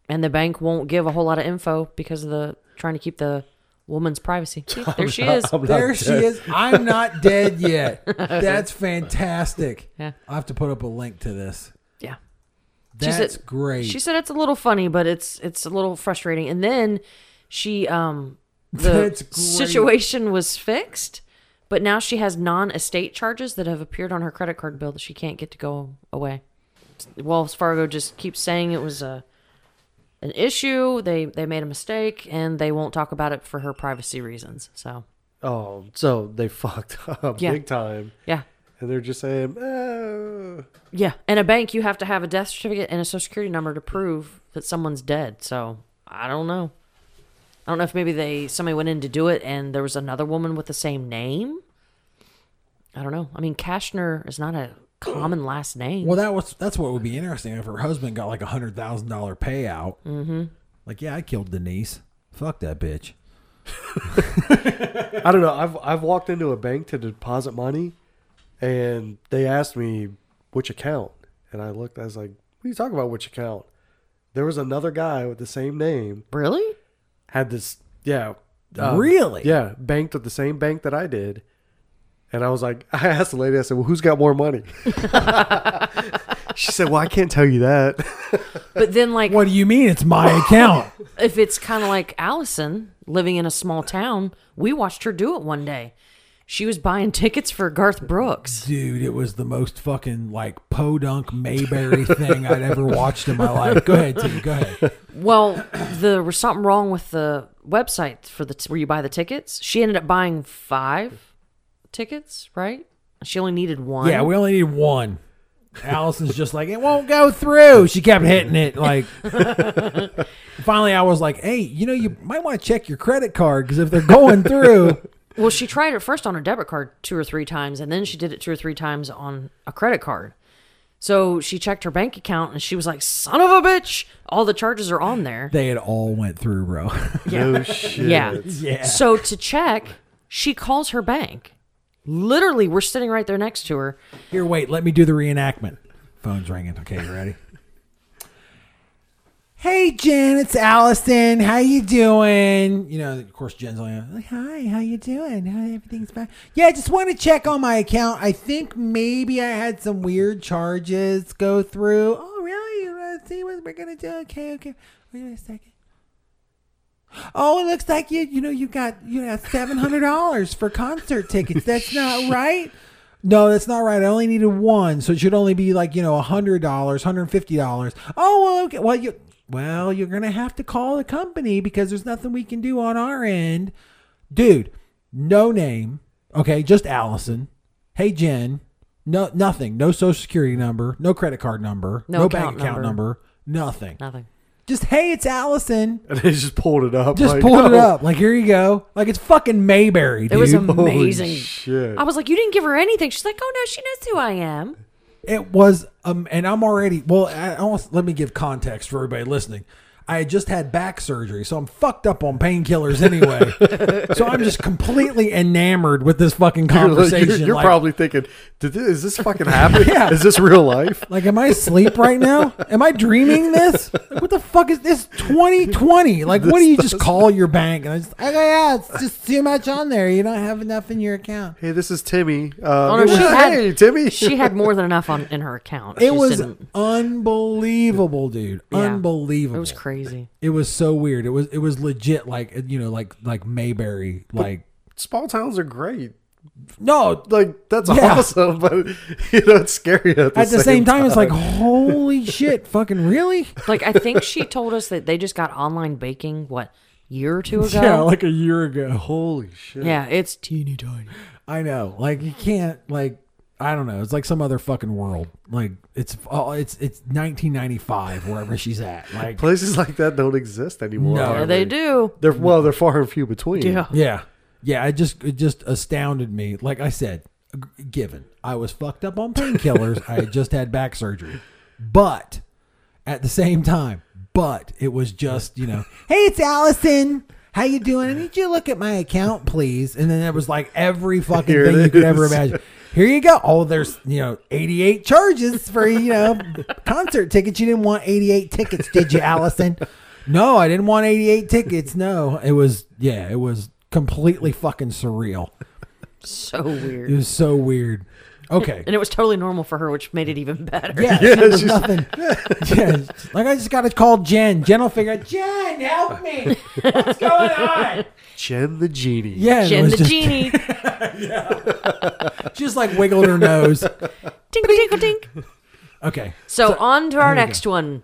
B: And the bank won't give a whole lot of info because of the trying to keep the woman's privacy. See, there she is.
C: I'm not
A: there
C: dead.
A: she is. I'm not dead yet. That's fantastic.
B: Yeah.
A: I'll have to put up a link to this.
B: Yeah. She
A: That's
B: said-
A: great.
B: She said it's a little funny, but it's it's a little frustrating. And then she um the
A: That's great.
B: situation was fixed, but now she has non-estate charges that have appeared on her credit card bill that she can't get to go away. Wells Fargo just keeps saying it was a an issue. They they made a mistake and they won't talk about it for her privacy reasons. So,
C: Oh, so they fucked up
B: Yeah.
C: big time,
B: yeah.
C: and they're just saying, oh.
B: Yeah, and a bank you have to have a death certificate and a social security number to prove that someone's dead. So I don't know. I don't know if maybe they somebody went in to do it and there was another woman with the same name. I don't know. I mean, Kashner is not a common last name.
A: well, that was that's what would be interesting if her husband got like a hundred thousand dollar payout. Mm-hmm. Like, yeah, I killed Denise. Fuck that bitch.
C: I don't know. I've I've walked into a bank to deposit money, and they asked me which account, and I looked. I was like, "What are you talking about? Which account?" There was another guy with the same name
B: Really?
C: had this, yeah, um,
A: really?
C: yeah, banked at the same bank that I did, and I was like, I asked the lady, I said, "Well, who's got more money?" she said, "Well, I can't tell you that."
B: But then, like,
A: What do you mean? It's my account.
B: if it's kind of like Allison living in a small town, we watched her do it one day. She was buying tickets for Garth Brooks.
A: Dude, it was the most fucking like podunk Mayberry thing I'd ever watched in my life. Go ahead, Tim. Go ahead.
B: Well, there was something wrong with the website for the where you buy the tickets. She ended up buying five tickets, right? She only needed one.
A: Yeah, we only need one. Allison's just like, it won't go through. She kept hitting it. Like, finally, I was like, hey, you know, you might want to check your credit card because if they're going through,
B: Well, she tried it first on her debit card two or three times, and then she did it two or three times on a credit card. So she checked her bank account, and she was like, "Son of a bitch! All the charges are on there."
A: they had all went through, bro.
C: No shit.
B: Yeah.
A: yeah.
B: So to check, she calls her bank. Literally, we're sitting right there next to her.
A: Here, wait, let me do the reenactment. Phone's ringing. Okay, you ready? Hey, Jen, it's Allison. How you doing? You know, of course, Jen's like, "Hi, how you doing? How everything's fine?" Yeah, I just want to check on my account. I think maybe I had some weird charges go through. Oh, really? Let's see what we're gonna do. Okay, okay. Wait a second. Oh, it looks like you you know you got you know seven hundred dollars for concert tickets. That's not right. No, that's not right. I only needed one, so it should only be like you know hundred dollars, hundred fifty dollars. Oh well, okay. Well, you well you're gonna have to call the company because there's nothing we can do on our end, dude. No name, okay? Just Allison. Hey Jen, no nothing. No social security number. No credit card number.
B: No
A: No,
B: account
A: bank account number. Nothing.
B: Nothing.
A: Just hey, it's Allison.
C: And they just pulled it up.
A: Just
C: like,
A: pulled it
C: oh,
A: up. Like here you go. Like it's fucking Mayberry, dude.
B: It was
C: holy
B: amazing.
C: shit.
B: I was like, "You didn't give her anything." She's like, "Oh no, she knows who I am."
A: It was, um, and I'm already well. I almost, let me give context for everybody listening. I had just had back surgery, so I'm fucked up on painkillers anyway. so I'm just completely enamored with this fucking
C: You're, like- you're-
A: conversation.
C: you're
A: like,
C: probably thinking, Did this, is this fucking happening?
A: Yeah.
C: Is this real life?
A: like, am I asleep right now? Am I dreaming this? Like, what the fuck is this? 2020? Like, what do you just call your bank? And I just, oh, yeah, it's just too much on there. You don't have enough in your account.
C: Hey, this is Timmy.
A: Oh,
C: Uh,
B: no, she had-
C: hey, Timmy.
B: She had more than enough on in her account. She
A: It
B: just
A: was
B: didn't-
A: unbelievable, dude.
B: Yeah.
A: Unbelievable.
B: It was crazy.
A: It was so weird. It was it was legit like you know like like Mayberry like
C: Small towns are great.
A: no
C: Like that's
A: Yeah.
C: awesome, but you know it's scary at the,
A: at the same, time, it's like holy shit fucking really
B: Like I think she told us that they just got online baking what year or two ago.
A: yeah like a year ago
C: holy shit.
B: Yeah, it's teeny tiny.
A: I know like you can't like I don't know it's like some other fucking world like it's oh, it's it's 1995 wherever she's at like
C: Places like that don't exist anymore.
A: No.
B: Yeah,
C: hardly.
B: they do.
C: They're well, they're far and few between.
B: Yeah.
A: yeah yeah it just it just astounded me like I said g- given I was fucked up on painkillers I had just had back surgery but at the same time. But it was just, you know, hey, it's Allison. How you doing? I need you to look at my account, please. And then it was like every fucking
C: Here it
A: thing you could ever
C: is.
A: imagine. Here you go. Oh, there's you know 88 charges for you know concert tickets. You didn't want 88 tickets, did you, Allison? No, I didn't want 88 tickets. No, it was yeah, it was completely fucking surreal.
B: So
A: It
B: weird.
A: was so weird. Okay,
B: And it was totally normal for her, which made it even better.
A: yeah,
C: Yeah,
A: there's
C: she's-
A: nothing. yeah, like I just got to call Jen. Jen will figure. out, Jen, help me.
D: What's going on?
C: Jen the genie.
A: Yeah, and it
B: Jen
A: was
B: the
A: just,
B: genie.
A: just like wiggled her nose.
B: Tink, tink, tink.
A: Okay,
B: So, on to our next one.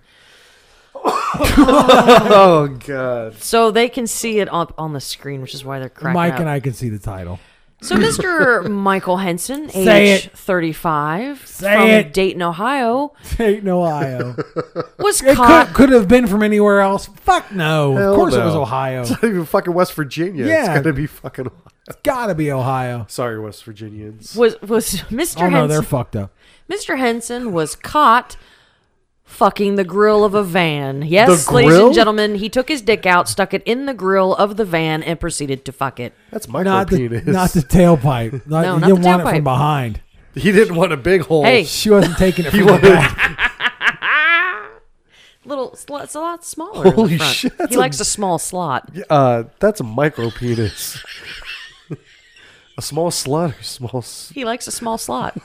C: Oh god.
B: So they can see it up on the screen, which is why they're cracking
A: Mike
B: up.
A: and I can see the title.
B: So Mr. Michael Henson,
A: Say
B: age
A: it.
B: 35,
A: Say
B: from
A: it.
B: Dayton, Ohio,
A: Dayton, Ohio.
B: was
A: It
B: caught
A: could, could have been from anywhere else. Fuck no.
C: Hell
A: of course it was
C: no.
A: Ohio.
C: It's not even fucking West Virginia. It's
A: Yeah.
C: gotta be fucking.
A: It's got to be Ohio.
C: Sorry, West Virginians.
B: was was Mr.
A: Oh no,
B: Henson
A: they're fucked up.
B: Mr. Henson was caught fucking the grill of a van. Yes,
C: The
B: ladies
C: grill?
B: and gentlemen, he took his dick out, stuck it in the grill of the van, and proceeded to fuck it.
C: That's micro
A: Not the,
C: penis.
A: not the tailpipe. Not,
B: No,
A: you
B: not
A: didn't
B: the
A: want it
B: tailpipe.
A: from behind.
C: he didn't want a big hole.
B: Hey.
A: She wasn't taking it
C: He
A: from the
C: wanted.
A: back.
B: Little, it's a lot- it's a lot smaller. in the
C: Holy
B: front.
C: shit,
B: He
C: that's a-
B: likes a small slot.
C: Uh, that's a micro penis. a small slut or small. S-
B: He likes a small slot.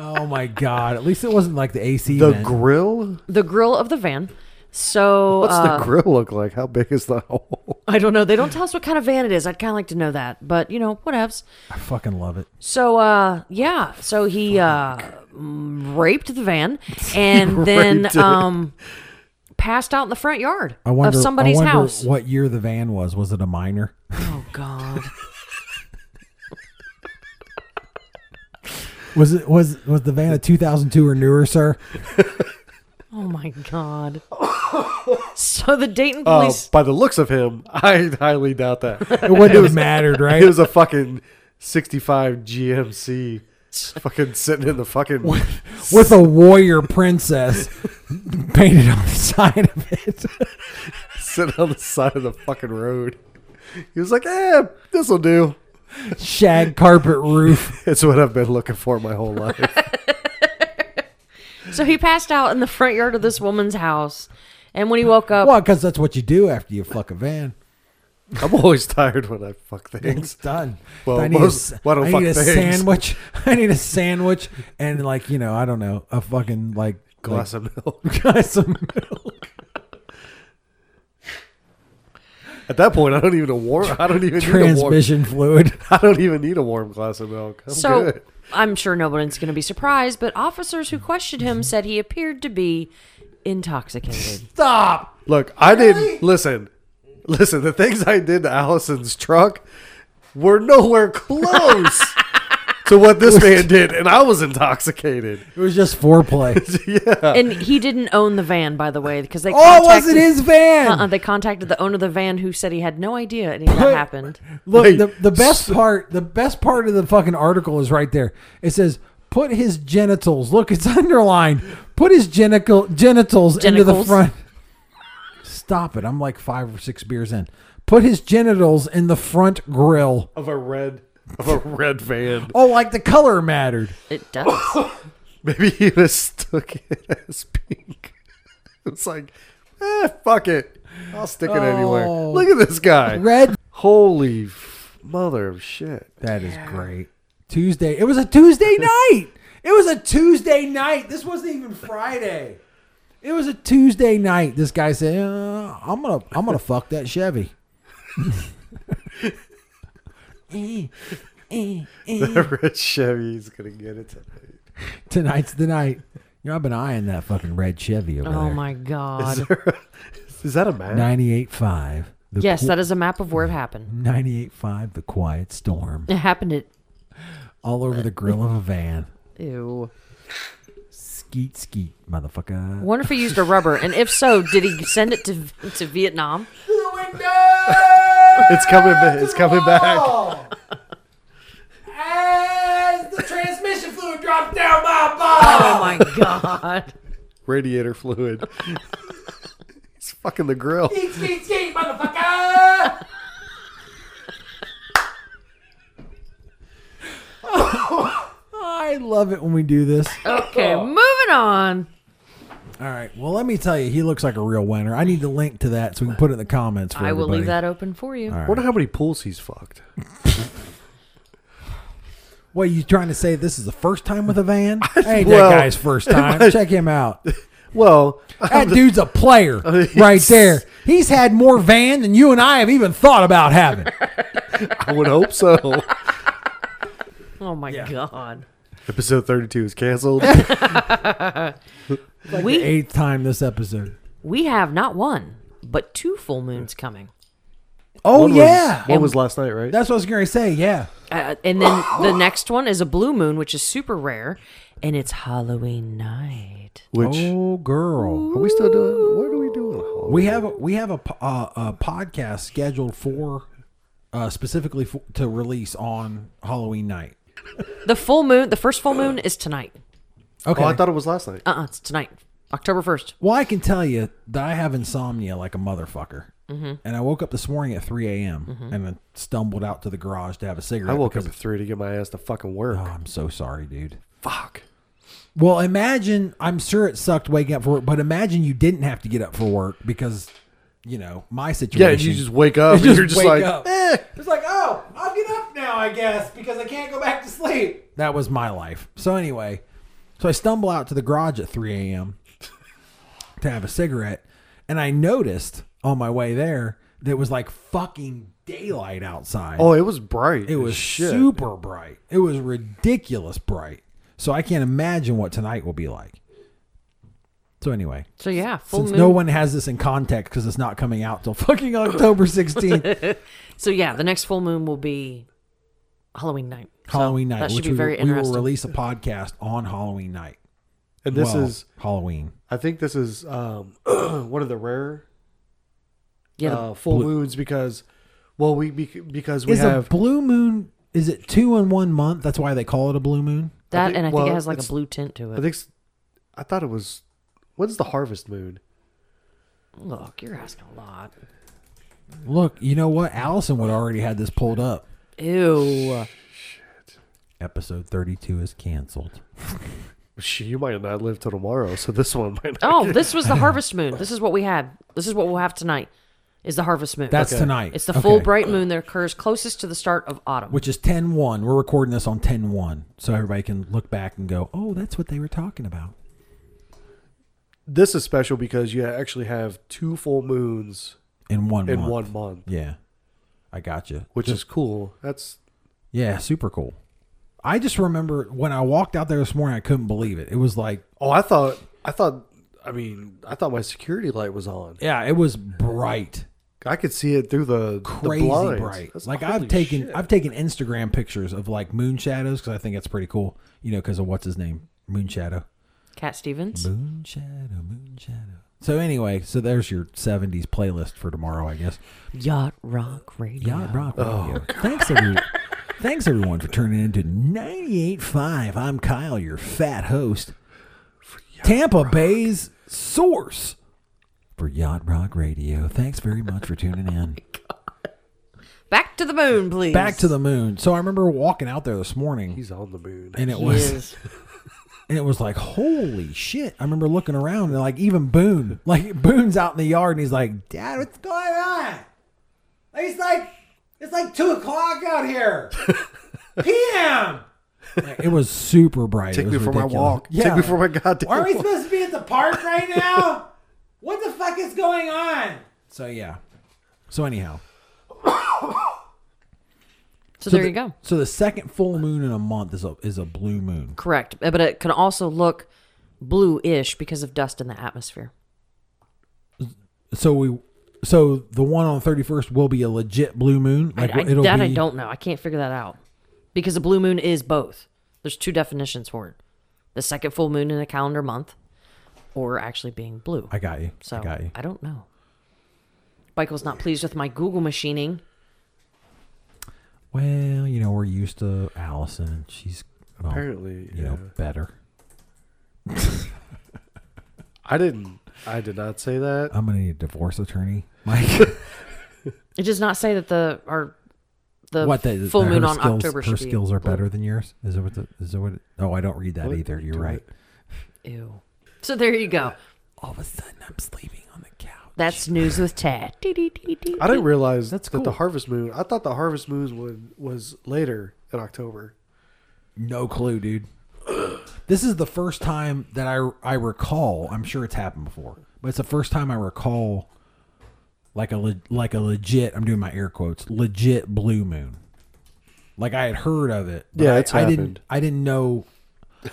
A: Oh my god. At least it wasn't like the AC.
C: the
A: vent.
C: grill?
B: The grill of the van. So
C: What's
B: uh,
C: the grill look like? How big is the hole?
B: I don't know. They don't tell us what kind of van it is. I'd kind of like to know that, but you know, whatevs.
A: I fucking love it.
B: So uh, yeah. So he uh, mm, raped the van and then
C: Raped it.
B: um, passed out in the front yard
A: I wonder
B: of somebody's
A: I wonder
B: house.
A: what year the van was. Was it a minor?
B: Oh God.
A: Was it was was the van a 2002 or newer, sir?
B: Oh my God. so the Dayton
A: Oh.
C: Uh,
B: police.
C: by the looks of him, I highly doubt that.
A: It wouldn't have mattered, right?
C: It was a fucking 65 GMC fucking sitting in the fucking.
A: With a warrior princess painted on the side of it.
C: sitting on the side of the fucking road. He was like, eh, this'll do.
A: Shag carpet roof.
C: It's what I've been looking for my whole life.
B: so he passed out in the front yard of this woman's house, and when he woke up,
A: Well, because that's what you do after you fuck a van.
C: I'm always tired when I fuck
A: It's
C: things.
A: done.
C: Well,
A: I need,
C: most-
A: a, s-
C: why don't
A: I
C: fuck
A: need a
C: things?
A: sandwich. I need a sandwich and like you know, I don't know, a fucking like
C: Glass of milk.
A: like, glass of milk.
C: At that point, I don't even a warm. I don't even need a warm.
A: transmission fluid.
C: I don't even need a warm glass of milk. I'm
A: Oh,
B: so
C: good.
B: I'm sure nobody's going to be surprised. But officers who questioned him said he appeared to be intoxicated.
A: Stop.
C: Look, I didn't listen. Listen, the things I did to Allison's truck were nowhere close to what this man did, and I was intoxicated.
A: It was just foreplay.
B: and he didn't own the van, by the way, because they
A: Uh. Oh, it
B: contacted-
A: wasn't his van.
B: Uh-uh, they contacted the owner of the van who said he had no idea any of that happened.
A: Look,
C: Wait,
A: the, the best
C: so-
A: part, the best part of the fucking article is right there. It says, "Put his genitals." Look, it's underlined. Put his genital genitals into the
B: Genitals.
A: front. Stop it! I'm like five or six beers in. Put his genitals in the front grill.
C: Of a red, of a red van.
A: Oh, like the color mattered.
B: It does.
C: Maybe he mistook it as pink. It's like, eh, fuck it. I'll stick it anywhere.
A: Oh.
C: Look at this guy.
A: Red.
C: Holy f- mother of shit.
A: That is great. Tuesday. It was a Tuesday night. It was a Tuesday night. This wasn't even Friday. It was a Tuesday night. This guy said, uh, "I'm gonna, I'm gonna fuck that Chevy."
C: The red Chevy's gonna get it tonight.
A: Tonight's the night. You know, I've been eyeing that fucking red Chevy over
B: oh
A: there.
B: my god.
C: Is that a man?
A: 98.5. The
B: Yes,
A: qu-
B: that is a map of where it happened.
A: 98.5, the quiet storm.
B: It happened at
A: All over the grill of a van.
B: ew.
A: Skeet, skeet, motherfucker.
B: Wonder if he used a rubber, and if so, did he send it to to Vietnam?
D: the window!
C: It's coming back. It's coming back.
D: wall. As the transmission fluid drops down my ball.
B: Oh my god.
C: Radiator fluid. He's fucking the grill.
D: Skeet, skeet, skeet, motherfucker!
A: I love it when we do this.
B: Okay,
A: Oh.
B: moving on.
A: All right. Well, let me tell you, he looks like a real winner. I need the link to that so we can put it in the comments for
B: I will leave
A: everybody.
B: that open for you.
A: right.
C: Wonder how many pools he's fucked.
A: What, you trying to say this is the first time with a van? Hey,
C: Well,
A: that guy's first time. Check him out.
C: Well,
A: That dude's a player
B: Oh,
A: right there. He's had more van than you and I have even thought about having.
C: I would hope so.
B: Oh my god.
C: Episode 32 is canceled.
A: Oh,
B: we
A: Eighth time this episode.
B: we have not one, but two full moons coming.
A: Oh
C: One was-
A: yeah,
C: One was last night, right?
A: that's what I was gonna say. Yeah,
B: Uh, and then the next one is a blue moon, which is super rare, and it's Halloween night.
C: Which.
A: oh girl,
C: Are we still doing? What are we doing? Oh,
A: we have a, we have a, po- uh, a podcast scheduled for uh, specifically for, to release on Halloween night.
B: The full moon, the first full moon is tonight.
A: Okay,
C: Oh, I thought it was last night.
B: Uh, uh it's tonight, October first.
A: well I can tell you that I have insomnia like a motherfucker, and I woke up this morning at 3 a.m. and then stumbled out to the garage to have a cigarette.
C: I woke
A: because-
C: up at three to get my ass to fucking work.
A: Oh, I'm so sorry, dude.
C: Fuck.
A: Well, imagine. I'm sure it sucked waking up for work, but imagine you didn't have to get up for work because, you know, my
C: Yeah,
A: situation.
C: you just wake up.
A: You
C: and
A: just
C: you're just
A: wake
C: like,
A: up.
C: eh.
D: It's like, oh, I'll get up now, I guess, because I can't go back to sleep.
A: that was my life. So anyway, so I stumble out to the garage at 3 a.m. to have a cigarette, And I noticed on my way there that it was like fucking daylight outside.
C: Oh, it was bright.
A: it
C: as
A: was
C: shit.
A: super bright. It was ridiculous bright. So I can't imagine what tonight will be like. So anyway,
B: So yeah, full
A: since
B: moon.
A: no one has this in context because it's not coming out till fucking October 16th,
B: so yeah, the next full moon will be Halloween night. So
A: Halloween night,
B: That should
A: which
B: be
A: we,
B: very
A: we will
B: interesting.
A: release a podcast on Halloween night.
C: And this
A: Well,
C: is,
A: Halloween.
C: I think this is um, one of the rare
B: yeah, the-
C: uh, full moons because, well, we bec- because we
A: Is a
C: have
A: blue moon? Is it two in one month? That's why they call it a blue moon.
B: that,
C: think-
B: and I think
C: well,
B: it has like a
C: it's-
B: blue tint to
C: I
B: it.
C: think s- I thought it was when's the harvest moon?
B: Look, you're asking a lot.
A: Look, you know what? Allison would already had this pulled up.
B: Ew.
A: Episode thirty-two is canceled.
C: She, you might not live till tomorrow, so this one might. Not.
B: Oh, this was the harvest moon. This is what we had. This is what we'll have tonight. Is the harvest moon?
A: That's tonight.
B: It's the full
A: Okay.
B: bright moon that occurs closest to the start of autumn.
A: which is 10-1. We're recording this on 10-1, so everybody can look back and go, "Oh, that's what they were talking about."
C: This is special because you actually have two full moons
A: In one
C: in
A: month.
C: one month,
A: Yeah, I got you.
C: which is cool. That's
A: Yeah, super cool. I just remember when I walked out there this morning, I couldn't believe it. It was like,
C: oh, I thought, I thought, I mean, I thought my security light was on.
A: yeah, it was bright.
C: I could see it through the
A: crazy
C: the blinds.
A: bright.
C: That's-
A: like
C: holy
A: I've taken
C: shit.
A: I've taken Instagram pictures of like moon shadows because I think that's pretty cool. You know, because of what's his name, moon shadow,
B: Cat Stevens.
A: moon shadow, moon shadow. So anyway, so there's your '70s playlist for tomorrow, I guess.
B: Yacht Rock Radio.
A: Yacht Rock
C: Oh,
A: Radio. Thanks everyone. Thanks everyone for tuning in to 98.5. I'm Kyle, your fat host. Tampa Bay's source for Yacht Rock Radio. Thanks very much for tuning in.
B: Back to the moon, please.
A: Back to the moon. So I remember walking out there this morning.
C: He's on the moon.
A: and it was
B: Yes.
A: and it was like holy shit i remember looking around and like even boone like boone's out in the yard and he's like dad what's going
D: Why not? Like, It's like it's like two o'clock out here. PM.
A: like, it was super bright
C: Take
A: It
C: me
A: was
C: for my
A: ridiculous.
C: walk.
A: yeah
C: Take me for my goddamn.
D: Aren't we
C: walk.
D: supposed to be at the park right now? What the fuck is going on?
A: so yeah so anyhow
B: So there you go.
A: so the second full moon in a month is a is a blue moon
B: Correct. Uh, But it can also look blue-ish because of dust in the atmosphere.
A: so we so the one on the 31st will be a legit blue moon like
B: I, I-
A: it'll
B: that
A: be
B: I don't know. I can't figure that out because a blue moon is both. There's two definitions for it: the second full moon in a calendar month, or actually being blue.
A: i got you
B: so
A: i got you
B: I don't know. Michael's not pleased with my Google machining.
A: well you know we're used to allison she's well,
C: Apparently,
A: you
C: yeah.
A: know better
C: I didn't. I did not say that.
A: i'm gonna need a divorce attorney mike
B: It does not say that the our the
A: what the
B: full
A: her
B: moon on
A: skills,
B: October
A: her
B: should be
A: skills are
B: blue.
A: better than yours is it what the, is it what it, oh i don't read that
C: What?
A: either you're
C: Do
A: right
C: it.
B: Ew. So there you go.
A: all of a sudden i'm sleeping on the couch
B: That's news with Tad. Dee, dee, dee, dee.
C: I didn't realize
A: That's
C: that the
A: cool.
C: harvest moon. I thought the harvest moon was, was later in October.
A: no clue dude this is the first time that i i recall i'm sure it's happened before but it's the first time i recall like a le- like a legit i'm doing my air quotes legit blue moon like i had heard of it but
C: Yeah,
A: I,
C: it's
A: I didn't
C: happened.
A: i didn't know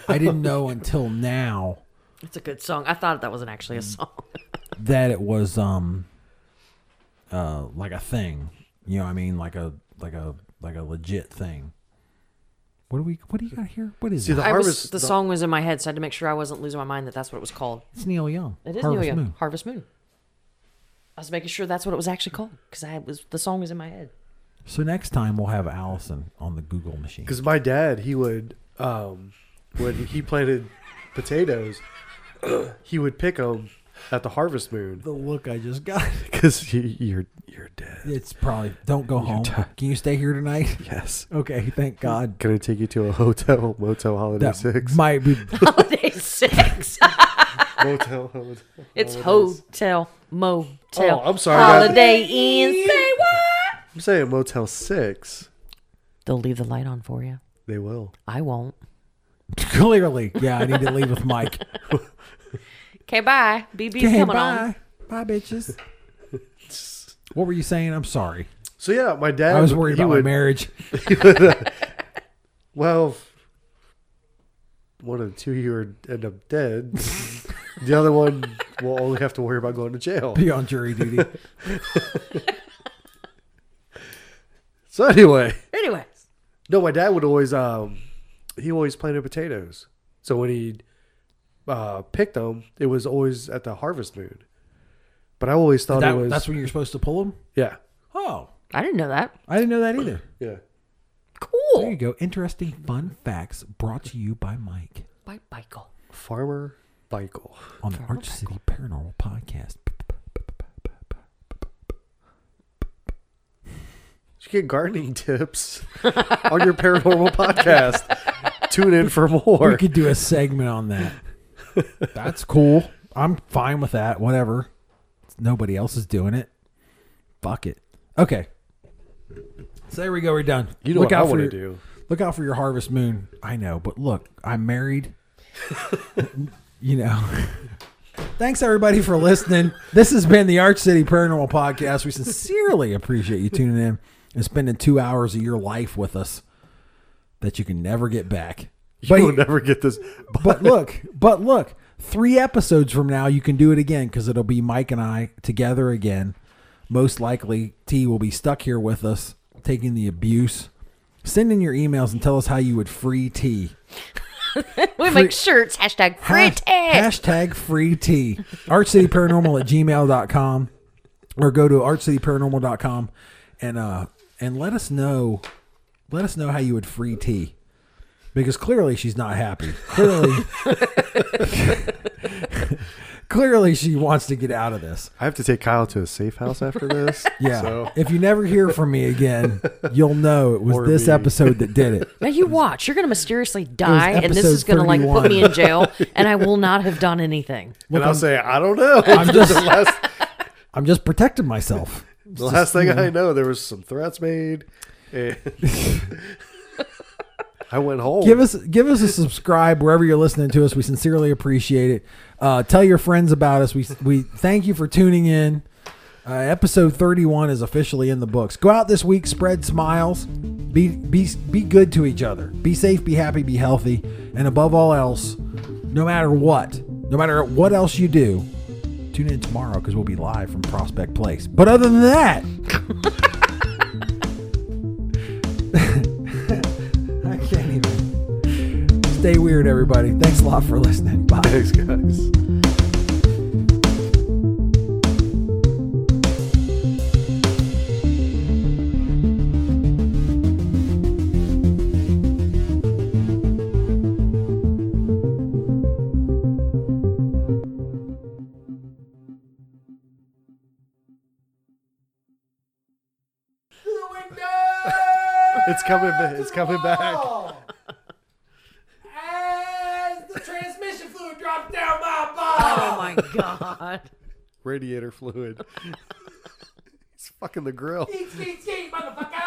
A: i didn't know until now
B: It's a good song. I thought that wasn't actually a song.
A: that it was um uh like a thing. You know what I mean? Like a like a like a legit thing. What do we what do you got here? What is
C: See,
A: it?
C: the
B: I was
C: harvest.
B: the, song was in my head, so I had to make sure I wasn't losing my mind that that's what it was called.
A: It's Neil Young.
B: It is
A: Harvest
B: Neil Young,
A: Moon.
B: Harvest Moon. I was making sure that's what it was actually called because I was the song was in my head.
A: So next time we'll have Allison on the Google machine.
C: Because my dad, he would, um, when he planted potatoes, he would pick them at the harvest moon.
A: The look I just got.
C: Because you, you're you're dead.
A: It's probably don't go home. Can you stay here tonight?
C: Yes.
A: Okay, thank God.
C: Can I take you to a hotel, motel, holiday
A: That
C: six,
A: might be
B: Holiday six.
C: motel, hotel.
B: it's
C: holidays.
B: hotel motel.
C: Oh, I'm sorry, guys.
B: Holiday Inn. Say what?
C: I'm saying motel six.
B: They'll leave the light on for you.
C: They will.
B: I won't.
A: clearly. Yeah, I need to leave with Mike.
B: Okay, bye. BB's
A: Okay,
B: coming
A: bye.
B: on.
A: Bye. Hi, bitches. what were you saying? I'm sorry.
C: So yeah, my dad.
A: I was worried
C: he
A: about
C: would,
A: my marriage.
C: Well, one of the two you would end up dead. the other one will only have to worry about going to jail.
A: Be on jury duty.
C: So anyway,
B: Anyways,
C: no, my dad would always um, he always planted potatoes. So when he uh, picked them, it was always at the harvest moon. But I always thought
A: That-
C: it was
A: that's when you're supposed to pull them.
C: yeah
A: Oh,
B: I didn't know that.
A: I didn't know that either.
C: yeah.
A: There you
B: Cool.
A: go. Interesting fun facts brought to you by Mike
B: Bye, Michael.
C: Farmer Michael.
A: on the Arch City Paranormal Podcast.
C: Did you get gardening tips on your paranormal podcast? Tune in for
A: We
C: more.
A: could do a segment on that. That's cool. I'm fine with that. Whatever. Nobody else is doing it. Fuck it. Okay. So there we go. We're done.
C: You know what I
A: out for
C: want to
A: your-
C: do.
A: Look out for your harvest moon. I know, but look, I'm married. you know. Thanks everybody for listening. This has been the Arch City Paranormal Podcast. We sincerely appreciate you tuning in and spending two hours of your life with us that you can never get back. But
C: You'll never get this.
A: but look, but look, three episodes from now, you can do it again because it'll be Mike and I together again. Most likely, T will be stuck here with us, taking the abuse. Send in your emails and tell us how you would free T.
B: We make shirts. Hashtag free
A: Hash- Hashtag free T. ArtCityParanormal at gmail.com or go to artcityparanormal.com and uh and let us know let us know how you would free T. Because clearly she's not happy. Clearly Clearly she wants to get out of this.
C: I have to take Kyle to a safe house after this.
A: Yeah.
C: So
A: If you never hear from me again, you'll know it was
C: Or
A: this
C: me.
A: episode that did it.
B: Now you watch. You're gonna mysteriously die, and this
A: episode
B: is gonna like
A: 31.
B: put me in jail, and I will not have done anything.
C: and I'll say, I don't know.
A: I'm just
C: the last,
A: I'm just protecting myself.
C: the last thing I know, there was some threats made. and I went home.
A: give us give us a subscribe wherever you're listening to us. We sincerely appreciate it. Uh, tell your friends about us. We we thank you for tuning in. Uh, episode 31 is officially in the books. Go out this week, spread smiles, be be be good to each other. Be safe, be happy, be healthy, and above all else, no matter what, no matter what else you do, tune in tomorrow because we'll be live from Prospect Place. But other than that. I can't even. Stay weird, everybody. Thanks a lot for listening. Bye.
C: Thanks, guys.
D: the window.
C: It's coming back. It's coming back.
D: As the transmission fluid drops down my ball.
B: Oh my god.
C: Radiator fluid. It's fucking the grill.
D: Skeet, skeet, skeet, motherfucker.